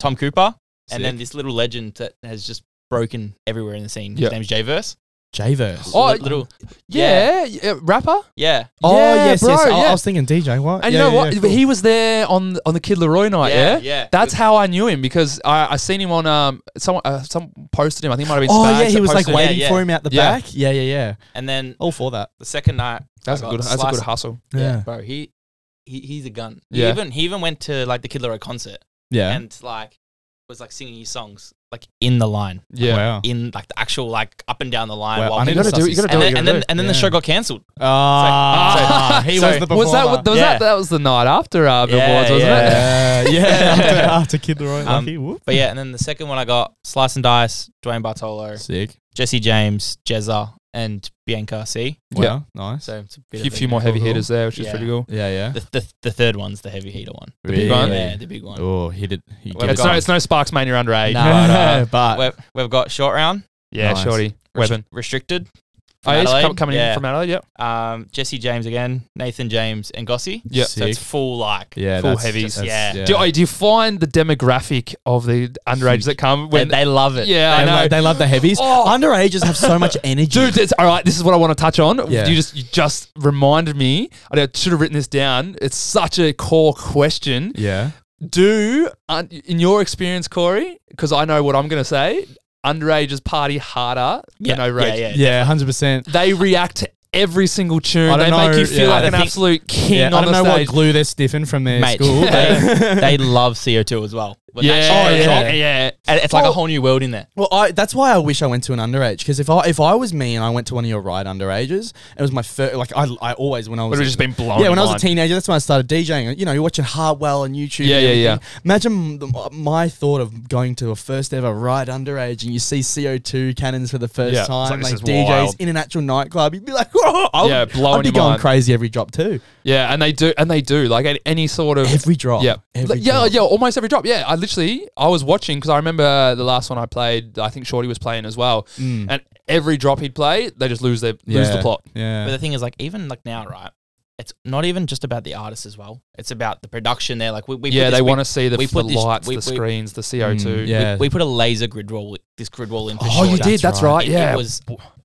[SPEAKER 3] Tom Cooper, and then
[SPEAKER 1] Sick.
[SPEAKER 3] this little legend that has just broken everywhere in the scene.
[SPEAKER 2] Yeah.
[SPEAKER 3] His name's J Verse.
[SPEAKER 1] J-Verse.
[SPEAKER 2] Oh,
[SPEAKER 3] Li- little,
[SPEAKER 2] yeah, yeah, rapper.
[SPEAKER 3] yeah,
[SPEAKER 1] Oh,
[SPEAKER 2] yeah,
[SPEAKER 1] yes, yes.
[SPEAKER 2] bro,
[SPEAKER 1] I, I
[SPEAKER 2] yeah.
[SPEAKER 1] was thinking DJ. What?
[SPEAKER 2] And you
[SPEAKER 1] Yeah,
[SPEAKER 2] know
[SPEAKER 1] yeah,
[SPEAKER 2] what?
[SPEAKER 1] yeah, cool.
[SPEAKER 2] He was there on on the Kid Leroy night. Yeah,
[SPEAKER 3] Yeah, yeah.
[SPEAKER 2] That's how I knew him because I, I seen him on um someone uh, some posted him. I think it might have been.
[SPEAKER 1] Oh
[SPEAKER 2] Spags
[SPEAKER 1] yeah, he
[SPEAKER 2] that
[SPEAKER 1] was like
[SPEAKER 2] posted him.
[SPEAKER 3] Yeah,
[SPEAKER 1] waiting
[SPEAKER 3] yeah.
[SPEAKER 1] for him out the
[SPEAKER 2] Yeah.
[SPEAKER 1] back. Yeah, yeah, yeah.
[SPEAKER 3] and then
[SPEAKER 1] All for that.
[SPEAKER 3] the second night.
[SPEAKER 2] That's
[SPEAKER 3] I
[SPEAKER 2] a
[SPEAKER 3] got
[SPEAKER 2] good. That's a good
[SPEAKER 3] Slice-
[SPEAKER 2] hustle.
[SPEAKER 1] Yeah,
[SPEAKER 3] Yeah,
[SPEAKER 1] yeah.
[SPEAKER 3] bro. He, he he's a gun.
[SPEAKER 2] Yeah.
[SPEAKER 3] He even he even went to like the Kid Leroy concert and like was like singing his songs like in the line,
[SPEAKER 2] Yeah.
[SPEAKER 1] Wow.
[SPEAKER 3] in like the actual like up and down the line.
[SPEAKER 1] Wow, I
[SPEAKER 3] While
[SPEAKER 1] need
[SPEAKER 2] You
[SPEAKER 3] people
[SPEAKER 2] gotta do. it, You gotta do. it,
[SPEAKER 3] and then,
[SPEAKER 2] you
[SPEAKER 3] and
[SPEAKER 2] gotta
[SPEAKER 3] then, and then the
[SPEAKER 1] Yeah.
[SPEAKER 3] show got cancelled.
[SPEAKER 1] Ah,
[SPEAKER 3] So-
[SPEAKER 1] he
[SPEAKER 3] so-
[SPEAKER 1] was the
[SPEAKER 2] do it. Was that what- was
[SPEAKER 3] Yeah.
[SPEAKER 2] that that was the night after uh,
[SPEAKER 3] Yeah,
[SPEAKER 2] Billboards, wasn't it?
[SPEAKER 1] yeah, yeah. after, after Kid Leroy,
[SPEAKER 3] Um,
[SPEAKER 1] lucky. whoop.
[SPEAKER 3] But yeah, and then the second one I got Slice and Dice, Dwayne Bartolo,
[SPEAKER 1] Sick.
[SPEAKER 3] Jesse James, Jezza, and Bianca C.
[SPEAKER 1] Wow.
[SPEAKER 2] Yeah.
[SPEAKER 1] Nice.
[SPEAKER 3] So it's a
[SPEAKER 2] A
[SPEAKER 3] bit
[SPEAKER 2] few,
[SPEAKER 3] of a-
[SPEAKER 2] few more heavy hitters there, which is
[SPEAKER 3] Yeah.
[SPEAKER 2] pretty cool.
[SPEAKER 1] Yeah, yeah.
[SPEAKER 3] The, the, the third one's the heavy heater one.
[SPEAKER 1] The
[SPEAKER 2] big one?
[SPEAKER 3] Yeah, the big one.
[SPEAKER 1] Oh, he did. He
[SPEAKER 3] Well,
[SPEAKER 1] did
[SPEAKER 2] It's
[SPEAKER 1] it.
[SPEAKER 3] got-
[SPEAKER 2] no, it's no Sparks Mania underage.
[SPEAKER 3] Nah.
[SPEAKER 2] but, uh,
[SPEAKER 1] No, but
[SPEAKER 3] We've, we've got short round,
[SPEAKER 2] yeah,
[SPEAKER 1] Nice.
[SPEAKER 2] shorty
[SPEAKER 3] res-
[SPEAKER 2] weapon.
[SPEAKER 3] restricted.
[SPEAKER 2] Oh,
[SPEAKER 3] from
[SPEAKER 2] he's
[SPEAKER 3] Adelaide.
[SPEAKER 2] com- coming in
[SPEAKER 3] Yeah.
[SPEAKER 2] from Adelaide. Yep.
[SPEAKER 3] Um, Jesse James again, Nathan James, and Gossie.
[SPEAKER 2] Yeah.
[SPEAKER 3] So it's
[SPEAKER 1] Sick.
[SPEAKER 3] full like.
[SPEAKER 1] yeah,
[SPEAKER 2] full
[SPEAKER 1] that's-
[SPEAKER 2] heavies.
[SPEAKER 1] that's-
[SPEAKER 3] Yeah.
[SPEAKER 2] Do, oh, do you find the demographic of the underage that come
[SPEAKER 3] They,
[SPEAKER 2] when?
[SPEAKER 3] they love it.
[SPEAKER 2] yeah,
[SPEAKER 1] They,
[SPEAKER 2] I
[SPEAKER 1] love,
[SPEAKER 2] know.
[SPEAKER 1] they love the heavies.
[SPEAKER 2] Oh.
[SPEAKER 1] Underages have so much energy.
[SPEAKER 2] Dude, it's, all right. This is what I want to touch on.
[SPEAKER 1] Yeah.
[SPEAKER 2] You just you just reminded me. I did- should have written this down. It's such a core question.
[SPEAKER 1] yeah.
[SPEAKER 2] Do un- in your experience, Corey? Because I know what I'm going to say. Underages party harder
[SPEAKER 3] Yeah,
[SPEAKER 2] than overage.
[SPEAKER 3] yeah,
[SPEAKER 1] Yeah, hundred percent.
[SPEAKER 2] They react to every single tune.
[SPEAKER 1] I
[SPEAKER 2] They
[SPEAKER 1] don't
[SPEAKER 2] make
[SPEAKER 1] know,
[SPEAKER 2] you feel
[SPEAKER 1] yeah.
[SPEAKER 2] like
[SPEAKER 1] I
[SPEAKER 2] an
[SPEAKER 3] think-
[SPEAKER 2] absolute king
[SPEAKER 1] Yeah,
[SPEAKER 2] on
[SPEAKER 1] I don't
[SPEAKER 2] the
[SPEAKER 1] know
[SPEAKER 2] stage.
[SPEAKER 1] what glue they're sniffing from their
[SPEAKER 3] Mate,
[SPEAKER 1] school.
[SPEAKER 3] they, they love CO2 as well. When that
[SPEAKER 2] yeah,
[SPEAKER 3] shit goes
[SPEAKER 2] yeah, Oh.
[SPEAKER 3] off,
[SPEAKER 2] yeah.
[SPEAKER 3] and it's like a whole new world in there.
[SPEAKER 1] Well, I, that's why I wish I went to an underage because if I if I was me and I went to one of your right underages, it was my first. Like I, I always when I was
[SPEAKER 2] Would have just been blown.
[SPEAKER 1] yeah when I was a
[SPEAKER 2] mind.
[SPEAKER 1] teenager, that's when I started DJing. You know, you're watching Hartwell on YouTube.
[SPEAKER 2] Yeah,
[SPEAKER 1] and
[SPEAKER 2] yeah, yeah.
[SPEAKER 1] everything. Imagine the, my thought of going to a first ever right underage and you see CO2 cannons for the first
[SPEAKER 2] Yeah, it's
[SPEAKER 1] time,
[SPEAKER 2] like,
[SPEAKER 1] like,
[SPEAKER 2] this is
[SPEAKER 1] DJs
[SPEAKER 2] wild.
[SPEAKER 1] in an actual nightclub. You'd be like, oh, I'll,
[SPEAKER 2] Yeah, blowing
[SPEAKER 1] I'd be
[SPEAKER 2] your
[SPEAKER 1] going
[SPEAKER 2] mind.
[SPEAKER 1] crazy every drop too.
[SPEAKER 2] Yeah, and they do, and they do like at any sort of
[SPEAKER 1] Every drop.
[SPEAKER 2] Yeah,
[SPEAKER 1] Every
[SPEAKER 2] yeah,
[SPEAKER 1] drop.
[SPEAKER 2] yeah, almost every drop. Yeah, I literally I was watching because I remember the last one I played. I think Shorty was playing as well, and every drop he'd play, they just lose their lose the
[SPEAKER 1] Yeah,
[SPEAKER 2] plot.
[SPEAKER 1] Yeah.
[SPEAKER 3] But the thing is, like, even like now, right? It's not even just about the artist as well. It's about the production there. Like, we, we
[SPEAKER 2] yeah,
[SPEAKER 3] put
[SPEAKER 2] they
[SPEAKER 3] this- we-
[SPEAKER 2] want to see the,
[SPEAKER 3] we
[SPEAKER 2] the
[SPEAKER 3] put this-
[SPEAKER 2] lights,
[SPEAKER 3] we-
[SPEAKER 2] the
[SPEAKER 3] we-
[SPEAKER 2] screens, the CO two.
[SPEAKER 1] yeah.
[SPEAKER 3] We, we put a laser grid wall, this grid wall in. For
[SPEAKER 2] Oh, you
[SPEAKER 3] Shorty.
[SPEAKER 2] did. That's
[SPEAKER 1] That's
[SPEAKER 2] right.
[SPEAKER 1] right.
[SPEAKER 3] It-
[SPEAKER 2] Yeah.
[SPEAKER 3] It was.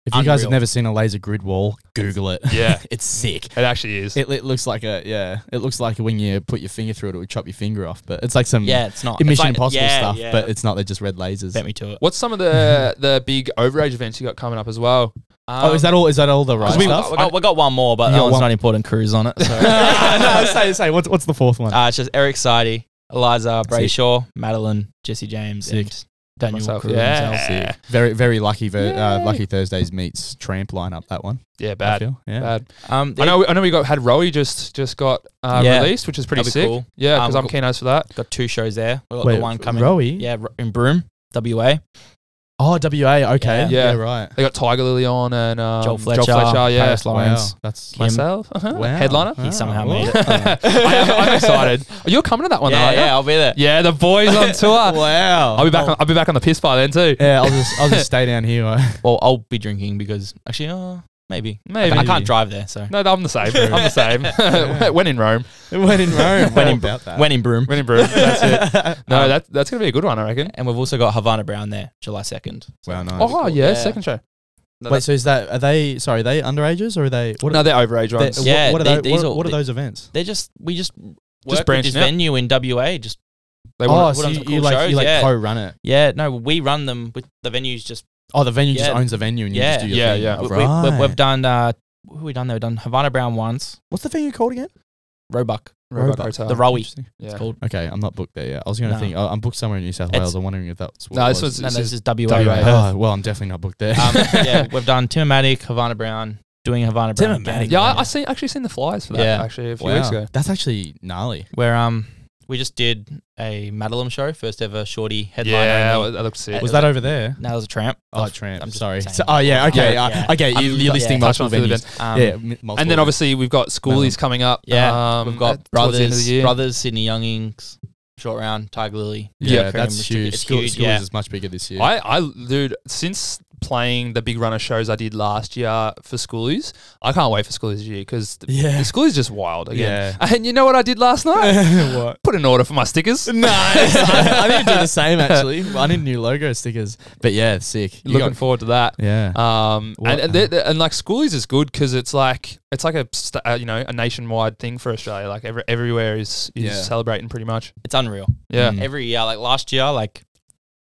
[SPEAKER 1] if you guys have
[SPEAKER 3] unreal.
[SPEAKER 1] never seen a laser grid wall, Google it.
[SPEAKER 2] Yeah.
[SPEAKER 1] it's sick.
[SPEAKER 2] it actually is.
[SPEAKER 1] It, it looks like a yeah. It looks like when you put your finger through it, it would chop your finger off. But it's like some
[SPEAKER 3] Yeah, it's not.
[SPEAKER 1] Mission
[SPEAKER 3] it's like-
[SPEAKER 1] Impossible
[SPEAKER 3] yeah,
[SPEAKER 1] stuff.
[SPEAKER 3] yeah.
[SPEAKER 1] But it's not. They're just red lasers.
[SPEAKER 3] bet me to it.
[SPEAKER 2] What's some of the the big overage events you got coming up as well? Um,
[SPEAKER 1] oh, is that all? Is that all the right
[SPEAKER 3] 'Cause we,
[SPEAKER 1] stuff?
[SPEAKER 3] we got, we got one more, but
[SPEAKER 1] You
[SPEAKER 3] that
[SPEAKER 1] got
[SPEAKER 3] one's
[SPEAKER 1] one-
[SPEAKER 3] not important. Cruise on it. So.
[SPEAKER 1] no, say say what's what's the fourth one?
[SPEAKER 3] uh, it's just Eric Seide, Eliza Brayshaw, Madeline, Jesse James,
[SPEAKER 1] Sick.
[SPEAKER 3] and Daniel
[SPEAKER 2] Myself,
[SPEAKER 3] Crew
[SPEAKER 2] yeah.
[SPEAKER 3] himself.
[SPEAKER 1] Sick. Very very lucky. Ver- uh,
[SPEAKER 2] Yay.
[SPEAKER 1] lucky Thursdays meets tramp lineup. That one.
[SPEAKER 2] Yeah,
[SPEAKER 1] I
[SPEAKER 2] bad.
[SPEAKER 1] feel. Yeah.
[SPEAKER 2] Bad.
[SPEAKER 3] Um,
[SPEAKER 2] I know. I know. We got had Rowie just just got uh,
[SPEAKER 3] Yeah.
[SPEAKER 2] released, which is pretty
[SPEAKER 3] That'd be
[SPEAKER 2] sick.
[SPEAKER 3] cool.
[SPEAKER 2] Yeah,
[SPEAKER 3] Um,
[SPEAKER 2] because I'm
[SPEAKER 3] cool.
[SPEAKER 2] keen as for that.
[SPEAKER 3] got two shows there. We got
[SPEAKER 1] Wait,
[SPEAKER 3] the one coming.
[SPEAKER 1] Rowie.
[SPEAKER 3] Yeah, r- in Broome, WA.
[SPEAKER 1] Oh, WA. Okay.
[SPEAKER 3] Yeah.
[SPEAKER 2] Yeah.
[SPEAKER 1] right.
[SPEAKER 2] They got Tiger Lily on and um,
[SPEAKER 3] Joel Fletcher,
[SPEAKER 2] yeah,
[SPEAKER 3] Paris Lawrence.
[SPEAKER 1] Wow. That's
[SPEAKER 3] Kim.
[SPEAKER 2] myself, uh-huh. headliner.
[SPEAKER 3] Ah. He somehow made
[SPEAKER 2] I am, I'm excited. You're coming to that one, though.
[SPEAKER 3] Yeah,
[SPEAKER 2] aren't you?
[SPEAKER 3] yeah, I'll be there.
[SPEAKER 2] Oh, Yeah, the boys on tour.
[SPEAKER 1] wow.
[SPEAKER 2] I'll be back.
[SPEAKER 1] Oh.
[SPEAKER 2] On, I'll be back on the piss by then too.
[SPEAKER 1] yeah, I'll just I'll just stay down here.
[SPEAKER 3] Well, I'll be drinking because actually, uh, maybe.
[SPEAKER 2] Maybe.
[SPEAKER 3] I can't drive there, so.
[SPEAKER 2] No, I'm the same. I'm the same. when in Rome,
[SPEAKER 1] when in Rome.
[SPEAKER 3] When in-
[SPEAKER 1] about that.
[SPEAKER 3] When in Broome.
[SPEAKER 2] when in Broome. That's it. No,
[SPEAKER 3] Um,
[SPEAKER 2] that, that's gonna be a good one, I reckon.
[SPEAKER 3] And we've also got Havana Brown there, July 2nd. So
[SPEAKER 1] Wow, nice.
[SPEAKER 3] that'll be
[SPEAKER 2] Oh
[SPEAKER 3] cool.
[SPEAKER 2] yeah, second show.
[SPEAKER 1] Wait, so is that are they sorry, are they underages or are they what
[SPEAKER 2] No, they're overage
[SPEAKER 1] are,
[SPEAKER 2] ones.
[SPEAKER 1] they-
[SPEAKER 3] Yeah,
[SPEAKER 1] what, what are
[SPEAKER 3] they-
[SPEAKER 1] tho-
[SPEAKER 3] these
[SPEAKER 1] what,
[SPEAKER 3] are-
[SPEAKER 1] what are
[SPEAKER 3] they-
[SPEAKER 1] those events?
[SPEAKER 3] They're just, we just
[SPEAKER 2] Just
[SPEAKER 3] work with
[SPEAKER 2] branching
[SPEAKER 3] this
[SPEAKER 2] out.
[SPEAKER 3] venue in WA. Just,
[SPEAKER 2] They
[SPEAKER 1] Oh,
[SPEAKER 2] want-
[SPEAKER 3] put
[SPEAKER 1] so
[SPEAKER 3] on
[SPEAKER 1] you,
[SPEAKER 3] some cool
[SPEAKER 1] you like
[SPEAKER 3] shows,
[SPEAKER 1] you like
[SPEAKER 3] yeah.
[SPEAKER 1] co-run it.
[SPEAKER 3] yeah, no, we run them with the venues just
[SPEAKER 1] Oh, the venue just
[SPEAKER 3] Yeah.
[SPEAKER 1] owns the venue and you
[SPEAKER 3] Yeah.
[SPEAKER 1] just do your
[SPEAKER 2] Yeah,
[SPEAKER 1] thing.
[SPEAKER 2] yeah.
[SPEAKER 3] We,
[SPEAKER 1] Right.
[SPEAKER 3] we, we've done. Uh, who we done there? We've done Havana Brown once.
[SPEAKER 1] What's the venue called again?
[SPEAKER 3] Roebuck.
[SPEAKER 2] Roebuck
[SPEAKER 1] Roebuck.
[SPEAKER 2] Hotel.
[SPEAKER 3] The Rowie.
[SPEAKER 1] Interesting.
[SPEAKER 2] yeah.
[SPEAKER 3] called.
[SPEAKER 1] Okay, I'm not booked there yet. I was going to
[SPEAKER 3] No.
[SPEAKER 1] think oh, I'm booked somewhere in New South
[SPEAKER 3] It's-
[SPEAKER 1] Wales. I'm wondering if that's what
[SPEAKER 2] No,
[SPEAKER 1] it
[SPEAKER 2] this was
[SPEAKER 1] was.
[SPEAKER 3] No, no,
[SPEAKER 2] this
[SPEAKER 3] this
[SPEAKER 2] is
[SPEAKER 3] is WA.
[SPEAKER 2] WA.
[SPEAKER 3] Right?
[SPEAKER 2] Perth.
[SPEAKER 1] Oh, well, I'm definitely not booked there.
[SPEAKER 3] Um, yeah, we've done Timmatic, Havana Brown, doing Havana
[SPEAKER 1] Timmatic.
[SPEAKER 3] Brown. again.
[SPEAKER 2] Yeah, I, I see. Actually, seen the flyers for that.
[SPEAKER 3] Yeah.
[SPEAKER 2] actually, a few
[SPEAKER 1] Wow.
[SPEAKER 2] weeks ago.
[SPEAKER 1] That's actually gnarly.
[SPEAKER 3] Where um, we just did a Madeline show, first ever shorty headline.
[SPEAKER 2] yeah,
[SPEAKER 3] only.
[SPEAKER 2] that that looked sick.
[SPEAKER 3] It
[SPEAKER 1] Was that over there?
[SPEAKER 3] No, it was a tramp.
[SPEAKER 1] Oh, tramp.
[SPEAKER 3] I'm just
[SPEAKER 1] sorry.
[SPEAKER 3] saying.
[SPEAKER 1] So- oh, yeah. Okay.
[SPEAKER 3] Yeah,
[SPEAKER 1] uh,
[SPEAKER 3] yeah.
[SPEAKER 1] Okay.
[SPEAKER 3] I'm
[SPEAKER 1] You,
[SPEAKER 3] just-
[SPEAKER 1] you're listing
[SPEAKER 3] yeah.
[SPEAKER 1] multiple
[SPEAKER 2] Touching on
[SPEAKER 1] venues.
[SPEAKER 3] Um,
[SPEAKER 1] Yeah. m- multiple
[SPEAKER 2] and then
[SPEAKER 1] venues.
[SPEAKER 2] obviously we've got schoolies coming up.
[SPEAKER 3] Yeah,
[SPEAKER 2] um,
[SPEAKER 3] we've got
[SPEAKER 2] at- towards the end of the
[SPEAKER 3] brothers,
[SPEAKER 2] year.
[SPEAKER 3] brothers, Sydney Youngings, short round, Tiger Lily.
[SPEAKER 1] Yeah,
[SPEAKER 2] Yeah,
[SPEAKER 1] that's
[SPEAKER 3] Restricted.
[SPEAKER 1] huge.
[SPEAKER 3] It's
[SPEAKER 1] School,
[SPEAKER 3] huge,
[SPEAKER 1] school
[SPEAKER 3] yeah.
[SPEAKER 1] is much bigger this year.
[SPEAKER 2] I, I, dude, since playing the big runner shows I did last year for schoolies, I can't wait for schoolies this year because
[SPEAKER 1] yeah.
[SPEAKER 2] schoolies just wild again.
[SPEAKER 1] Yeah.
[SPEAKER 2] And you know what I did last night?
[SPEAKER 1] what?
[SPEAKER 2] Put an order for my stickers.
[SPEAKER 1] No, I, I need to do the same actually. I need new logo stickers. But yeah, sick. You
[SPEAKER 2] Looking
[SPEAKER 1] got- Uh,
[SPEAKER 2] forward to that.
[SPEAKER 1] yeah.
[SPEAKER 2] Um,
[SPEAKER 1] What-
[SPEAKER 2] and and, they're- they're- and like schoolies is good because it's like it's like a st- uh, you know a nationwide thing for Australia. Like every, everywhere is is
[SPEAKER 1] Yeah.
[SPEAKER 2] celebrating pretty much.
[SPEAKER 3] It's unreal.
[SPEAKER 2] Yeah.
[SPEAKER 1] Mm.
[SPEAKER 3] Every year, like last year, like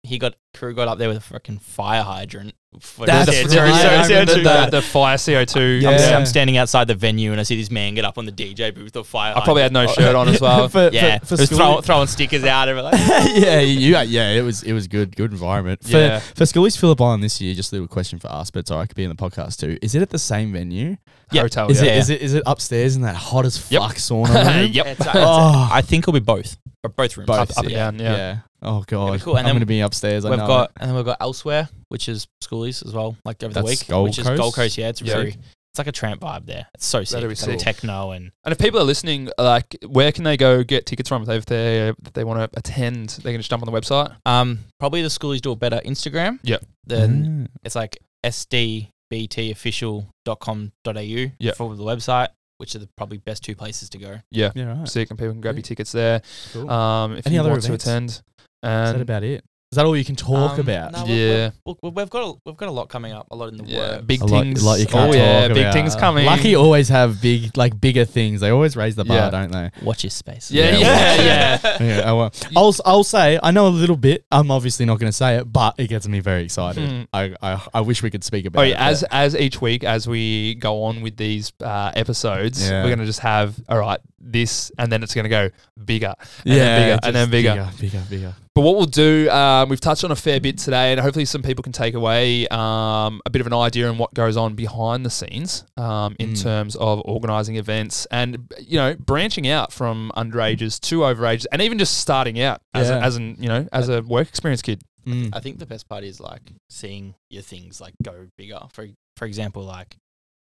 [SPEAKER 3] he got crew got up there with a fucking fire hydrant. for
[SPEAKER 1] That's
[SPEAKER 3] their
[SPEAKER 1] right,
[SPEAKER 3] territory.
[SPEAKER 1] I
[SPEAKER 3] Their
[SPEAKER 1] remember
[SPEAKER 3] territory.
[SPEAKER 2] The, the fire CO two.
[SPEAKER 1] Yeah.
[SPEAKER 3] I'm,
[SPEAKER 2] Yeah.
[SPEAKER 3] I'm standing outside the venue and I see this man get up on the DJ booth with a fire.
[SPEAKER 2] I probably had no
[SPEAKER 3] hydrant.
[SPEAKER 2] shirt on as well.
[SPEAKER 1] for,
[SPEAKER 3] yeah,
[SPEAKER 1] for, for
[SPEAKER 3] it was
[SPEAKER 1] school-
[SPEAKER 3] throw, throwing stickers out. And we're like,
[SPEAKER 1] yeah, you, uh, yeah, it was it was good, good environment. For,
[SPEAKER 2] Yeah.
[SPEAKER 1] for schoolies Phillip Island this year, just a little question for us, but it's all right, could be in the podcast too. Is it at the same venue?
[SPEAKER 3] Yeah.
[SPEAKER 2] Hotel.
[SPEAKER 1] Is
[SPEAKER 2] Oh, yeah.
[SPEAKER 1] it is it is it upstairs in that hot as fuck
[SPEAKER 2] Yep.
[SPEAKER 1] sauna room?
[SPEAKER 2] yep.
[SPEAKER 3] It's- it's-
[SPEAKER 1] Oh.
[SPEAKER 3] I think it'll be both, or both rooms.
[SPEAKER 1] Both,
[SPEAKER 2] Up, up and
[SPEAKER 1] yeah.
[SPEAKER 2] down. Yeah.
[SPEAKER 1] Oh god.
[SPEAKER 3] cool. And
[SPEAKER 1] I'm
[SPEAKER 3] then
[SPEAKER 1] gonna be upstairs. I
[SPEAKER 3] We've
[SPEAKER 1] know
[SPEAKER 3] got and then we've got elsewhere, which is schoolies as well, like over the
[SPEAKER 1] That's
[SPEAKER 3] week,
[SPEAKER 1] Gold
[SPEAKER 3] which
[SPEAKER 1] Coast?
[SPEAKER 3] is Gold Coast. Yeah, it's
[SPEAKER 2] Yeah.
[SPEAKER 3] very, it's like a tramp vibe there. It's so sick.
[SPEAKER 2] That'll be
[SPEAKER 3] It's like
[SPEAKER 2] sick.
[SPEAKER 3] Techno and
[SPEAKER 2] And if people are listening, like, where can they go get tickets from if they if they, if they want to attend? They can just jump on the website.
[SPEAKER 3] um, probably the schoolies do a better Instagram.
[SPEAKER 2] Yep.
[SPEAKER 3] Then
[SPEAKER 1] Mm.
[SPEAKER 3] It's like sdbtofficial.com.au
[SPEAKER 2] Yeah.
[SPEAKER 3] for the website, which are the probably best two places to go.
[SPEAKER 1] Yeah, right.
[SPEAKER 2] So you can people can grab
[SPEAKER 1] Yeah.
[SPEAKER 2] your tickets there.
[SPEAKER 1] Cool. Um,
[SPEAKER 2] Um, if
[SPEAKER 1] Any
[SPEAKER 2] you
[SPEAKER 1] other
[SPEAKER 2] want
[SPEAKER 1] events?
[SPEAKER 2] to attend.
[SPEAKER 1] Is that
[SPEAKER 2] And
[SPEAKER 1] about it? Is that all you can talk
[SPEAKER 3] Um,
[SPEAKER 1] about?
[SPEAKER 3] no, we've-
[SPEAKER 2] yeah,
[SPEAKER 3] Look, we- we've got a, we've got a lot coming up, a lot in the
[SPEAKER 2] yeah,
[SPEAKER 3] works.
[SPEAKER 2] big
[SPEAKER 1] A lot-
[SPEAKER 2] things.
[SPEAKER 1] lot you can't
[SPEAKER 2] oh yeah,
[SPEAKER 1] talk
[SPEAKER 2] big
[SPEAKER 1] about.
[SPEAKER 2] things coming.
[SPEAKER 1] Lucky always have big, like bigger things. They always raise the bar,
[SPEAKER 2] Yeah.
[SPEAKER 1] don't they?
[SPEAKER 3] Watch your space.
[SPEAKER 2] Yeah,
[SPEAKER 1] Yeah,
[SPEAKER 2] yeah,
[SPEAKER 1] watch
[SPEAKER 2] yeah.
[SPEAKER 1] Yeah, I will. I'll, I'll say I know a little bit. I'm obviously not going to say it, but it gets me very excited.
[SPEAKER 2] Hmm.
[SPEAKER 1] I, I I wish we could speak about.
[SPEAKER 2] Oh,
[SPEAKER 1] it,
[SPEAKER 2] yeah,
[SPEAKER 1] but-
[SPEAKER 2] as as each week as we go on with these uh, episodes,
[SPEAKER 1] Yeah.
[SPEAKER 2] we're gonna just have all right this, and then it's gonna go bigger, and
[SPEAKER 1] yeah,
[SPEAKER 2] then bigger,
[SPEAKER 1] just
[SPEAKER 2] and then bigger.
[SPEAKER 1] bigger, bigger.
[SPEAKER 2] But what we'll do, um, we've touched on a fair bit today, and hopefully some people can take away um, a bit of an idea on what goes on behind the scenes um, in
[SPEAKER 1] Mm.
[SPEAKER 2] terms of organising events and you know branching out from underages to overages, and even just starting out as, a,
[SPEAKER 1] Yeah.
[SPEAKER 2] as an you know as a work experience kid.
[SPEAKER 1] Mm.
[SPEAKER 3] I think the best part is like seeing your things like go bigger. For for example, like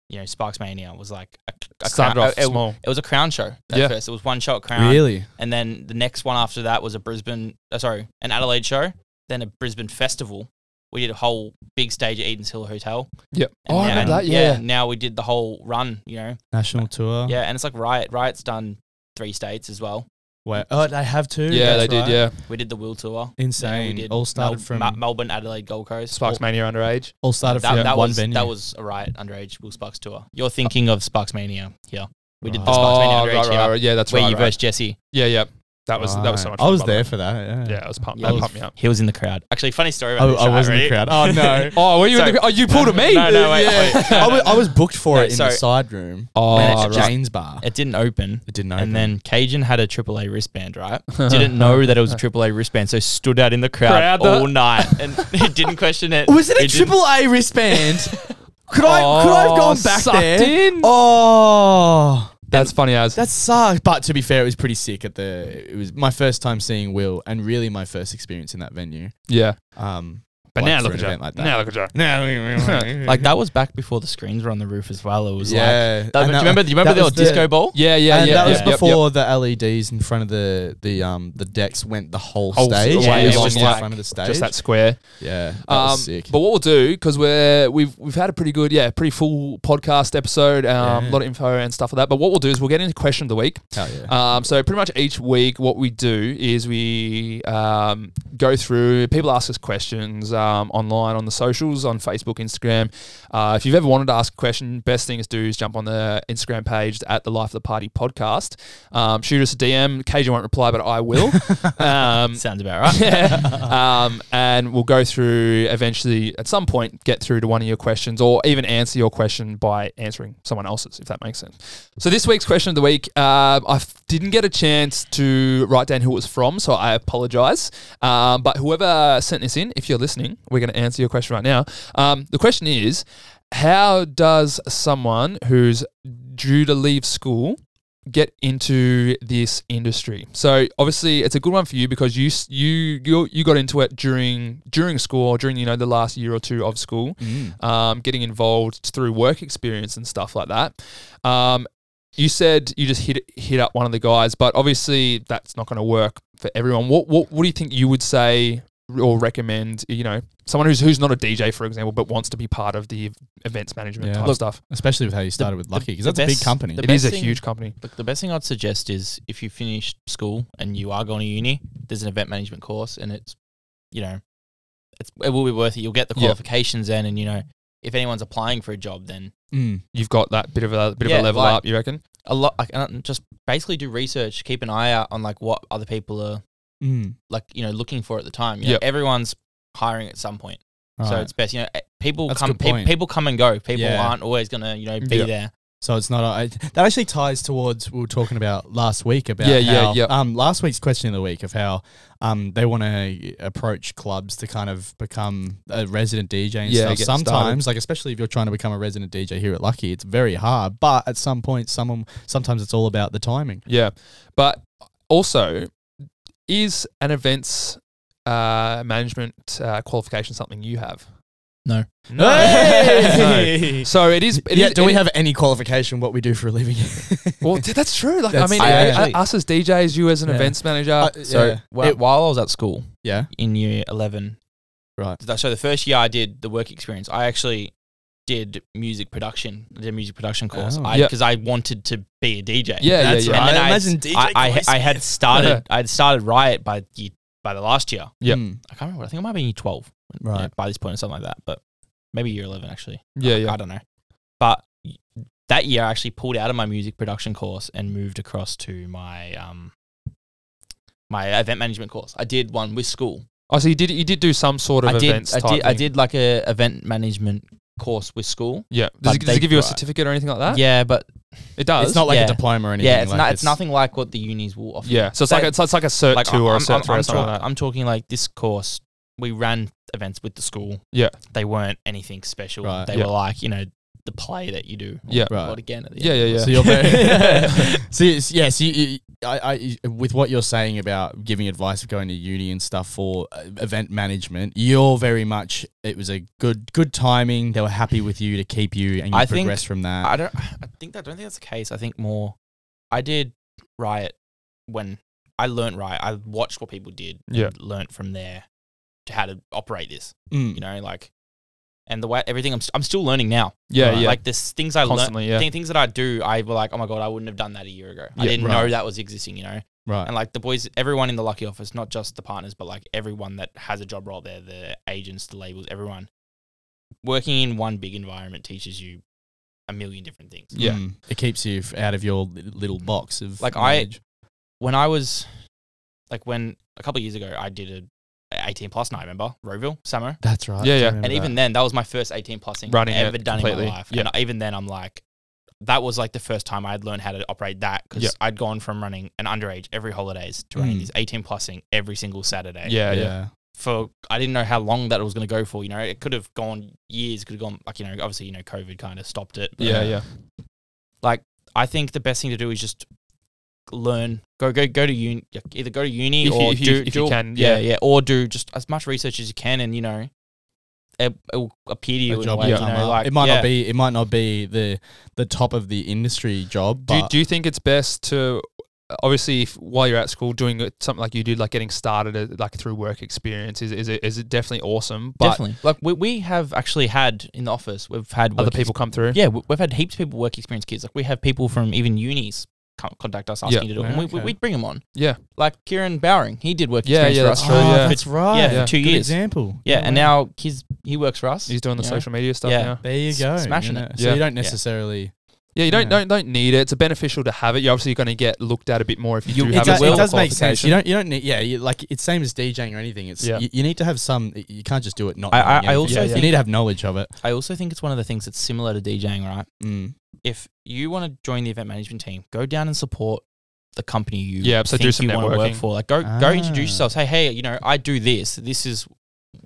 [SPEAKER 3] you know, Sparks Mania was like a, a
[SPEAKER 2] Started
[SPEAKER 3] crown,
[SPEAKER 2] off
[SPEAKER 3] it,
[SPEAKER 2] small.
[SPEAKER 3] it was a crown show at
[SPEAKER 2] Yeah.
[SPEAKER 3] first. It was one show at crown,
[SPEAKER 1] Really?
[SPEAKER 3] and then the next one after that was a Brisbane, uh, sorry, an Adelaide show, then a Brisbane festival. We did a whole big stage at Eden's Hill Hotel.
[SPEAKER 2] Yep.
[SPEAKER 3] And
[SPEAKER 2] Oh, I
[SPEAKER 3] now-
[SPEAKER 2] remember that.
[SPEAKER 3] and
[SPEAKER 2] Yeah. Oh.
[SPEAKER 3] Now we did the whole run, you know.
[SPEAKER 1] National tour.
[SPEAKER 3] Yeah, and it's like Riot. Riot's done three states as well.
[SPEAKER 1] Wait, oh, they have two.
[SPEAKER 2] Yeah, they
[SPEAKER 1] That's
[SPEAKER 2] did.
[SPEAKER 1] right.
[SPEAKER 2] Yeah,
[SPEAKER 3] We did the Wheel Tour. Then we
[SPEAKER 1] Insane.
[SPEAKER 3] did
[SPEAKER 1] All started
[SPEAKER 3] Mel-
[SPEAKER 1] from
[SPEAKER 3] Ma- Melbourne, Adelaide, Gold Coast.
[SPEAKER 2] Sparks Mania underage.
[SPEAKER 1] all started
[SPEAKER 3] that,
[SPEAKER 1] from
[SPEAKER 3] that
[SPEAKER 1] one
[SPEAKER 3] was
[SPEAKER 1] venue.
[SPEAKER 3] that was a Riot underage Will Sparks tour. You're thinking of Sparks Mania here. We did the
[SPEAKER 1] Right.
[SPEAKER 3] Sparks
[SPEAKER 2] Oh,
[SPEAKER 3] Mania
[SPEAKER 2] right,
[SPEAKER 3] underage
[SPEAKER 2] right,
[SPEAKER 3] here,
[SPEAKER 2] right. Yeah, that's
[SPEAKER 3] where
[SPEAKER 2] right.
[SPEAKER 3] you
[SPEAKER 2] right.
[SPEAKER 3] verse Jesse.
[SPEAKER 2] Yeah, yeah. That was that was so
[SPEAKER 1] Right.
[SPEAKER 2] much.
[SPEAKER 1] I
[SPEAKER 2] fun,
[SPEAKER 1] was
[SPEAKER 2] by the
[SPEAKER 1] there
[SPEAKER 2] way.
[SPEAKER 1] for that. Yeah,
[SPEAKER 2] Yeah, it was pumped.
[SPEAKER 3] Yeah,
[SPEAKER 2] that
[SPEAKER 3] it was-
[SPEAKER 2] pumped me up.
[SPEAKER 3] He was in the crowd. Actually, funny story
[SPEAKER 1] I,
[SPEAKER 3] about this.
[SPEAKER 1] I
[SPEAKER 3] right?
[SPEAKER 1] was in the
[SPEAKER 3] Ready?
[SPEAKER 1] crowd. Oh no.
[SPEAKER 2] Oh, were you in
[SPEAKER 3] Sorry.
[SPEAKER 2] the? Oh, you pulled a me.
[SPEAKER 3] No, no, wait,
[SPEAKER 2] Yeah.
[SPEAKER 3] wait.
[SPEAKER 1] I, was, I was booked for
[SPEAKER 3] No,
[SPEAKER 1] it in
[SPEAKER 3] sorry.
[SPEAKER 1] the side room.
[SPEAKER 2] Oh,
[SPEAKER 1] when
[SPEAKER 3] it's
[SPEAKER 1] it's
[SPEAKER 3] just-
[SPEAKER 1] Jane's bar. It
[SPEAKER 3] It didn't open.
[SPEAKER 1] didn't open.
[SPEAKER 3] And then Cajun had a AAA wristband, right? Didn't know that it was a AAA wristband, so stood out in the crowd,
[SPEAKER 2] Crowd that-
[SPEAKER 3] all night and he didn't question it.
[SPEAKER 1] was it a
[SPEAKER 3] He didn't-
[SPEAKER 1] triple A wristband? could I could I have
[SPEAKER 2] Oh,
[SPEAKER 1] gone back
[SPEAKER 2] sucked
[SPEAKER 1] there?
[SPEAKER 2] in.
[SPEAKER 1] Oh,
[SPEAKER 2] That's funny as.
[SPEAKER 1] that sucked. But to be fair, it was pretty sick. At the it was my first time seeing Will, and really my first experience in that venue.
[SPEAKER 2] yeah.
[SPEAKER 1] Um,
[SPEAKER 2] But
[SPEAKER 1] like,
[SPEAKER 2] now
[SPEAKER 1] for
[SPEAKER 2] look
[SPEAKER 1] an
[SPEAKER 2] at you.
[SPEAKER 1] event like that.
[SPEAKER 2] Now look at you.
[SPEAKER 1] no,
[SPEAKER 3] Like that was back before the screens were on the roof as well. It was like
[SPEAKER 1] yeah.
[SPEAKER 3] that, do you remember? Do you remember the old disco ball?
[SPEAKER 2] Yeah, yeah,
[SPEAKER 1] and
[SPEAKER 2] yeah.
[SPEAKER 1] that was
[SPEAKER 2] yeah,
[SPEAKER 1] before the LEDs in front of the the um the decks went the whole,
[SPEAKER 2] Whole
[SPEAKER 1] stage.
[SPEAKER 2] stage.
[SPEAKER 3] Yeah,
[SPEAKER 1] it
[SPEAKER 3] it
[SPEAKER 1] was
[SPEAKER 3] was
[SPEAKER 1] in
[SPEAKER 2] like
[SPEAKER 1] front of the stage.
[SPEAKER 2] Yep. Just that square.
[SPEAKER 1] yeah, that
[SPEAKER 2] Um,
[SPEAKER 1] was sick.
[SPEAKER 2] But what we'll do, because we're we've we've had a pretty good, yeah, pretty full podcast episode, um, a
[SPEAKER 1] Yeah.
[SPEAKER 2] lot of info and stuff like that. But what we'll do is we'll get into question of the week.
[SPEAKER 1] Hell yeah.
[SPEAKER 2] Um, so pretty much each week, what we do is we um, go through. People ask us questions um, online on the socials, on Facebook, Instagram. Uh, if you've ever wanted to ask a question, best thing is do is jump on the Instagram page at the Life of the Party podcast. Um, shoot us a DM. Cajun won't reply, but I will. um,
[SPEAKER 3] Sounds about right.
[SPEAKER 2] yeah. um, and we'll go through eventually at some point get through to one of your questions or even answer your question by answering someone else's if that makes sense so this week's question of the week uh, i f- didn't get a chance to write down who it was from so i apologize um, but whoever sent this in if you're listening we're going to answer your question right now um, the question is how does someone who's due to leave school get into this industry. So obviously, it's a good one for you because you s- you you you got into it during during school or during you know the last year or two of school,
[SPEAKER 1] Mm,
[SPEAKER 2] um, getting involved through work experience and stuff like that. Um, you said you just hit hit up one of the guys, but obviously that's not going to work for everyone. What what what do you think you would say? Or recommend, you know, someone who's who's not a DJ, for example, but wants to be part of the events management
[SPEAKER 1] Yeah.
[SPEAKER 2] type
[SPEAKER 1] Look,
[SPEAKER 2] stuff.
[SPEAKER 1] Especially with how you started with Lucky, because
[SPEAKER 3] the
[SPEAKER 1] that's a big
[SPEAKER 3] best-
[SPEAKER 1] company.
[SPEAKER 3] the
[SPEAKER 2] It is a
[SPEAKER 3] best thing-
[SPEAKER 2] huge company.
[SPEAKER 3] Look, the best thing I'd suggest is if you finish school and you are going to uni, there's an event management course, and it's, you know, it's, it will be worth it. You'll get the
[SPEAKER 2] Yeah.
[SPEAKER 3] qualifications then, and you know, if anyone's applying for a job, then
[SPEAKER 1] Mm.
[SPEAKER 2] You've got that bit of a bit
[SPEAKER 3] Yeah,
[SPEAKER 2] of a level
[SPEAKER 3] like-
[SPEAKER 2] up, you reckon?
[SPEAKER 3] a lot. Like, uh, just basically do research, keep an eye out on like what other people are
[SPEAKER 1] Mm.
[SPEAKER 3] like, you know, looking for at the time. You know,
[SPEAKER 2] Yep.
[SPEAKER 3] everyone's hiring at some point, so
[SPEAKER 1] Alright.
[SPEAKER 3] it's best. You know, eh, people
[SPEAKER 1] That's a
[SPEAKER 3] come,
[SPEAKER 1] good
[SPEAKER 3] pe-
[SPEAKER 1] point.
[SPEAKER 3] people come and go. People
[SPEAKER 1] Yeah.
[SPEAKER 3] aren't always gonna, you know, be
[SPEAKER 2] Yeah.
[SPEAKER 3] there.
[SPEAKER 1] So it's not. I, that actually ties towards we were talking about last week about
[SPEAKER 2] Yeah, yeah,
[SPEAKER 1] how,
[SPEAKER 2] yeah.
[SPEAKER 1] Um, last week's question of the week of how um they want to approach clubs to kind of become a resident DJ and
[SPEAKER 2] Yeah,
[SPEAKER 1] stuff.
[SPEAKER 2] get
[SPEAKER 1] Sometimes, like especially if you're trying to become a resident DJ here at Lucky, it's very hard. But at some point, someone sometimes it's all about the timing.
[SPEAKER 2] Yeah, but also, is an events uh, management uh, qualification something you have?
[SPEAKER 3] No.
[SPEAKER 2] No. No. So it is. it
[SPEAKER 1] yeah,
[SPEAKER 2] is-
[SPEAKER 1] do we
[SPEAKER 2] it-
[SPEAKER 1] have any qualification what we do for a living?
[SPEAKER 2] Well, th- that's true. Like
[SPEAKER 1] That's-
[SPEAKER 2] I mean,
[SPEAKER 1] I
[SPEAKER 2] uh,
[SPEAKER 3] actually-
[SPEAKER 2] us as DJs, you as an
[SPEAKER 1] Yeah.
[SPEAKER 2] events manager.
[SPEAKER 1] Uh,
[SPEAKER 2] so
[SPEAKER 1] yeah.
[SPEAKER 3] Wh-
[SPEAKER 1] It-
[SPEAKER 3] while I was at school
[SPEAKER 1] yeah,
[SPEAKER 3] in year eleven,
[SPEAKER 1] right.
[SPEAKER 3] th- so the first year I did the work experience, I actually did music production, I did a music production course,
[SPEAKER 1] Oh.
[SPEAKER 2] Yeah.
[SPEAKER 3] because I wanted to be a DJ.
[SPEAKER 2] Yeah,
[SPEAKER 1] That's
[SPEAKER 2] yeah, yeah.
[SPEAKER 1] right.
[SPEAKER 3] And then I,
[SPEAKER 1] Imagine
[SPEAKER 3] imagine
[SPEAKER 1] DJ
[SPEAKER 3] I, I,
[SPEAKER 1] Corey
[SPEAKER 3] I had
[SPEAKER 1] Smith.
[SPEAKER 3] started, I had started Riot by the, by the last year.
[SPEAKER 2] Yep.
[SPEAKER 1] Mm,
[SPEAKER 3] I can't remember. I think it might be in year twelve, you know,
[SPEAKER 1] Right.
[SPEAKER 3] by this point or something like that, but maybe year eleven actually.
[SPEAKER 2] yeah,
[SPEAKER 3] I
[SPEAKER 2] yeah.
[SPEAKER 3] don't know. But y- that year, I actually pulled out of my music production course and moved across to my um my event management course. I did one with school.
[SPEAKER 2] Oh, so you did you did do some sort of
[SPEAKER 3] I did.
[SPEAKER 2] events
[SPEAKER 3] I
[SPEAKER 2] type
[SPEAKER 3] did. I
[SPEAKER 2] thing.
[SPEAKER 3] did like a event management course with school.
[SPEAKER 2] Yeah. Does
[SPEAKER 3] but
[SPEAKER 2] it, does
[SPEAKER 3] they-
[SPEAKER 2] it give you a
[SPEAKER 3] right.
[SPEAKER 2] certificate or anything like that?
[SPEAKER 3] Yeah, but
[SPEAKER 2] It does.
[SPEAKER 1] Uh, It's not like
[SPEAKER 3] Yeah.
[SPEAKER 1] a diploma or anything.
[SPEAKER 3] yeah, it's
[SPEAKER 1] like
[SPEAKER 3] not. It's nothing like what the unis will offer.
[SPEAKER 2] Yeah. So it's like
[SPEAKER 3] They-
[SPEAKER 2] it's, it's like a cert
[SPEAKER 3] like,
[SPEAKER 2] two or a
[SPEAKER 3] I'm-
[SPEAKER 2] cert
[SPEAKER 3] I'm-
[SPEAKER 2] three or
[SPEAKER 3] I'm
[SPEAKER 2] something
[SPEAKER 3] talk-
[SPEAKER 2] like that.
[SPEAKER 3] I'm talking like this course. We ran events with the school.
[SPEAKER 2] Yeah.
[SPEAKER 3] they weren't anything special.
[SPEAKER 1] Right.
[SPEAKER 3] They
[SPEAKER 2] Yeah.
[SPEAKER 3] were like you know the play that you do.
[SPEAKER 2] Yeah.
[SPEAKER 1] Right.
[SPEAKER 3] What again? At the
[SPEAKER 2] Yeah,
[SPEAKER 3] end.
[SPEAKER 2] yeah, yeah.
[SPEAKER 1] So you're very so yes, yeah, so you, you- I, I, with what you're saying about giving advice of going to uni and stuff for uh, event management, you're very much it was a good good timing. They were happy with you to keep you and you
[SPEAKER 3] I think
[SPEAKER 1] progress from that.
[SPEAKER 3] I don't. I think that. Don't think that's the case. I think more. I did riot when I learned riot. I watched what people did.
[SPEAKER 2] Yeah.
[SPEAKER 3] Learned from there to how to operate this.
[SPEAKER 1] Mm.
[SPEAKER 3] You know, like, and the way everything. I'm. St- I'm still learning now.
[SPEAKER 2] Yeah,
[SPEAKER 1] Right.
[SPEAKER 2] yeah.
[SPEAKER 3] Like this things I learned.
[SPEAKER 2] Constantly, yeah.
[SPEAKER 3] Thing, things that I do, I were like, oh my god, I wouldn't have done that a year ago. I
[SPEAKER 2] Yeah,
[SPEAKER 3] didn't
[SPEAKER 1] right.
[SPEAKER 3] know that was existing. You know.
[SPEAKER 1] right.
[SPEAKER 3] And like the boys, everyone in the lucky office, not just the partners, but like everyone that has a job role there, the agents, the labels, everyone working in one big environment teaches you a million different things.
[SPEAKER 2] yeah.
[SPEAKER 1] Hmm. Mm. It keeps you f- out of your li- little box of
[SPEAKER 3] Like, I-
[SPEAKER 1] knowledge.
[SPEAKER 3] When I was like when a couple of years ago I did a 18 plus night, remember? Roeville, Samo.
[SPEAKER 1] That's right.
[SPEAKER 2] Yeah,
[SPEAKER 1] I
[SPEAKER 2] yeah.
[SPEAKER 1] remember
[SPEAKER 3] And even
[SPEAKER 1] that.
[SPEAKER 3] then, that was my first 18 plus thing
[SPEAKER 2] Running
[SPEAKER 3] I've ever
[SPEAKER 2] it
[SPEAKER 3] done in
[SPEAKER 2] completely.
[SPEAKER 3] my life.
[SPEAKER 2] Yeah.
[SPEAKER 3] And even then, I'm like, that was like the first time I'd learned how to operate that because
[SPEAKER 2] Yeah.
[SPEAKER 3] I'd gone from running an underage every holidays to running
[SPEAKER 1] Mm.
[SPEAKER 3] these 18 plus thing every single Saturday.
[SPEAKER 2] yeah, yeah,
[SPEAKER 1] yeah.
[SPEAKER 3] For I didn't know how long that was going to go for. You know, it could have gone years. Could have gone like you know, obviously you know, COVID kind of stopped it. but-
[SPEAKER 2] yeah, yeah,
[SPEAKER 3] I think the best thing to do is just learn. Go go go to uni. Either go to uni
[SPEAKER 2] If you-
[SPEAKER 3] or
[SPEAKER 2] if you-
[SPEAKER 3] do,
[SPEAKER 2] if
[SPEAKER 3] do
[SPEAKER 2] you
[SPEAKER 3] a-
[SPEAKER 2] can,
[SPEAKER 3] Yeah,
[SPEAKER 2] yeah.
[SPEAKER 3] yeah, or do just as much research as you can, and you know, it, it will appear to you
[SPEAKER 1] A
[SPEAKER 3] in
[SPEAKER 1] job
[SPEAKER 3] ways,
[SPEAKER 1] will
[SPEAKER 2] yeah.
[SPEAKER 3] you
[SPEAKER 1] come
[SPEAKER 3] know,
[SPEAKER 1] up.
[SPEAKER 3] like
[SPEAKER 1] it might
[SPEAKER 3] yeah.
[SPEAKER 1] not be it might not be the the top of the industry job,
[SPEAKER 2] Do you,
[SPEAKER 1] but
[SPEAKER 2] do you think it's best to obviously if, while you're at school doing it- something like you did, like getting started uh, like through work experience is is it, is it definitely awesome? But
[SPEAKER 3] definitely. Like we, we have actually had in the office, we've had
[SPEAKER 2] other
[SPEAKER 3] work
[SPEAKER 2] people come through.
[SPEAKER 3] ex- yeah, we- we've had heaps of people work experience kids. Like we have people from even unis co- contact us asking to do it, and we, we,
[SPEAKER 1] Okay.
[SPEAKER 3] we'd bring them on.
[SPEAKER 2] Yeah.
[SPEAKER 3] like Kieran Bowering, he did work
[SPEAKER 2] Yeah,
[SPEAKER 3] experience
[SPEAKER 2] yeah,
[SPEAKER 3] for
[SPEAKER 2] that's
[SPEAKER 3] us.
[SPEAKER 2] true,
[SPEAKER 3] for-
[SPEAKER 2] yeah.
[SPEAKER 3] for-
[SPEAKER 1] Ah, that's right.
[SPEAKER 3] yeah, for two
[SPEAKER 1] Good
[SPEAKER 3] years.
[SPEAKER 1] example.
[SPEAKER 3] yeah, and
[SPEAKER 1] wow.
[SPEAKER 3] now he's he works for us.
[SPEAKER 2] He's doing the
[SPEAKER 3] Yeah.
[SPEAKER 2] social media stuff
[SPEAKER 3] Yeah.
[SPEAKER 2] now.
[SPEAKER 1] there you
[SPEAKER 3] s-
[SPEAKER 1] go. you
[SPEAKER 3] smashing
[SPEAKER 1] know.
[SPEAKER 3] it.
[SPEAKER 1] So
[SPEAKER 2] Yeah.
[SPEAKER 1] you don't
[SPEAKER 3] Yeah.
[SPEAKER 1] necessarily.
[SPEAKER 2] Yeah, you don't
[SPEAKER 1] Yeah.
[SPEAKER 2] don't don't need it. It's a beneficial to have it. You're obviously going to get looked at a bit more if you,
[SPEAKER 3] You-
[SPEAKER 2] do
[SPEAKER 3] it
[SPEAKER 2] have
[SPEAKER 1] It does,
[SPEAKER 2] a
[SPEAKER 1] it
[SPEAKER 2] proper
[SPEAKER 1] does make sense.
[SPEAKER 2] qualification.
[SPEAKER 1] You don't. You don't need. Yeah. You, like it's same as DJing or anything. It's
[SPEAKER 2] Yeah.
[SPEAKER 1] you, you need to have some. You can't just do it. Not.
[SPEAKER 3] I- I-
[SPEAKER 1] knowing
[SPEAKER 3] I
[SPEAKER 1] anything.
[SPEAKER 3] also
[SPEAKER 2] Yeah, yeah.
[SPEAKER 1] you
[SPEAKER 2] think-
[SPEAKER 1] need to have knowledge of it.
[SPEAKER 3] I also think it's one of the things that's similar to DJing, right?
[SPEAKER 1] Mm.
[SPEAKER 3] If you want to join the event management team, go down and support the company you
[SPEAKER 2] Yeah, so do
[SPEAKER 3] think
[SPEAKER 2] some
[SPEAKER 3] you wanna
[SPEAKER 2] networking.
[SPEAKER 3] work for. Like go go
[SPEAKER 1] Ah.
[SPEAKER 3] introduce yourself. Say, hey, you know, I do this. This is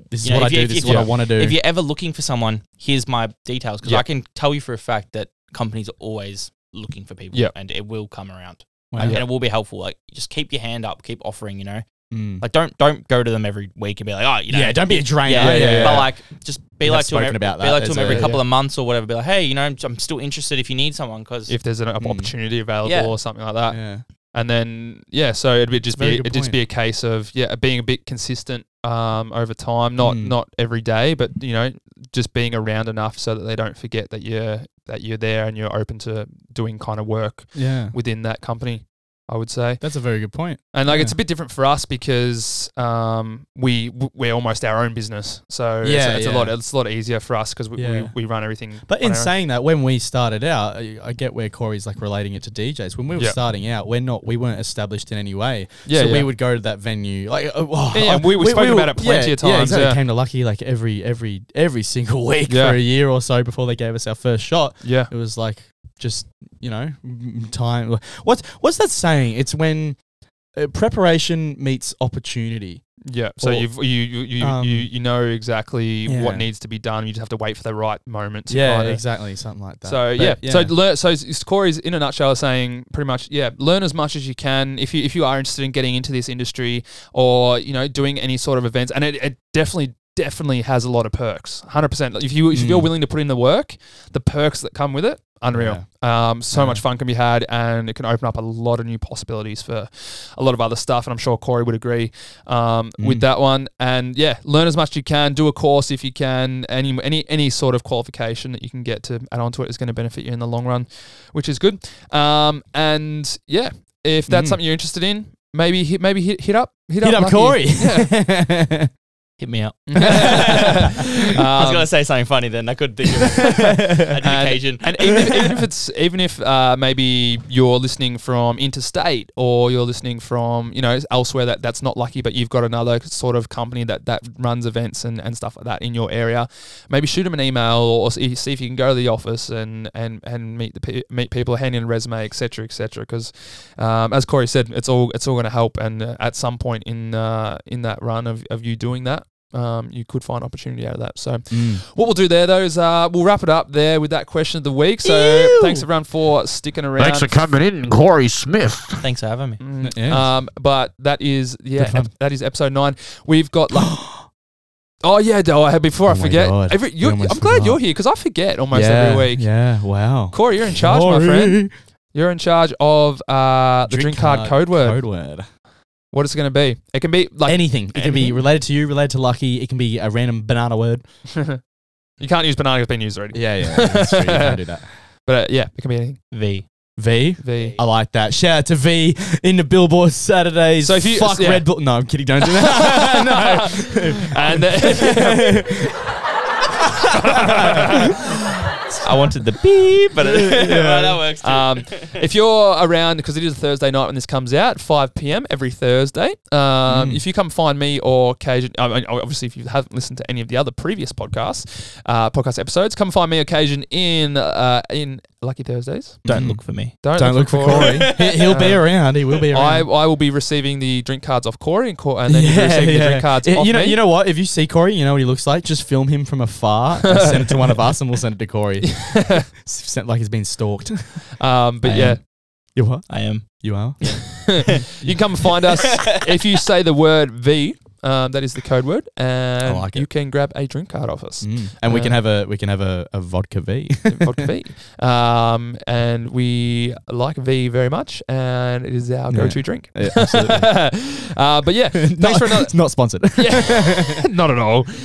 [SPEAKER 1] This is
[SPEAKER 3] You know,
[SPEAKER 1] what I
[SPEAKER 3] if you-
[SPEAKER 1] do.
[SPEAKER 3] if
[SPEAKER 1] this is
[SPEAKER 3] you-
[SPEAKER 1] what I
[SPEAKER 3] yeah.
[SPEAKER 1] want to do.
[SPEAKER 3] if you're ever looking for someone, here's my details because
[SPEAKER 2] Yeah.
[SPEAKER 3] I can tell you for a fact that companies are always looking for people
[SPEAKER 2] Yeah.
[SPEAKER 3] and it will come around
[SPEAKER 1] Wow.
[SPEAKER 3] and it will be helpful. Like just keep your hand up, keep offering, you know.
[SPEAKER 1] Mm.
[SPEAKER 3] Like don't don't go to them every week and be like, oh, you know,
[SPEAKER 1] yeah. Don't be a drain.
[SPEAKER 3] yeah,
[SPEAKER 2] yeah, yeah.
[SPEAKER 3] But like, just
[SPEAKER 1] We
[SPEAKER 3] be
[SPEAKER 1] have
[SPEAKER 3] like to him,
[SPEAKER 1] spoken
[SPEAKER 3] every,
[SPEAKER 1] about
[SPEAKER 3] be
[SPEAKER 1] that.
[SPEAKER 3] like to
[SPEAKER 1] There's
[SPEAKER 3] him every
[SPEAKER 1] a-
[SPEAKER 3] couple
[SPEAKER 2] yeah.
[SPEAKER 3] of months or whatever. Be like, hey, you know, I'm, I'm still interested if you need someone because
[SPEAKER 2] If there's an op-
[SPEAKER 1] Mm.
[SPEAKER 2] opportunity available
[SPEAKER 3] Yeah.
[SPEAKER 2] or something like that,
[SPEAKER 1] yeah.
[SPEAKER 2] and then yeah, so it'd be just
[SPEAKER 1] Very
[SPEAKER 2] be
[SPEAKER 1] good
[SPEAKER 2] it'd just
[SPEAKER 1] point.
[SPEAKER 2] be a case of yeah being a bit consistent um, over time, not
[SPEAKER 1] Mm.
[SPEAKER 2] not every day, but you know just being around enough so that they don't forget that you're that you're there and you're open to doing kind of work
[SPEAKER 1] Yeah.
[SPEAKER 2] within that company. I would say,
[SPEAKER 1] That's a very good point.
[SPEAKER 2] and like it's
[SPEAKER 1] Yeah.
[SPEAKER 2] a bit different for us because um, we w- we're almost our own business, so it's-
[SPEAKER 1] Yeah,
[SPEAKER 2] it's,
[SPEAKER 1] yeah.
[SPEAKER 2] a lot it's a lot easier for us because we,
[SPEAKER 1] Yeah.
[SPEAKER 2] we, we run everything.
[SPEAKER 1] But
[SPEAKER 2] on
[SPEAKER 1] in
[SPEAKER 2] our own.
[SPEAKER 1] saying that, when we started out, I I get where Corey's like relating it to DJs. When we were
[SPEAKER 2] Yeah.
[SPEAKER 1] starting out, we're not, we weren't established in any way.
[SPEAKER 2] yeah,
[SPEAKER 1] so
[SPEAKER 2] yeah.
[SPEAKER 1] we would go to that venue. Like, oh, wow.
[SPEAKER 2] Yeah, yeah, uh, we- we spoke about it plenty
[SPEAKER 1] yeah,
[SPEAKER 2] of
[SPEAKER 1] Yeah,
[SPEAKER 2] times,
[SPEAKER 1] exactly.
[SPEAKER 2] yeah.
[SPEAKER 1] Came to Lucky like every every every single week
[SPEAKER 2] Yeah.
[SPEAKER 1] for a year or so before they gave us our first shot.
[SPEAKER 2] yeah,
[SPEAKER 1] It was like just you know mm, time. What's what's that saying? It's when uh, preparation meets opportunity.
[SPEAKER 2] yeah. So
[SPEAKER 1] or-
[SPEAKER 2] you've, you you you,
[SPEAKER 1] Um,
[SPEAKER 2] you you know exactly what
[SPEAKER 1] Yeah.
[SPEAKER 2] needs to be done. You just have to wait for the right moment. To
[SPEAKER 1] Yeah,
[SPEAKER 2] kinda-
[SPEAKER 1] exactly, something like that.
[SPEAKER 2] So
[SPEAKER 1] But,
[SPEAKER 2] yeah. so learn. So s- Corey's in a nutshell is saying pretty much yeah, learn as much as you can. If you if you are interested in getting into this industry or you know doing any sort of events, and it, it definitely definitely has a lot of perks. Hundred percent. If you if you're
[SPEAKER 1] Mm.
[SPEAKER 2] willing to put in the work, the perks that come with it, unreal. Um, so
[SPEAKER 1] Yeah.
[SPEAKER 2] much fun can be had, and it can open up a lot of new possibilities for a lot of other stuff. And I'm sure Corey would agree um, with
[SPEAKER 1] Mm.
[SPEAKER 2] that one. And yeah, learn as much as you can. Do a course if you can. Any any any sort of qualification that you can get to add on to it is going to benefit you in the long run, which is good. Um, and yeah, if that's
[SPEAKER 1] Mm.
[SPEAKER 2] something you're interested in, maybe hit, maybe hit, hit up hit,
[SPEAKER 1] hit up
[SPEAKER 2] Lucky.
[SPEAKER 1] Corey.
[SPEAKER 2] Yeah.
[SPEAKER 3] hit me up. I was
[SPEAKER 2] Um,
[SPEAKER 3] gonna say something funny then. I couldn't think of an
[SPEAKER 2] And-
[SPEAKER 3] occasion.
[SPEAKER 2] And even if, even if it's even if uh, maybe you're listening from interstate or you're listening from you know elsewhere that that's not lucky, but you've got another sort of company that that runs events and, and stuff like that in your area, maybe shoot them an email or see, see if you can go to the office and and and meet the pe- meet people, hand in a resume, etc. etc. Because um, as Corey said, it's all it's all going to help, and uh, at some point in uh, in that run of, of you doing that. Um, you could find opportunity out of that. So,
[SPEAKER 1] Mm.
[SPEAKER 2] what we'll do there, though, is uh, we'll wrap it up there with that question of the week. So
[SPEAKER 1] Ew.
[SPEAKER 2] thanks everyone for sticking around.
[SPEAKER 4] Thanks for coming in, Corey Smith.
[SPEAKER 3] Thanks for having me.
[SPEAKER 2] Mm,
[SPEAKER 1] Yeah.
[SPEAKER 2] Um, but that is yeah,
[SPEAKER 1] Good fun.
[SPEAKER 2] ep- that is episode nine. We've got like. Oh yeah, though I had before I
[SPEAKER 1] Oh my
[SPEAKER 2] forget.
[SPEAKER 1] God.
[SPEAKER 2] Every,
[SPEAKER 1] We
[SPEAKER 2] you, I'm
[SPEAKER 1] almost
[SPEAKER 2] glad
[SPEAKER 1] forgot.
[SPEAKER 2] you're here because I forget almost
[SPEAKER 1] yeah,
[SPEAKER 2] every week.
[SPEAKER 1] Yeah, wow.
[SPEAKER 2] Corey, you're in charge, my friend.
[SPEAKER 1] Corey.
[SPEAKER 2] You're in charge of uh, the drink, card, code word.
[SPEAKER 1] Code word.
[SPEAKER 2] What is it going to be? It can be like
[SPEAKER 1] anything. It can be
[SPEAKER 2] anything?
[SPEAKER 1] related to you, related to Lucky. It can be a random banana word.
[SPEAKER 2] you can't use banana; it's been used already.
[SPEAKER 1] Yeah, yeah. That's true. You can do that.
[SPEAKER 2] But uh, yeah, it can be anything.
[SPEAKER 3] V.
[SPEAKER 1] V.
[SPEAKER 2] V.
[SPEAKER 1] I like that. Shout out to V in the Billboard Saturdays.
[SPEAKER 2] So if you-
[SPEAKER 1] fuck
[SPEAKER 2] yeah.
[SPEAKER 1] Red Bull, no, I'm kidding. Don't do that. no.
[SPEAKER 2] And uh,
[SPEAKER 5] I wanted the beep, but it,
[SPEAKER 3] Well, that works. Too.
[SPEAKER 2] Um, if you're around, because it is a Thursday night when this comes out, 5 p.m. every Thursday. Um,
[SPEAKER 1] Mm.
[SPEAKER 2] If you come find me or Cajun, I mean, obviously, if you haven't listened to any of the other previous podcasts, uh, podcast episodes, come find me occasion in uh, in Lucky Thursdays. Uh,
[SPEAKER 5] don't look for me.
[SPEAKER 1] Don't look for Corey. he, will be around. He will be
[SPEAKER 2] I,
[SPEAKER 1] around.
[SPEAKER 2] I will be receiving the drink cards off Corey and, Cor- and then you'll be receiving the drink cards
[SPEAKER 1] Y-
[SPEAKER 2] off
[SPEAKER 1] you know,
[SPEAKER 2] me.
[SPEAKER 1] you know what? If you see Corey, you know what he looks like. Just film him from afar and send it to one of us, and we'll send it to Corey. S- sent like he's been stalked.
[SPEAKER 2] um, but
[SPEAKER 5] I
[SPEAKER 2] yeah,
[SPEAKER 5] am.
[SPEAKER 1] You what?
[SPEAKER 5] I am.
[SPEAKER 1] You are.
[SPEAKER 2] you can come and find us if you say the word V. Um, that is the code word, and
[SPEAKER 1] like
[SPEAKER 2] you
[SPEAKER 1] it. Mm.
[SPEAKER 2] can grab a drink card off us.
[SPEAKER 1] And we can
[SPEAKER 2] Uh,
[SPEAKER 1] have a we can have a, a vodka V.
[SPEAKER 2] vodka V. Um, and we like V very much, and it is our
[SPEAKER 1] Yeah.
[SPEAKER 2] go-to drink.
[SPEAKER 1] Yeah, absolutely.
[SPEAKER 2] uh, but yeah, thanks
[SPEAKER 1] not,
[SPEAKER 2] for another.
[SPEAKER 1] it's not sponsored.
[SPEAKER 2] Yeah, not at all.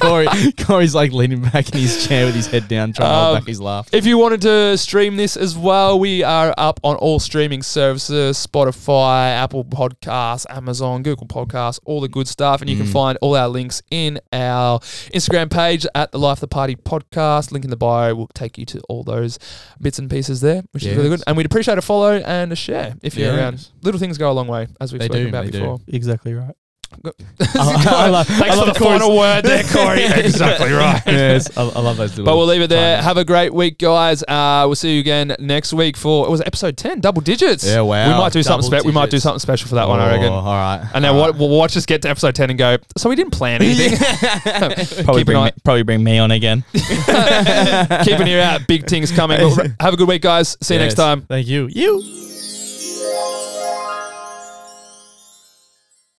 [SPEAKER 1] Corey, Corey's like leaning back in his chair with his head down, trying to
[SPEAKER 2] Um,
[SPEAKER 1] hold back his laugh.
[SPEAKER 2] If you wanted to stream this as well, we are up on all streaming services Spotify, Apple Podcasts, Amazon, Google Podcasts, all the good stuff. And you
[SPEAKER 1] Mm.
[SPEAKER 2] can find all our links in our Instagram page at the Life of the Party podcast. Link in the bio will take you to all those bits and pieces there, which is really
[SPEAKER 1] Yes.
[SPEAKER 2] good. And we'd appreciate a follow and a share if you're
[SPEAKER 1] Yes.
[SPEAKER 2] around. Little things go a long way, as we've
[SPEAKER 1] They
[SPEAKER 2] spoken
[SPEAKER 1] do,
[SPEAKER 2] about
[SPEAKER 1] they do.
[SPEAKER 2] before.
[SPEAKER 5] Exactly right.
[SPEAKER 1] I love- I
[SPEAKER 2] Thanks
[SPEAKER 1] love
[SPEAKER 2] for the
[SPEAKER 1] Corey's-
[SPEAKER 2] final word there, Corey. exactly right.
[SPEAKER 1] yes, I, I love those little.
[SPEAKER 2] But we'll leave it there.
[SPEAKER 1] tiny-
[SPEAKER 2] Have a great week, guys. Uh, we'll see you again next week for it was episode ten, double digits.
[SPEAKER 1] Yeah, wow.
[SPEAKER 2] We might do something
[SPEAKER 1] Double
[SPEAKER 2] special. We might do
[SPEAKER 1] digits.
[SPEAKER 2] something special for that one, I
[SPEAKER 1] Oh,
[SPEAKER 2] reckon.
[SPEAKER 1] All right.
[SPEAKER 2] And then
[SPEAKER 1] all
[SPEAKER 2] wa-
[SPEAKER 1] right.
[SPEAKER 2] we'll watch us get to episode ten and go. So we didn't plan anything.
[SPEAKER 5] Probably
[SPEAKER 2] keep, an
[SPEAKER 5] bring me,
[SPEAKER 2] eye,
[SPEAKER 5] probably bring me on again.
[SPEAKER 2] keep an ear out. Big things coming. But have a good week, guys. See you next
[SPEAKER 1] Yes.
[SPEAKER 2] time.
[SPEAKER 1] Thank you. You.